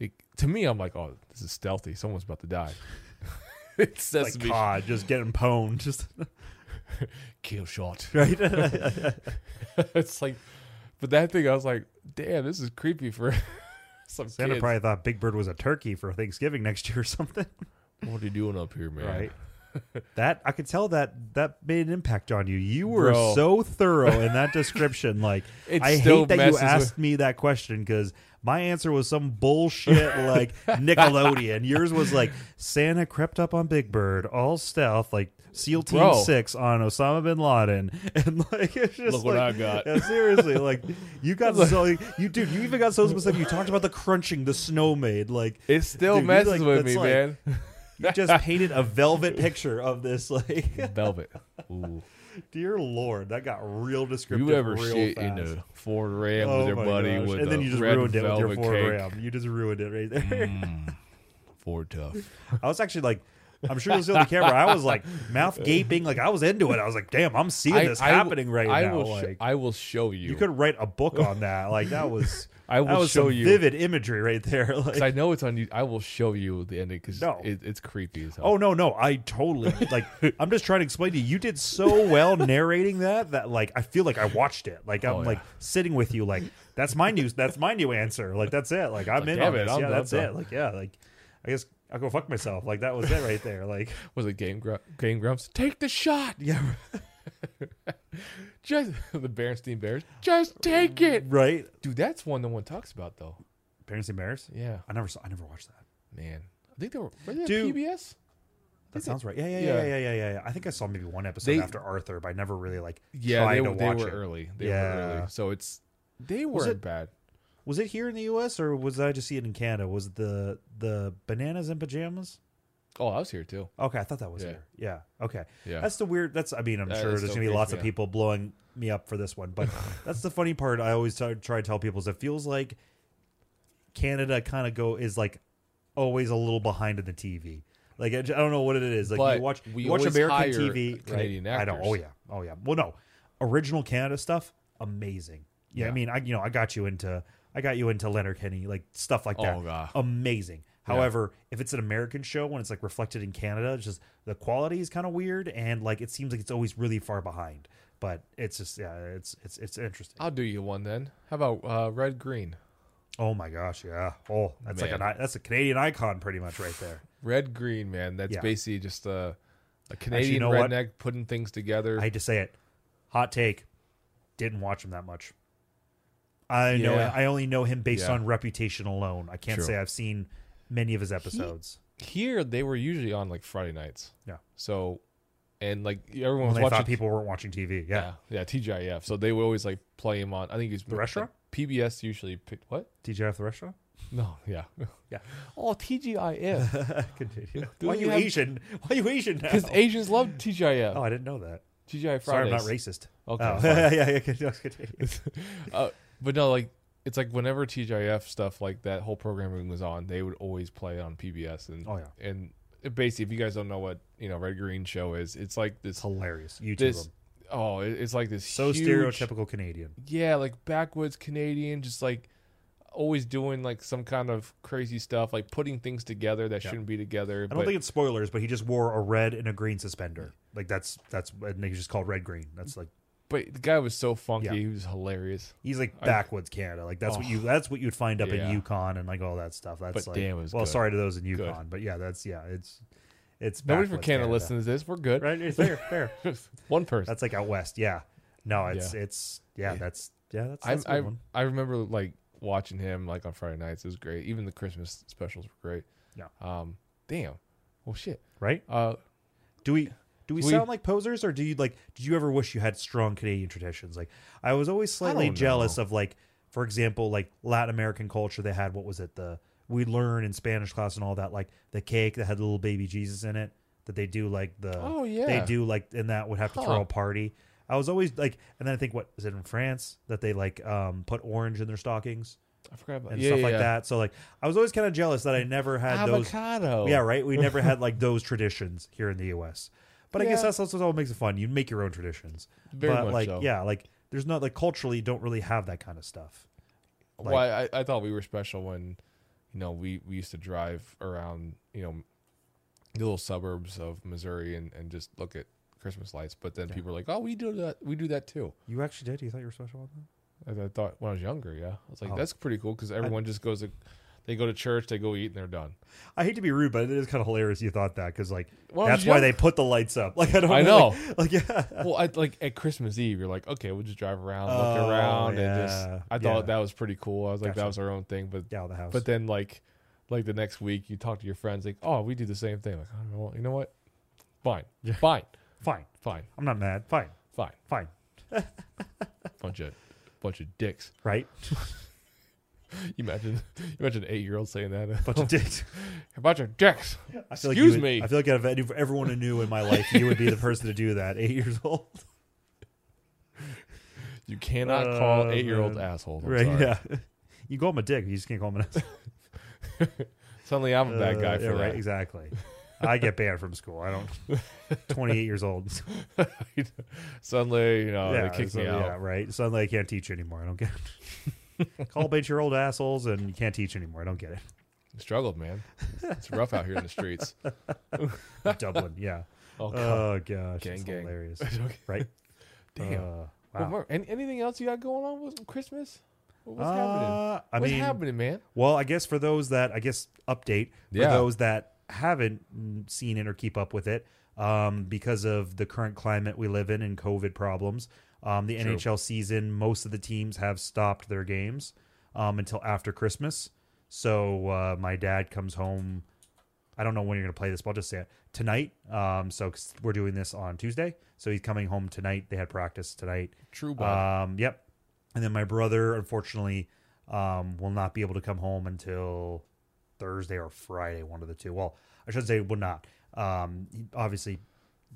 Speaker 1: Like, to me, I'm like, oh, this is stealthy. Someone's about to die. it's
Speaker 2: Like
Speaker 1: Sesame
Speaker 2: cod, just getting pwned. Just
Speaker 1: Kill shot.
Speaker 2: right.
Speaker 1: it's like, but that thing, I was like, damn, this is creepy for some
Speaker 2: Santa
Speaker 1: kids.
Speaker 2: probably thought Big Bird was a turkey for Thanksgiving next year or something.
Speaker 1: what are you doing up here, man?
Speaker 2: right? that I could tell that that made an impact on you. You were
Speaker 1: Bro.
Speaker 2: so thorough in that description. Like
Speaker 1: It
Speaker 2: I
Speaker 1: still
Speaker 2: hate that you
Speaker 1: messes with-
Speaker 2: asked me that question because my answer was some bullshit like Nickelodeon. Yours was like Santa crept up on Big Bird, all stealth, like SEAL Team
Speaker 1: Bro.
Speaker 2: Six on Osama bin Laden, and like it's just
Speaker 1: Look what
Speaker 2: like-
Speaker 1: I got.
Speaker 2: yeah, seriously, like you got so you dude, you even got so specific. You talked about the crunching the snow made, like
Speaker 1: It still
Speaker 2: Dude, you
Speaker 1: messes
Speaker 2: like-
Speaker 1: with
Speaker 2: that's
Speaker 1: me,
Speaker 2: like-
Speaker 1: man.
Speaker 2: you just painted a velvet picture of this. Like,
Speaker 1: Velvet. Ooh.
Speaker 2: dear lord, that got real descriptive.
Speaker 1: You ever
Speaker 2: real
Speaker 1: shit
Speaker 2: fast.
Speaker 1: in a Ford Ram
Speaker 2: Oh
Speaker 1: with your
Speaker 2: my
Speaker 1: buddy
Speaker 2: gosh.
Speaker 1: with
Speaker 2: and then
Speaker 1: a
Speaker 2: you just
Speaker 1: red
Speaker 2: ruined it with
Speaker 1: velvet
Speaker 2: your Ford
Speaker 1: cake? Mm.
Speaker 2: Ram. You just ruined it right there.
Speaker 1: Ford tough.
Speaker 2: I was actually like, I'm sure you'll see on the camera. I was like, mouth gaping, like I was into it. I was like, damn, I'm seeing this
Speaker 1: will-
Speaker 2: happening right
Speaker 1: I
Speaker 2: now.
Speaker 1: Will sho-
Speaker 2: like,
Speaker 1: I will show you.
Speaker 2: you could write a book on that. Like that was,
Speaker 1: I will
Speaker 2: that was
Speaker 1: show
Speaker 2: some
Speaker 1: you.
Speaker 2: vivid imagery right there.
Speaker 1: 'Cause
Speaker 2: Like,
Speaker 1: I know it's on you. I will show you the ending because
Speaker 2: No.
Speaker 1: it, it's creepy as hell.
Speaker 2: Oh no, no, I totally like I'm just trying to explain to you you did so well narrating that that like I feel like I watched it. Like I'm
Speaker 1: Oh, yeah.
Speaker 2: like sitting with you like that's my new that's my new answer. Like that's it. Like I'm
Speaker 1: like,
Speaker 2: in
Speaker 1: damn
Speaker 2: on
Speaker 1: it,
Speaker 2: this.
Speaker 1: I'm
Speaker 2: yeah,
Speaker 1: done,
Speaker 2: that's
Speaker 1: done.
Speaker 2: it. Like yeah, like I guess I'll go fuck myself. Like that was it right there. Like
Speaker 1: was it Game Gru- Game Grumps? Take the shot.
Speaker 2: yeah,
Speaker 1: Just the Berenstein Bears. Just take it,
Speaker 2: right?
Speaker 1: dude. That's one no one talks about though.
Speaker 2: Parents and Bears?
Speaker 1: Yeah,
Speaker 2: I never saw I never watched that.
Speaker 1: man. I think they were. Were they on
Speaker 2: Dude.
Speaker 1: PBS?
Speaker 2: That sounds right. Yeah, yeah, yeah,
Speaker 1: Yeah.
Speaker 2: yeah, yeah, yeah, yeah. I think I saw maybe one episode
Speaker 1: They-
Speaker 2: after Arthur, but I never really like
Speaker 1: Yeah,
Speaker 2: tried
Speaker 1: they,
Speaker 2: to
Speaker 1: were- they
Speaker 2: watch
Speaker 1: were
Speaker 2: it.
Speaker 1: early. They
Speaker 2: Yeah.
Speaker 1: were early. So it's they weren't
Speaker 2: it-
Speaker 1: bad.
Speaker 2: Was it here in the U.S. or was I just see it in Canada? Was it the the bananas and pajamas?
Speaker 1: Oh, I was here too.
Speaker 2: Okay, I thought that was
Speaker 1: Yeah.
Speaker 2: here. Yeah. Okay.
Speaker 1: Yeah.
Speaker 2: That's the weird. That's. I mean, I'm
Speaker 1: That
Speaker 2: sure
Speaker 1: is
Speaker 2: there's
Speaker 1: so
Speaker 2: gonna be
Speaker 1: weird,
Speaker 2: lots of
Speaker 1: yeah.
Speaker 2: people blowing me up for this one, but that's the funny part. I always t- try to tell people is it feels like Canada kind of go is like always a little behind in the TV. Like I, j- I don't know what it is. Like
Speaker 1: But
Speaker 2: you watch
Speaker 1: we
Speaker 2: you watch
Speaker 1: always
Speaker 2: American
Speaker 1: hire
Speaker 2: TV, right?
Speaker 1: Canadian
Speaker 2: I know.
Speaker 1: actors.
Speaker 2: Oh yeah. Oh yeah. Well, no, original Canada stuff, amazing. Yeah, I
Speaker 1: Yeah.
Speaker 2: mean, I you know, I got you into I got you into Leonard Kenny, like stuff like that.
Speaker 1: Oh, God.
Speaker 2: Amazing.
Speaker 1: Yeah.
Speaker 2: However, if it's an American show when it's like reflected in Canada, it's just the quality is kind of weird and like it seems like it's always really far behind. But it's just yeah, it's it's it's interesting.
Speaker 1: I'll do you one then. How about uh, red green?
Speaker 2: Oh my gosh, yeah. Oh, that's like an
Speaker 1: Man.
Speaker 2: i- that's a Canadian icon pretty much right there.
Speaker 1: Red green, man. That's
Speaker 2: Yeah.
Speaker 1: basically just a, a Canadian
Speaker 2: know what?
Speaker 1: redneck putting things together.
Speaker 2: I hate to say it. Hot take. Didn't watch him that much. I know
Speaker 1: Yeah.
Speaker 2: I only know him based
Speaker 1: Yeah.
Speaker 2: on reputation alone. I can't
Speaker 1: True.
Speaker 2: say I've seen many of his episodes.
Speaker 1: Here they were usually on like Friday nights.
Speaker 2: Yeah.
Speaker 1: So, and like everyone
Speaker 2: when
Speaker 1: was
Speaker 2: they
Speaker 1: watching
Speaker 2: thought people weren't watching TV. Yeah.
Speaker 1: Yeah, yeah, TGIF. So they would always like play him on. I think he's
Speaker 2: The restaurant?
Speaker 1: PBS usually picked what?
Speaker 2: TGIF the restaurant?
Speaker 1: No, yeah,
Speaker 2: Yeah.
Speaker 1: Oh, TGIF
Speaker 2: Continue.
Speaker 1: Do
Speaker 2: Why are
Speaker 1: you
Speaker 2: you
Speaker 1: have-
Speaker 2: Asian? Why are you Asian now?
Speaker 1: because Asians love TGIF.
Speaker 2: oh, I didn't know that.
Speaker 1: TGI Fridays.
Speaker 2: Sorry, I'm not racist.
Speaker 1: Okay.
Speaker 2: Oh,
Speaker 1: fine.
Speaker 2: yeah, yeah, continue, continue.
Speaker 1: uh, but no, like it's like whenever TGIF stuff like that whole programming was on, they would always play it on PBS and
Speaker 2: Oh, yeah.
Speaker 1: and it basically, if you guys don't know what you know Red Green Show is, it's like
Speaker 2: It's
Speaker 1: this
Speaker 2: hilarious. YouTube
Speaker 1: this.
Speaker 2: him.
Speaker 1: Oh, it- it's like this
Speaker 2: So
Speaker 1: huge-
Speaker 2: stereotypical Canadian.
Speaker 1: yeah, like backwoods Canadian, just like always doing like some kind of crazy stuff, like putting things together that
Speaker 2: Yeah.
Speaker 1: shouldn't be together.
Speaker 2: I don't
Speaker 1: but
Speaker 2: think it's spoilers, but he just wore a red and a green suspender. Like that's that's and he's just called red green. That's like
Speaker 1: but the guy was so funky,
Speaker 2: Yeah.
Speaker 1: he was hilarious.
Speaker 2: he's like
Speaker 1: I- Oh.
Speaker 2: backwoods Canada. Like that's what you that's what you'd find up
Speaker 1: Yeah.
Speaker 2: in Yukon and like all that stuff. That's
Speaker 1: But
Speaker 2: like
Speaker 1: damn, it was
Speaker 2: well,
Speaker 1: good.
Speaker 2: sorry to those in
Speaker 1: Good.
Speaker 2: Yukon, but yeah, that's yeah, it's it's
Speaker 1: Nobody from
Speaker 2: backwoods
Speaker 1: Canada, listens to this. We're good.
Speaker 2: Right, it's fair, fair.
Speaker 1: One person.
Speaker 2: That's like out west. Yeah. No, it's
Speaker 1: Yeah.
Speaker 2: it's yeah,
Speaker 1: Yeah.
Speaker 2: that's yeah, that's,
Speaker 1: I
Speaker 2: that's a good
Speaker 1: I,
Speaker 2: one.
Speaker 1: I remember like watching him like on Friday nights. It was great. Even the Christmas specials were great.
Speaker 2: Yeah.
Speaker 1: Um. Damn. Well, shit.
Speaker 2: Right?
Speaker 1: Uh.
Speaker 2: Do we do we,
Speaker 1: We-
Speaker 2: sound like posers or do you like did you ever wish you had strong Canadian traditions? Like I was always slightly
Speaker 1: don't
Speaker 2: jealous of like for example, like Latin American culture they had what was it the we learn in Spanish class and all that like the cake that had little baby Jesus in it that they do like the
Speaker 1: Oh, yeah.
Speaker 2: they do like and that would have to
Speaker 1: Huh.
Speaker 2: throw a party. I was always like and then I think what is it in France that they like um put orange in their stockings
Speaker 1: I forgot about
Speaker 2: and
Speaker 1: yeah,
Speaker 2: stuff like
Speaker 1: yeah.
Speaker 2: that. So like I was always kind of jealous that I never had those
Speaker 1: Avocado.
Speaker 2: yeah, right. We never had like those traditions here in the U.S. But I guess
Speaker 1: Yeah.
Speaker 2: that's also what makes it fun. You make your own traditions.
Speaker 1: Very
Speaker 2: but
Speaker 1: much
Speaker 2: like,
Speaker 1: so.
Speaker 2: yeah, like there's not like culturally, you don't really have that kind of stuff. Like-
Speaker 1: Why I, I thought we were special when, you know, we, we used to drive around, you know, the little suburbs of Missouri and, and just look at Christmas lights. But then
Speaker 2: Yeah.
Speaker 1: people were like, oh, we do that. We do that too.
Speaker 2: You actually did. You thought you were special on that?
Speaker 1: And I thought when I was younger, yeah, I was like,
Speaker 2: Oh.
Speaker 1: that's pretty cool because everyone just goes to, they go to church, they go eat, and they're done.
Speaker 2: I hate to be rude, but it is kind of hilarious. You thought that because like
Speaker 1: Well, I was
Speaker 2: that's why
Speaker 1: young.
Speaker 2: they put the lights up. Like I don't.
Speaker 1: I
Speaker 2: Like, like, yeah.
Speaker 1: well, I, like at Christmas Eve, you're like, okay, we'll just drive around,
Speaker 2: Oh,
Speaker 1: look around, and just.
Speaker 2: yeah,
Speaker 1: I
Speaker 2: yeah.
Speaker 1: thought that was pretty cool. I was like,
Speaker 2: Gotcha.
Speaker 1: that was our own thing, but
Speaker 2: Yeah, the house.
Speaker 1: but then like, like the next week, you talk to your friends, like, oh, we do the same thing. Like, I don't know, you know what? Fine, fine,
Speaker 2: fine.
Speaker 1: fine,
Speaker 2: I'm not mad. Fine.
Speaker 1: fine.
Speaker 2: Fine.
Speaker 1: Bunch of bunch of dicks.
Speaker 2: Right.
Speaker 1: You imagine, you imagine an eight year old saying that.
Speaker 2: Bunch of dicks.
Speaker 1: a bunch of dicks.
Speaker 2: I feel like you
Speaker 1: Excuse
Speaker 2: would-
Speaker 1: me.
Speaker 2: I feel like out of any- everyone who knew in my life, you would be the person to do that. Eight years old.
Speaker 1: You cannot call
Speaker 2: Oh,
Speaker 1: eight year olds
Speaker 2: man.
Speaker 1: assholes. I'm
Speaker 2: right.
Speaker 1: sorry.
Speaker 2: Yeah. You call him a dick. You just can't call him an
Speaker 1: Suddenly, I'm a bad guy
Speaker 2: Uh,
Speaker 1: for
Speaker 2: yeah,
Speaker 1: that.
Speaker 2: right, exactly. I get banned from school. I don't. Twenty-eight years old.
Speaker 1: Suddenly, you know,
Speaker 2: yeah,
Speaker 1: Oh, they kick
Speaker 2: so-
Speaker 1: me out.
Speaker 2: yeah, right. Suddenly, I can't teach anymore. I don't get it. Call a bunch of your old assholes, and you can't teach anymore. I don't get it.
Speaker 1: Struggled, man. It's rough out here in the streets.
Speaker 2: Uh, Dublin, yeah.
Speaker 1: Oh, God.
Speaker 2: Oh gosh,
Speaker 1: Gang,
Speaker 2: it's
Speaker 1: gang.
Speaker 2: hilarious,
Speaker 1: Okay.
Speaker 2: right?
Speaker 1: Damn.
Speaker 2: Uh,
Speaker 1: Well,
Speaker 2: wow.
Speaker 1: Mark, an- anything else you got going on with Christmas? What- What's happening?
Speaker 2: Uh, I
Speaker 1: What's
Speaker 2: mean,
Speaker 1: happening, man?
Speaker 2: well, I guess for those that I guess update for
Speaker 1: Yeah.
Speaker 2: those that haven't mm, seen it or keep up with it, um, because of the current climate we live in and COVID problems, um, the
Speaker 1: True.
Speaker 2: NHL season, most of the teams have stopped their games um, until after Christmas. So uh, my dad comes home. I don't know when you're going to play this, but I'll just say it tonight. Um, so we we're doing this on Tuesday, so he's coming home tonight. They had practice tonight.
Speaker 1: True, bud.
Speaker 2: Um, yep. And then my brother, unfortunately, um, will not be able to come home until Thursday or Friday, one of the two. Well, I should say would not. Um, he- obviously,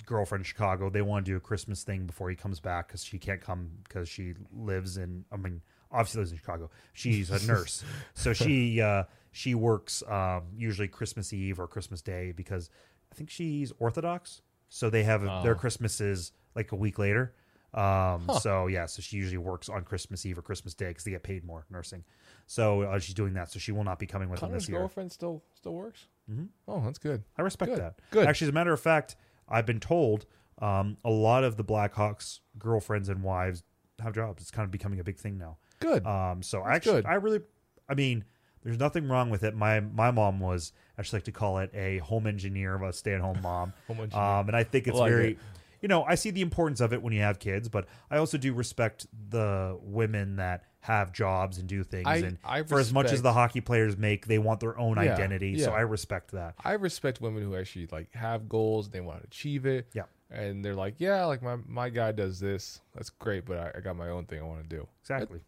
Speaker 2: girlfriend in Chicago. They want to do a Christmas thing before he comes back because she can't come because she lives in. I mean, obviously lives in Chicago. She's a nurse, so she uh, she works um, usually Christmas Eve or Christmas Day because I think she's Orthodox. So they have
Speaker 1: Oh.
Speaker 2: their Christmases like a week later. Um, So yeah, so she usually works on Christmas Eve or Christmas Day because they get paid more nursing. So uh, she's doing that. So she will not be coming with him
Speaker 1: Connor's
Speaker 2: this year.
Speaker 1: girlfriend still still works.
Speaker 2: Mhm.
Speaker 1: Oh, that's good.
Speaker 2: I respect
Speaker 1: Good,
Speaker 2: that.
Speaker 1: good.
Speaker 2: Actually, as a matter of fact, I've been told um, a lot of the Blackhawks' girlfriends and wives have jobs. It's kind of becoming a big thing now.
Speaker 1: Good.
Speaker 2: Um, so
Speaker 1: That's
Speaker 2: actually,
Speaker 1: good.
Speaker 2: I really, I mean, there's nothing wrong with it. My my mom was I just like to call it a home engineer, a stay at home mom.
Speaker 1: Home engineer. Oh,
Speaker 2: um, and I think it's
Speaker 1: I like
Speaker 2: very,
Speaker 1: it.
Speaker 2: you know, I see the importance of it when you have kids, but I also do respect the women that have jobs and do things.
Speaker 1: I-
Speaker 2: and
Speaker 1: I
Speaker 2: for as much as
Speaker 1: respect-
Speaker 2: the hockey players make, they want their own
Speaker 1: Yeah,
Speaker 2: identity. So
Speaker 1: yeah.
Speaker 2: I respect that.
Speaker 1: I respect women who actually like have goals. They want to achieve it.
Speaker 2: Yeah.
Speaker 1: And they're like, yeah, like my my guy does this. That's great, but I, I got my own thing I want to do.
Speaker 2: Exactly.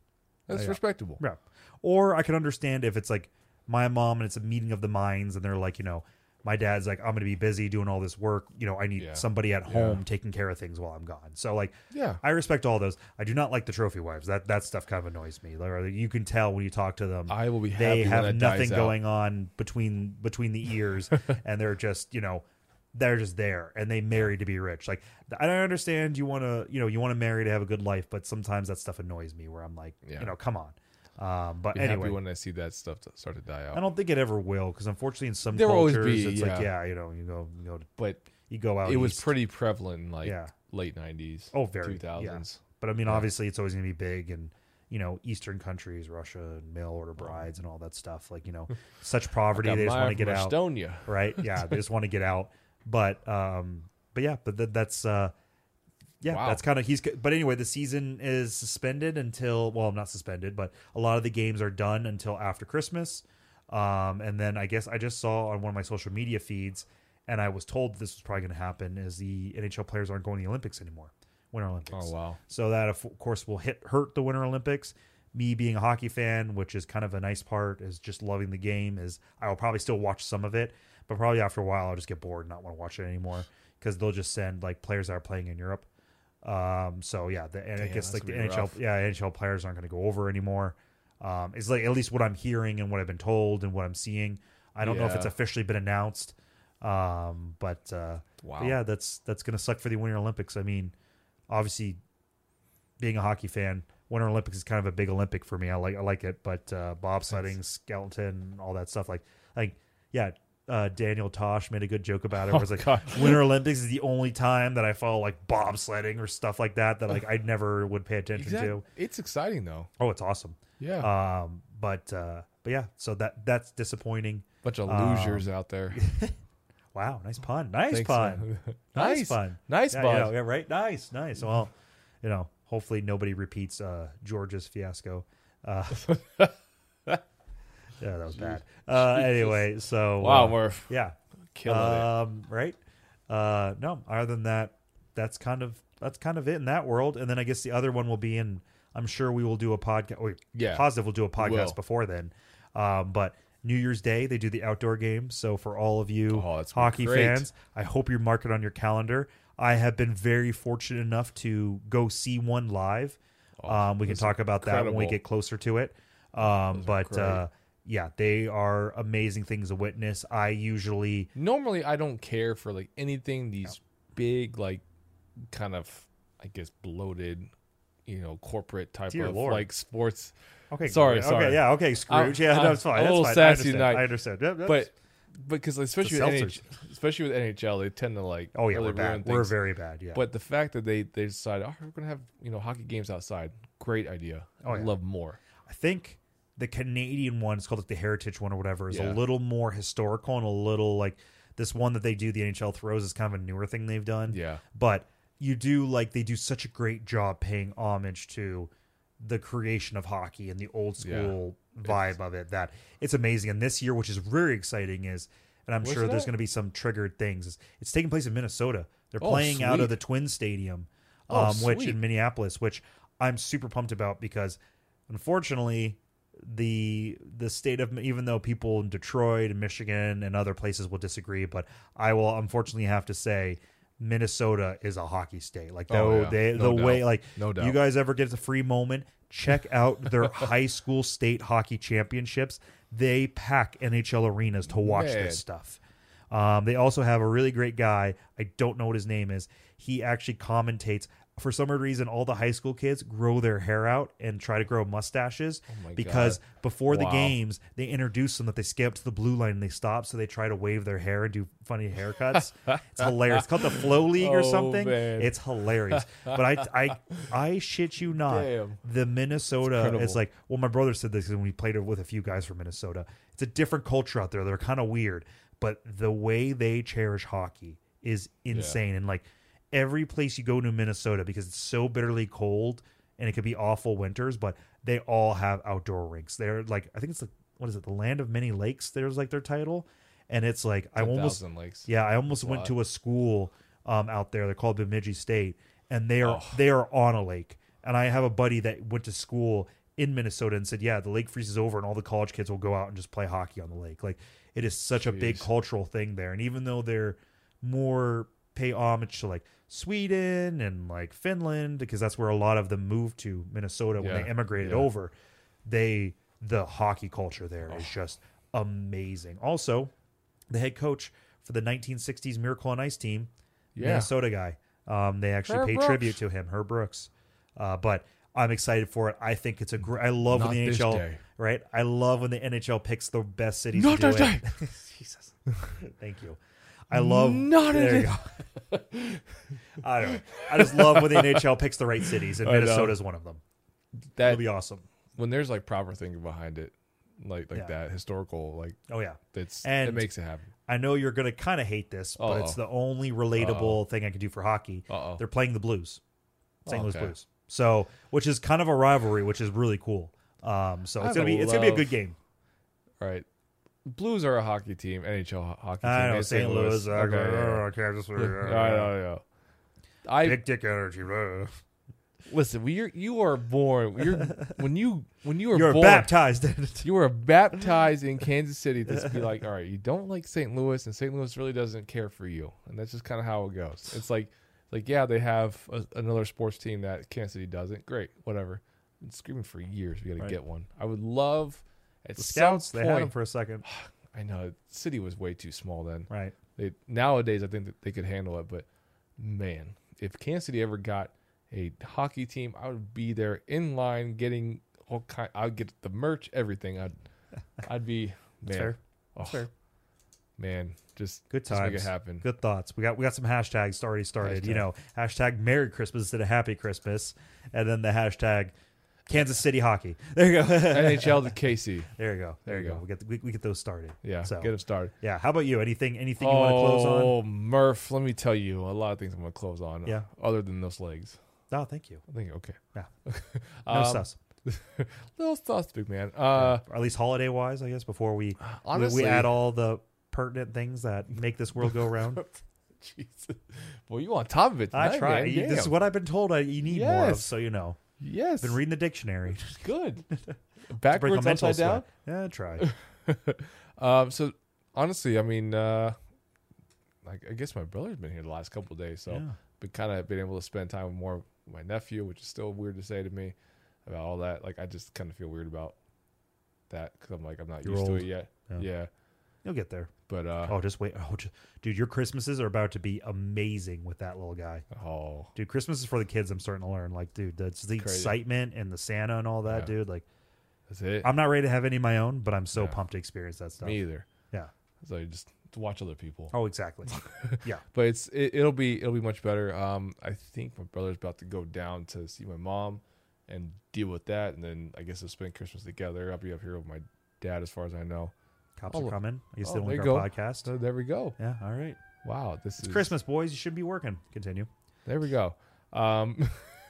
Speaker 1: That's
Speaker 2: Yeah.
Speaker 1: respectable.
Speaker 2: Yeah. Or I can understand if it's like my mom and it's a meeting of the minds and they're like, you know, my dad's like, I'm going to be busy doing all this work. You know, I need
Speaker 1: Yeah.
Speaker 2: somebody at home taking care of things while I'm gone. So like,
Speaker 1: Yeah.
Speaker 2: I respect all those. I do not like the trophy wives. That that stuff kind of annoys me. Like, you can tell when you talk to them.
Speaker 1: I will be happy.
Speaker 2: they
Speaker 1: when
Speaker 2: have
Speaker 1: that
Speaker 2: nothing
Speaker 1: dies out.
Speaker 2: going on between between the ears and they're just you know they're just there and they marry to be rich like i don't understand you want to you know you want to marry to have a good life but sometimes that stuff annoys me where i'm like
Speaker 1: Yeah.
Speaker 2: you know come on um but
Speaker 1: Be
Speaker 2: anyway
Speaker 1: happy when I see that stuff to start to die
Speaker 2: i
Speaker 1: out.
Speaker 2: don't think it ever will because unfortunately in some
Speaker 1: There will always
Speaker 2: cultures
Speaker 1: be,
Speaker 2: it's like
Speaker 1: yeah.
Speaker 2: yeah you know you go you go
Speaker 1: But
Speaker 2: you go out
Speaker 1: it was
Speaker 2: east.
Speaker 1: pretty prevalent in like
Speaker 2: Yeah.
Speaker 1: late nineties.
Speaker 2: Oh, very,
Speaker 1: two thousands.
Speaker 2: But I mean,
Speaker 1: Yeah.
Speaker 2: obviously, it's always going to be big and you know Eastern countries, Russia and mail order brides and all that stuff. Like you know, such poverty they just want to get out,
Speaker 1: Estonia.
Speaker 2: right? Yeah, they just want to get out. But um, but yeah, but th- that's uh, yeah,
Speaker 1: Wow.
Speaker 2: that's kind of he's. But anyway, the season is suspended until well, not suspended, but a lot of the games are done until after Christmas. Um, and then I guess I just saw on one of my social media feeds, and I was told this was probably going to happen: is the NHL players aren't going to the Olympics anymore, Winter Olympics.
Speaker 1: Oh wow.
Speaker 2: So that of course will hit hurt the Winter Olympics. Me being a hockey fan, which is kind of a nice part, is just loving the game. Is I will probably still watch some of it, but probably after a while I'll just get bored and not want to watch it anymore because they'll just send like players that are playing in Europe. Um, so yeah, the, and I
Speaker 1: Damn,
Speaker 2: guess
Speaker 1: that's
Speaker 2: like the
Speaker 1: gonna be
Speaker 2: NHL,
Speaker 1: rough.
Speaker 2: yeah, NHL players aren't going to go over anymore. Um, it's like at least what I'm hearing and what I've been told and what I'm seeing. I don't know if it's
Speaker 1: Yeah.
Speaker 2: officially been announced, um, but uh,
Speaker 1: Wow.
Speaker 2: but yeah, that's that's gonna suck for the Winter Olympics. I mean, obviously, being a hockey fan, Winter Olympics is kind of a big Olympic for me. I like I like it, but uh, bobsledding, skeleton, all that stuff. Like like yeah, uh, Daniel Tosh made a good joke about it. Where it's like
Speaker 1: Oh, God.
Speaker 2: Winter Olympics is the only time that I follow like bobsledding or stuff like that that like I never would pay attention
Speaker 1: Exactly.
Speaker 2: to.
Speaker 1: It's exciting though.
Speaker 2: Oh, it's awesome.
Speaker 1: Yeah.
Speaker 2: Um, but uh, but yeah, so that that's disappointing.
Speaker 1: Bunch of
Speaker 2: um,
Speaker 1: losers out there.
Speaker 2: Wow, nice pun. Nice
Speaker 1: Thanks,
Speaker 2: pun.
Speaker 1: man.
Speaker 2: Nice
Speaker 1: nice
Speaker 2: pun.
Speaker 1: Nice
Speaker 2: Yeah,
Speaker 1: pun.
Speaker 2: you know, yeah, right. Nice, nice. Well, you know, hopefully nobody repeats uh, George's fiasco. Uh, yeah, that was bad. Uh, anyway, so
Speaker 1: Wow,
Speaker 2: uh,
Speaker 1: we're
Speaker 2: yeah,
Speaker 1: killing it.
Speaker 2: um, right. Uh, no, other than that, that's kind of that's kind of it in that world. And then I guess the other one will be in. I'm sure we will do a podcast. Wait,
Speaker 1: Yeah.
Speaker 2: positive we'll do a podcast
Speaker 1: will.
Speaker 2: before then. Um, but New Year's Day they do the outdoor game. So for all of you
Speaker 1: Oh, that's
Speaker 2: hockey
Speaker 1: great.
Speaker 2: fans, I hope you mark it on your calendar. I have been very fortunate enough to go see one live. um, we
Speaker 1: Oh,
Speaker 2: can
Speaker 1: that's
Speaker 2: talk about that when we
Speaker 1: incredible.
Speaker 2: get closer to it. Um, but
Speaker 1: great.
Speaker 2: uh, yeah, they are amazing things to witness. I usually
Speaker 1: Normally, I don't care for like anything these big, like, kind of, I guess, bloated, you know, corporate type
Speaker 2: Dear
Speaker 1: of
Speaker 2: Lord.
Speaker 1: like sports.
Speaker 2: Okay.
Speaker 1: Sorry,
Speaker 2: great.
Speaker 1: sorry.
Speaker 2: Okay, yeah, okay, Scrooge.
Speaker 1: I'm-
Speaker 2: yeah,
Speaker 1: I'm
Speaker 2: that's fine.
Speaker 1: a
Speaker 2: That's
Speaker 1: little
Speaker 2: fine.
Speaker 1: sassy
Speaker 2: I understand.
Speaker 1: tonight.
Speaker 2: I understand. Yep, yep.
Speaker 1: But because especially with
Speaker 2: seltzers.
Speaker 1: NHL, especially with NHL, they tend to like
Speaker 2: oh yeah,
Speaker 1: really
Speaker 2: we're
Speaker 1: ruin
Speaker 2: bad.
Speaker 1: things.
Speaker 2: We're very bad. Yeah.
Speaker 1: But the fact that they they decided, oh, we're gonna have you know hockey games outside, great idea.
Speaker 2: Oh,
Speaker 1: I
Speaker 2: yeah.
Speaker 1: love more.
Speaker 2: I think the Canadian one, it's called like the Heritage one or whatever, is
Speaker 1: Yeah.
Speaker 2: a little more historical and a little like this one that they do. The NHL throws is kind of a newer thing they've done.
Speaker 1: Yeah,
Speaker 2: But you do like they do such a great job paying homage to the creation of hockey and the old
Speaker 1: Yeah.
Speaker 2: school vibe of it that it's amazing. And this year, which is very exciting, is and I'm
Speaker 1: Where's
Speaker 2: sure
Speaker 1: it
Speaker 2: there's
Speaker 1: at?
Speaker 2: going to be some triggered things. is It's taking place in Minnesota. They're
Speaker 1: Oh,
Speaker 2: playing out
Speaker 1: sweet.
Speaker 2: of the Twin Stadium,
Speaker 1: Oh,
Speaker 2: um, which
Speaker 1: sweet.
Speaker 2: in Minneapolis, which I'm super pumped about because unfortunately the the state of even though people in Detroit and Michigan and other places will disagree, but I will unfortunately have to say Minnesota is a hockey state. Like the,
Speaker 1: Oh, yeah.
Speaker 2: they,
Speaker 1: No
Speaker 2: the
Speaker 1: doubt.
Speaker 2: way like
Speaker 1: No doubt.
Speaker 2: you guys ever get the free moment, check out their high school state hockey championships. They pack NHL arenas to watch
Speaker 1: Man.
Speaker 2: this stuff. Um, they also have a really great guy. I don't know what his name is. He actually commentates. For some odd reason, all the high school kids grow their hair out and try to grow mustaches
Speaker 1: Oh my
Speaker 2: because
Speaker 1: God.
Speaker 2: before the
Speaker 1: Wow.
Speaker 2: games they introduce them that they skip to the blue line and they stop, so they try to wave their hair and do funny haircuts. it's hilarious. It's called the Flow League or
Speaker 1: Oh,
Speaker 2: something.
Speaker 1: man.
Speaker 2: It's hilarious. But I, I, I shit you not.
Speaker 1: Damn.
Speaker 2: The Minnesota
Speaker 1: incredible.
Speaker 2: is like. Well, my brother said this when we played it with a few guys from Minnesota. It's a different culture out there. They're kind of weird, but the way they cherish hockey is insane. And like every place you go to in Minnesota, because it's so bitterly cold and it could be awful winters, but they all have outdoor rinks. They're like, I think it's like, what is it, the land of many lakes? There's like their title, and it's like I almost
Speaker 1: Thousand Lakes.
Speaker 2: yeah, I almost went
Speaker 1: lot.
Speaker 2: to a school um, out there. They're called Bemidji State, and they are
Speaker 1: Oh.
Speaker 2: they are on a lake. And I have a buddy that went to school in Minnesota and said, "Yeah, the lake freezes over, and all the college kids will go out and just play hockey on the lake." Like it is such a big
Speaker 1: Jeez.
Speaker 2: cultural thing there. And even though they're more pay homage to like Sweden and like Finland because that's where a lot of them moved to Minnesota when
Speaker 1: Yeah,
Speaker 2: they immigrated
Speaker 1: yeah.
Speaker 2: over, they the hockey culture there is
Speaker 1: Oh.
Speaker 2: just amazing. Also, the head coach for the 1960s Miracle on Ice team,
Speaker 1: Yeah.
Speaker 2: Minnesota guy. Um, they actually
Speaker 1: Herb
Speaker 2: pay
Speaker 1: Brooks.
Speaker 2: tribute to him, Herb Brooks. Uh, but I'm excited for it. I think it's a great. I love
Speaker 1: Not
Speaker 2: when the
Speaker 1: this
Speaker 2: NHL,
Speaker 1: day.
Speaker 2: right? I love when the NHL picks the best cities.
Speaker 1: Not
Speaker 2: to do
Speaker 1: this
Speaker 2: it. Jesus, thank you. I love.
Speaker 1: Not
Speaker 2: there
Speaker 1: this-
Speaker 2: you go. I don't know. I just love when the NHL picks the right cities, and
Speaker 1: I know.
Speaker 2: Minnesota is one of them.
Speaker 1: That
Speaker 2: It'll be awesome.
Speaker 1: when there's like proper thinking behind it, like like
Speaker 2: Yeah.
Speaker 1: that historical, like
Speaker 2: Oh yeah.
Speaker 1: that's it
Speaker 2: And-
Speaker 1: makes it happen.
Speaker 2: I know you're going to kind of hate this, but
Speaker 1: Uh-oh.
Speaker 2: it's the only relatable thing I can do for hockey.
Speaker 1: Uh-oh.
Speaker 2: They're playing the Blues, St. Louis
Speaker 1: Oh. Okay.
Speaker 2: Blues. So, which is kind of a rivalry, which is really cool. Um, so
Speaker 1: I
Speaker 2: it's gonna be
Speaker 1: love-
Speaker 2: it's gonna be a good game.
Speaker 1: All right. Blues are a hockey team, NHL ho- hockey team.
Speaker 2: I know
Speaker 1: and
Speaker 2: St. Louis. uh,
Speaker 1: Okay, yeah,
Speaker 2: uh, Kansas, uh,
Speaker 1: yeah. I know, I know. I
Speaker 2: Big dick energy. uh.
Speaker 1: listen. We are, you are born. You're when you when you were
Speaker 2: You're
Speaker 1: born.
Speaker 2: baptized. in it.
Speaker 1: you were baptized in Kansas City to be like, all right, you don't like St. Louis, and St. Louis really doesn't care for you, and that's just kind of how it goes. It's like, like yeah, they have a, another sports team that Kansas City doesn't. Great, whatever. Been screaming for years, we got to
Speaker 2: Right.
Speaker 1: get one. I would love at
Speaker 2: the
Speaker 1: some
Speaker 2: Scouts. They had
Speaker 1: point-
Speaker 2: them for a second,
Speaker 1: I know city was way too small then.
Speaker 2: right?
Speaker 1: They nowadays I think that they could handle it, but man, if Kansas City ever got a hockey team, I would be there in line getting all kind. I'd get the merch, everything. I'd, I'd be man,
Speaker 2: fair.
Speaker 1: Oh,
Speaker 2: fair.
Speaker 1: man, just
Speaker 2: Good
Speaker 1: just make it
Speaker 2: times.
Speaker 1: happen.
Speaker 2: Good thoughts. We got we got some hashtags already started. You
Speaker 1: Hashtag.
Speaker 2: know, hashtag Merry Christmas instead of Happy Christmas, and then the hashtag Kansas City hockey. There you go.
Speaker 1: NHL to KC,
Speaker 2: There you go. There,
Speaker 1: There
Speaker 2: you
Speaker 1: you
Speaker 2: go.
Speaker 1: go.
Speaker 2: We get we, we get those started.
Speaker 1: yeah,
Speaker 2: So
Speaker 1: get them started.
Speaker 2: yeah. How about you? Anything anything you want to close on?
Speaker 1: Oh, Murph, let me tell you a lot of things I'm gonna close on.
Speaker 2: Yeah.
Speaker 1: other than those legs,
Speaker 2: No, thank you.
Speaker 1: I think okay.
Speaker 2: Yeah. No
Speaker 1: Um,
Speaker 2: stuff.
Speaker 1: Little thoughts, big man. Uh,
Speaker 2: or at least holiday wise, I guess. Before we we-
Speaker 1: honestly,
Speaker 2: we, add all the pertinent things that make this world go round.
Speaker 1: Jesus. Well, you on top of it. Tonight,
Speaker 2: I try.
Speaker 1: Man.
Speaker 2: You- this is
Speaker 1: Damn.
Speaker 2: what I've been told. I, you need more of.
Speaker 1: Yes.
Speaker 2: So you know,
Speaker 1: yes.
Speaker 2: been reading the dictionary. to
Speaker 1: Good.
Speaker 2: break my
Speaker 1: Backwards
Speaker 2: mental
Speaker 1: upside down.
Speaker 2: sweat. Yeah, try.
Speaker 1: Um, so honestly, I mean, uh, like I guess my brother's been here the last couple of days, so
Speaker 2: Yeah.
Speaker 1: been kind of been able to spend time with more of my nephew, which is still weird to say to me about all that. Like I just kind of feel weird about that because I'm like I'm not
Speaker 2: You're
Speaker 1: used
Speaker 2: old.
Speaker 1: to it yet.
Speaker 2: Yeah.
Speaker 1: Yeah.
Speaker 2: You'll get there.
Speaker 1: But uh,
Speaker 2: Oh, just wait. Oh, ju- dude, your Christmases are about to be amazing with that little guy.
Speaker 1: oh,
Speaker 2: Dude, Christmas is for the kids. I'm starting to learn. Like, dude, that's the
Speaker 1: Crazy.
Speaker 2: excitement and the Santa and all that,
Speaker 1: Yeah.
Speaker 2: dude. Like,
Speaker 1: that's it.
Speaker 2: I'm not ready to have any of my own, but I'm so
Speaker 1: Yeah.
Speaker 2: pumped to experience that stuff.
Speaker 1: me either.
Speaker 2: Yeah.
Speaker 1: So I just to watch other people.
Speaker 2: Oh, exactly.
Speaker 1: but it's it, it'll be it'll be much better. Um, I think my brother's about to go down to see my mom and deal with that, and then I guess we'll spend Christmas together. I'll be up here with my dad, as far as I know.
Speaker 2: Cops
Speaker 1: Oh,
Speaker 2: are coming. I guess
Speaker 1: oh,
Speaker 2: they don't
Speaker 1: there
Speaker 2: like
Speaker 1: you
Speaker 2: our
Speaker 1: go.
Speaker 2: podcast.
Speaker 1: So there we go.
Speaker 2: Yeah. All right.
Speaker 1: Wow, this
Speaker 2: It's
Speaker 1: is
Speaker 2: Christmas, boys. You should be working. Continue.
Speaker 1: There we go. Um,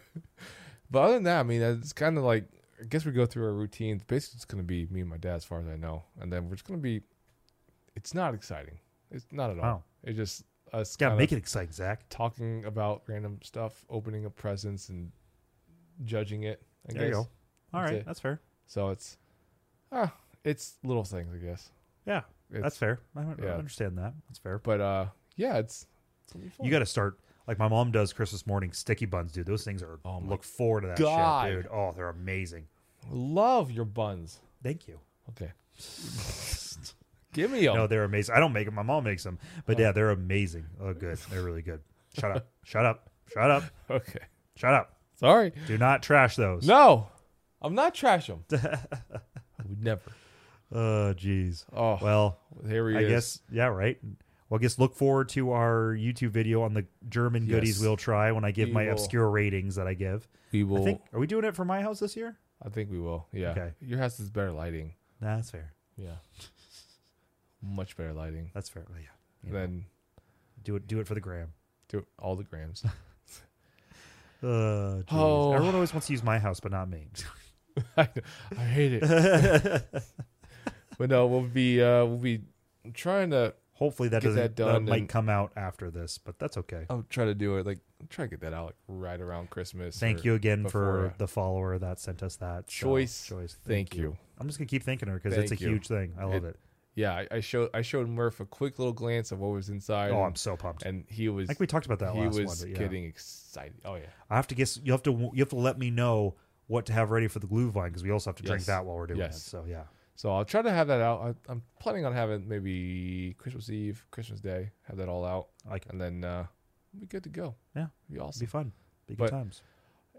Speaker 1: but other than that, I mean, it's kind of like I guess we go through our routines. Basically, it's going to be me and my dad, as far as I know, and then we're just going to be. It's not exciting. It's not at all.
Speaker 2: Wow.
Speaker 1: It's just us.
Speaker 2: Yeah,
Speaker 1: kinda-
Speaker 2: make it exciting, Zach.
Speaker 1: talking about random stuff, opening up presents, and judging it. I
Speaker 2: There you
Speaker 1: guess.
Speaker 2: go. All
Speaker 1: That's
Speaker 2: right.
Speaker 1: it.
Speaker 2: That's fair.
Speaker 1: So it's Ah, it's little things, I guess.
Speaker 2: Yeah,
Speaker 1: It's,
Speaker 2: that's fair. I, don't- I
Speaker 1: yeah.
Speaker 2: understand that. That's fair.
Speaker 1: But uh, yeah, it's. it's gonna be fun.
Speaker 2: You got to start like my mom does Christmas morning sticky buns, dude. Those things are.
Speaker 1: Oh my
Speaker 2: look forward to that
Speaker 1: God.
Speaker 2: shit, dude. Oh, they're amazing.
Speaker 1: love your buns.
Speaker 2: Thank you.
Speaker 1: Okay. Give me them.
Speaker 2: No, they're amazing. I don't make them. My mom makes them, but
Speaker 1: Oh.
Speaker 2: yeah, they're amazing. Oh, good. They're really good. Shut up. Shut up. Shut up.
Speaker 1: okay.
Speaker 2: Shut up.
Speaker 1: Sorry.
Speaker 2: Do not trash those.
Speaker 1: No, I'm not trash them. I would never.
Speaker 2: Oh, jeez.
Speaker 1: Oh,
Speaker 2: Well,
Speaker 1: here he
Speaker 2: I
Speaker 1: is.
Speaker 2: guess yeah, right. Well, I guess look forward to our YouTube video on the German goodies
Speaker 1: Yes.
Speaker 2: we'll try when I give
Speaker 1: We
Speaker 2: my
Speaker 1: will.
Speaker 2: obscure ratings that I give.
Speaker 1: we will.
Speaker 2: I think are we doing it for my house this year?
Speaker 1: we will. Yeah.
Speaker 2: Okay.
Speaker 1: Your house is better lighting.
Speaker 2: Nah, that's fair.
Speaker 1: Yeah. Much better lighting
Speaker 2: That's fair. Well, yeah. You know,
Speaker 1: than
Speaker 2: do it. Do it for the gram.
Speaker 1: do all the grams.
Speaker 2: Uh, geez.
Speaker 1: Oh.
Speaker 2: Everyone always wants to use my house, but not me.
Speaker 1: I, I hate it. but no, we'll be uh we'll be trying to
Speaker 2: Hopefully that
Speaker 1: Get
Speaker 2: doesn't.
Speaker 1: that done
Speaker 2: might
Speaker 1: and-
Speaker 2: come out after this, but that's okay.
Speaker 1: I'll try to do it like try to get that out like right around Christmas.
Speaker 2: Thank
Speaker 1: or-
Speaker 2: you again for
Speaker 1: before-
Speaker 2: the follower that sent us that so,
Speaker 1: Choice.
Speaker 2: choice.
Speaker 1: Thank you.
Speaker 2: I'm just gonna keep thanking her because it's a
Speaker 1: Thank you.
Speaker 2: huge thing. I love it.
Speaker 1: Yeah, I, I showed I showed Murph a quick little glance of what was inside.
Speaker 2: Oh,
Speaker 1: and-
Speaker 2: I'm so pumped.
Speaker 1: and he was
Speaker 2: I think we talked about that
Speaker 1: he
Speaker 2: last
Speaker 1: was
Speaker 2: one. But yeah.
Speaker 1: getting excited. Oh yeah.
Speaker 2: I have to guess. You have to. You have to let me know what to have ready for the glue vine because we also have to drink
Speaker 1: Yes.
Speaker 2: that while we're doing it.
Speaker 1: Yes.
Speaker 2: So yeah,
Speaker 1: So I'll try to have that out. I, I'm planning on having maybe Christmas Eve, Christmas Day, have that all out,
Speaker 2: I like it.
Speaker 1: and then uh, we'll be good to go.
Speaker 2: Yeah.
Speaker 1: be
Speaker 2: It'll
Speaker 1: awesome.
Speaker 2: be fun. Be good
Speaker 1: But-
Speaker 2: times.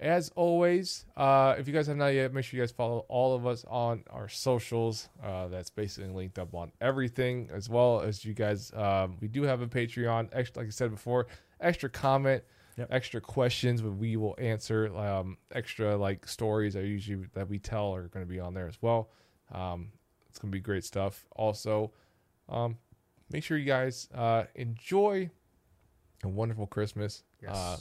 Speaker 1: As always, uh, if you guys have not yet, make sure you guys follow all of us on our socials. Uh, that's basically linked up on everything, as well as you guys. Um, we do have a Patreon. Extra, like I said before, extra comment,
Speaker 2: Yep.
Speaker 1: extra questions that we will answer. Um, extra like stories I usually that we tell are going to be on there as well. Um, it's going to be great stuff. Also, um, make sure you guys uh, enjoy a wonderful Christmas.
Speaker 2: Yes.
Speaker 1: Uh,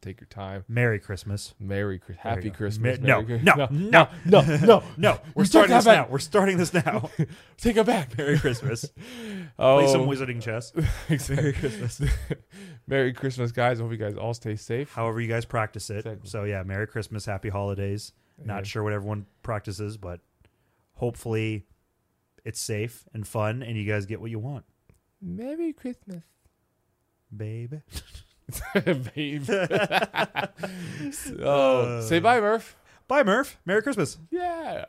Speaker 1: take your time.
Speaker 2: Merry Christmas.
Speaker 1: Merry Christmas.
Speaker 2: There you
Speaker 1: Happy
Speaker 2: go.
Speaker 1: Christmas.
Speaker 2: Me-
Speaker 1: Merry
Speaker 2: no,
Speaker 1: Chris-
Speaker 2: no, no,
Speaker 1: no, no, no.
Speaker 2: No, we're
Speaker 1: You took
Speaker 2: starting
Speaker 1: that
Speaker 2: this
Speaker 1: back.
Speaker 2: now. We're starting this now.
Speaker 1: Take it back. Merry,
Speaker 2: Merry Christmas.
Speaker 1: oh,
Speaker 2: Play some wizarding chess.
Speaker 1: Merry Christmas. Merry Christmas, guys. I hope you guys all stay safe.
Speaker 2: However, you guys practice it.
Speaker 1: Exactly.
Speaker 2: So yeah, Merry Christmas, Happy Holidays. Not
Speaker 1: Yeah.
Speaker 2: sure what everyone practices, but hopefully it's safe and fun, and you guys get what you want,
Speaker 1: Merry Christmas.
Speaker 2: babe.
Speaker 1: Babe. oh, say bye, Murph.
Speaker 2: Uh. Bye, Murph. Merry Christmas.
Speaker 1: Yeah.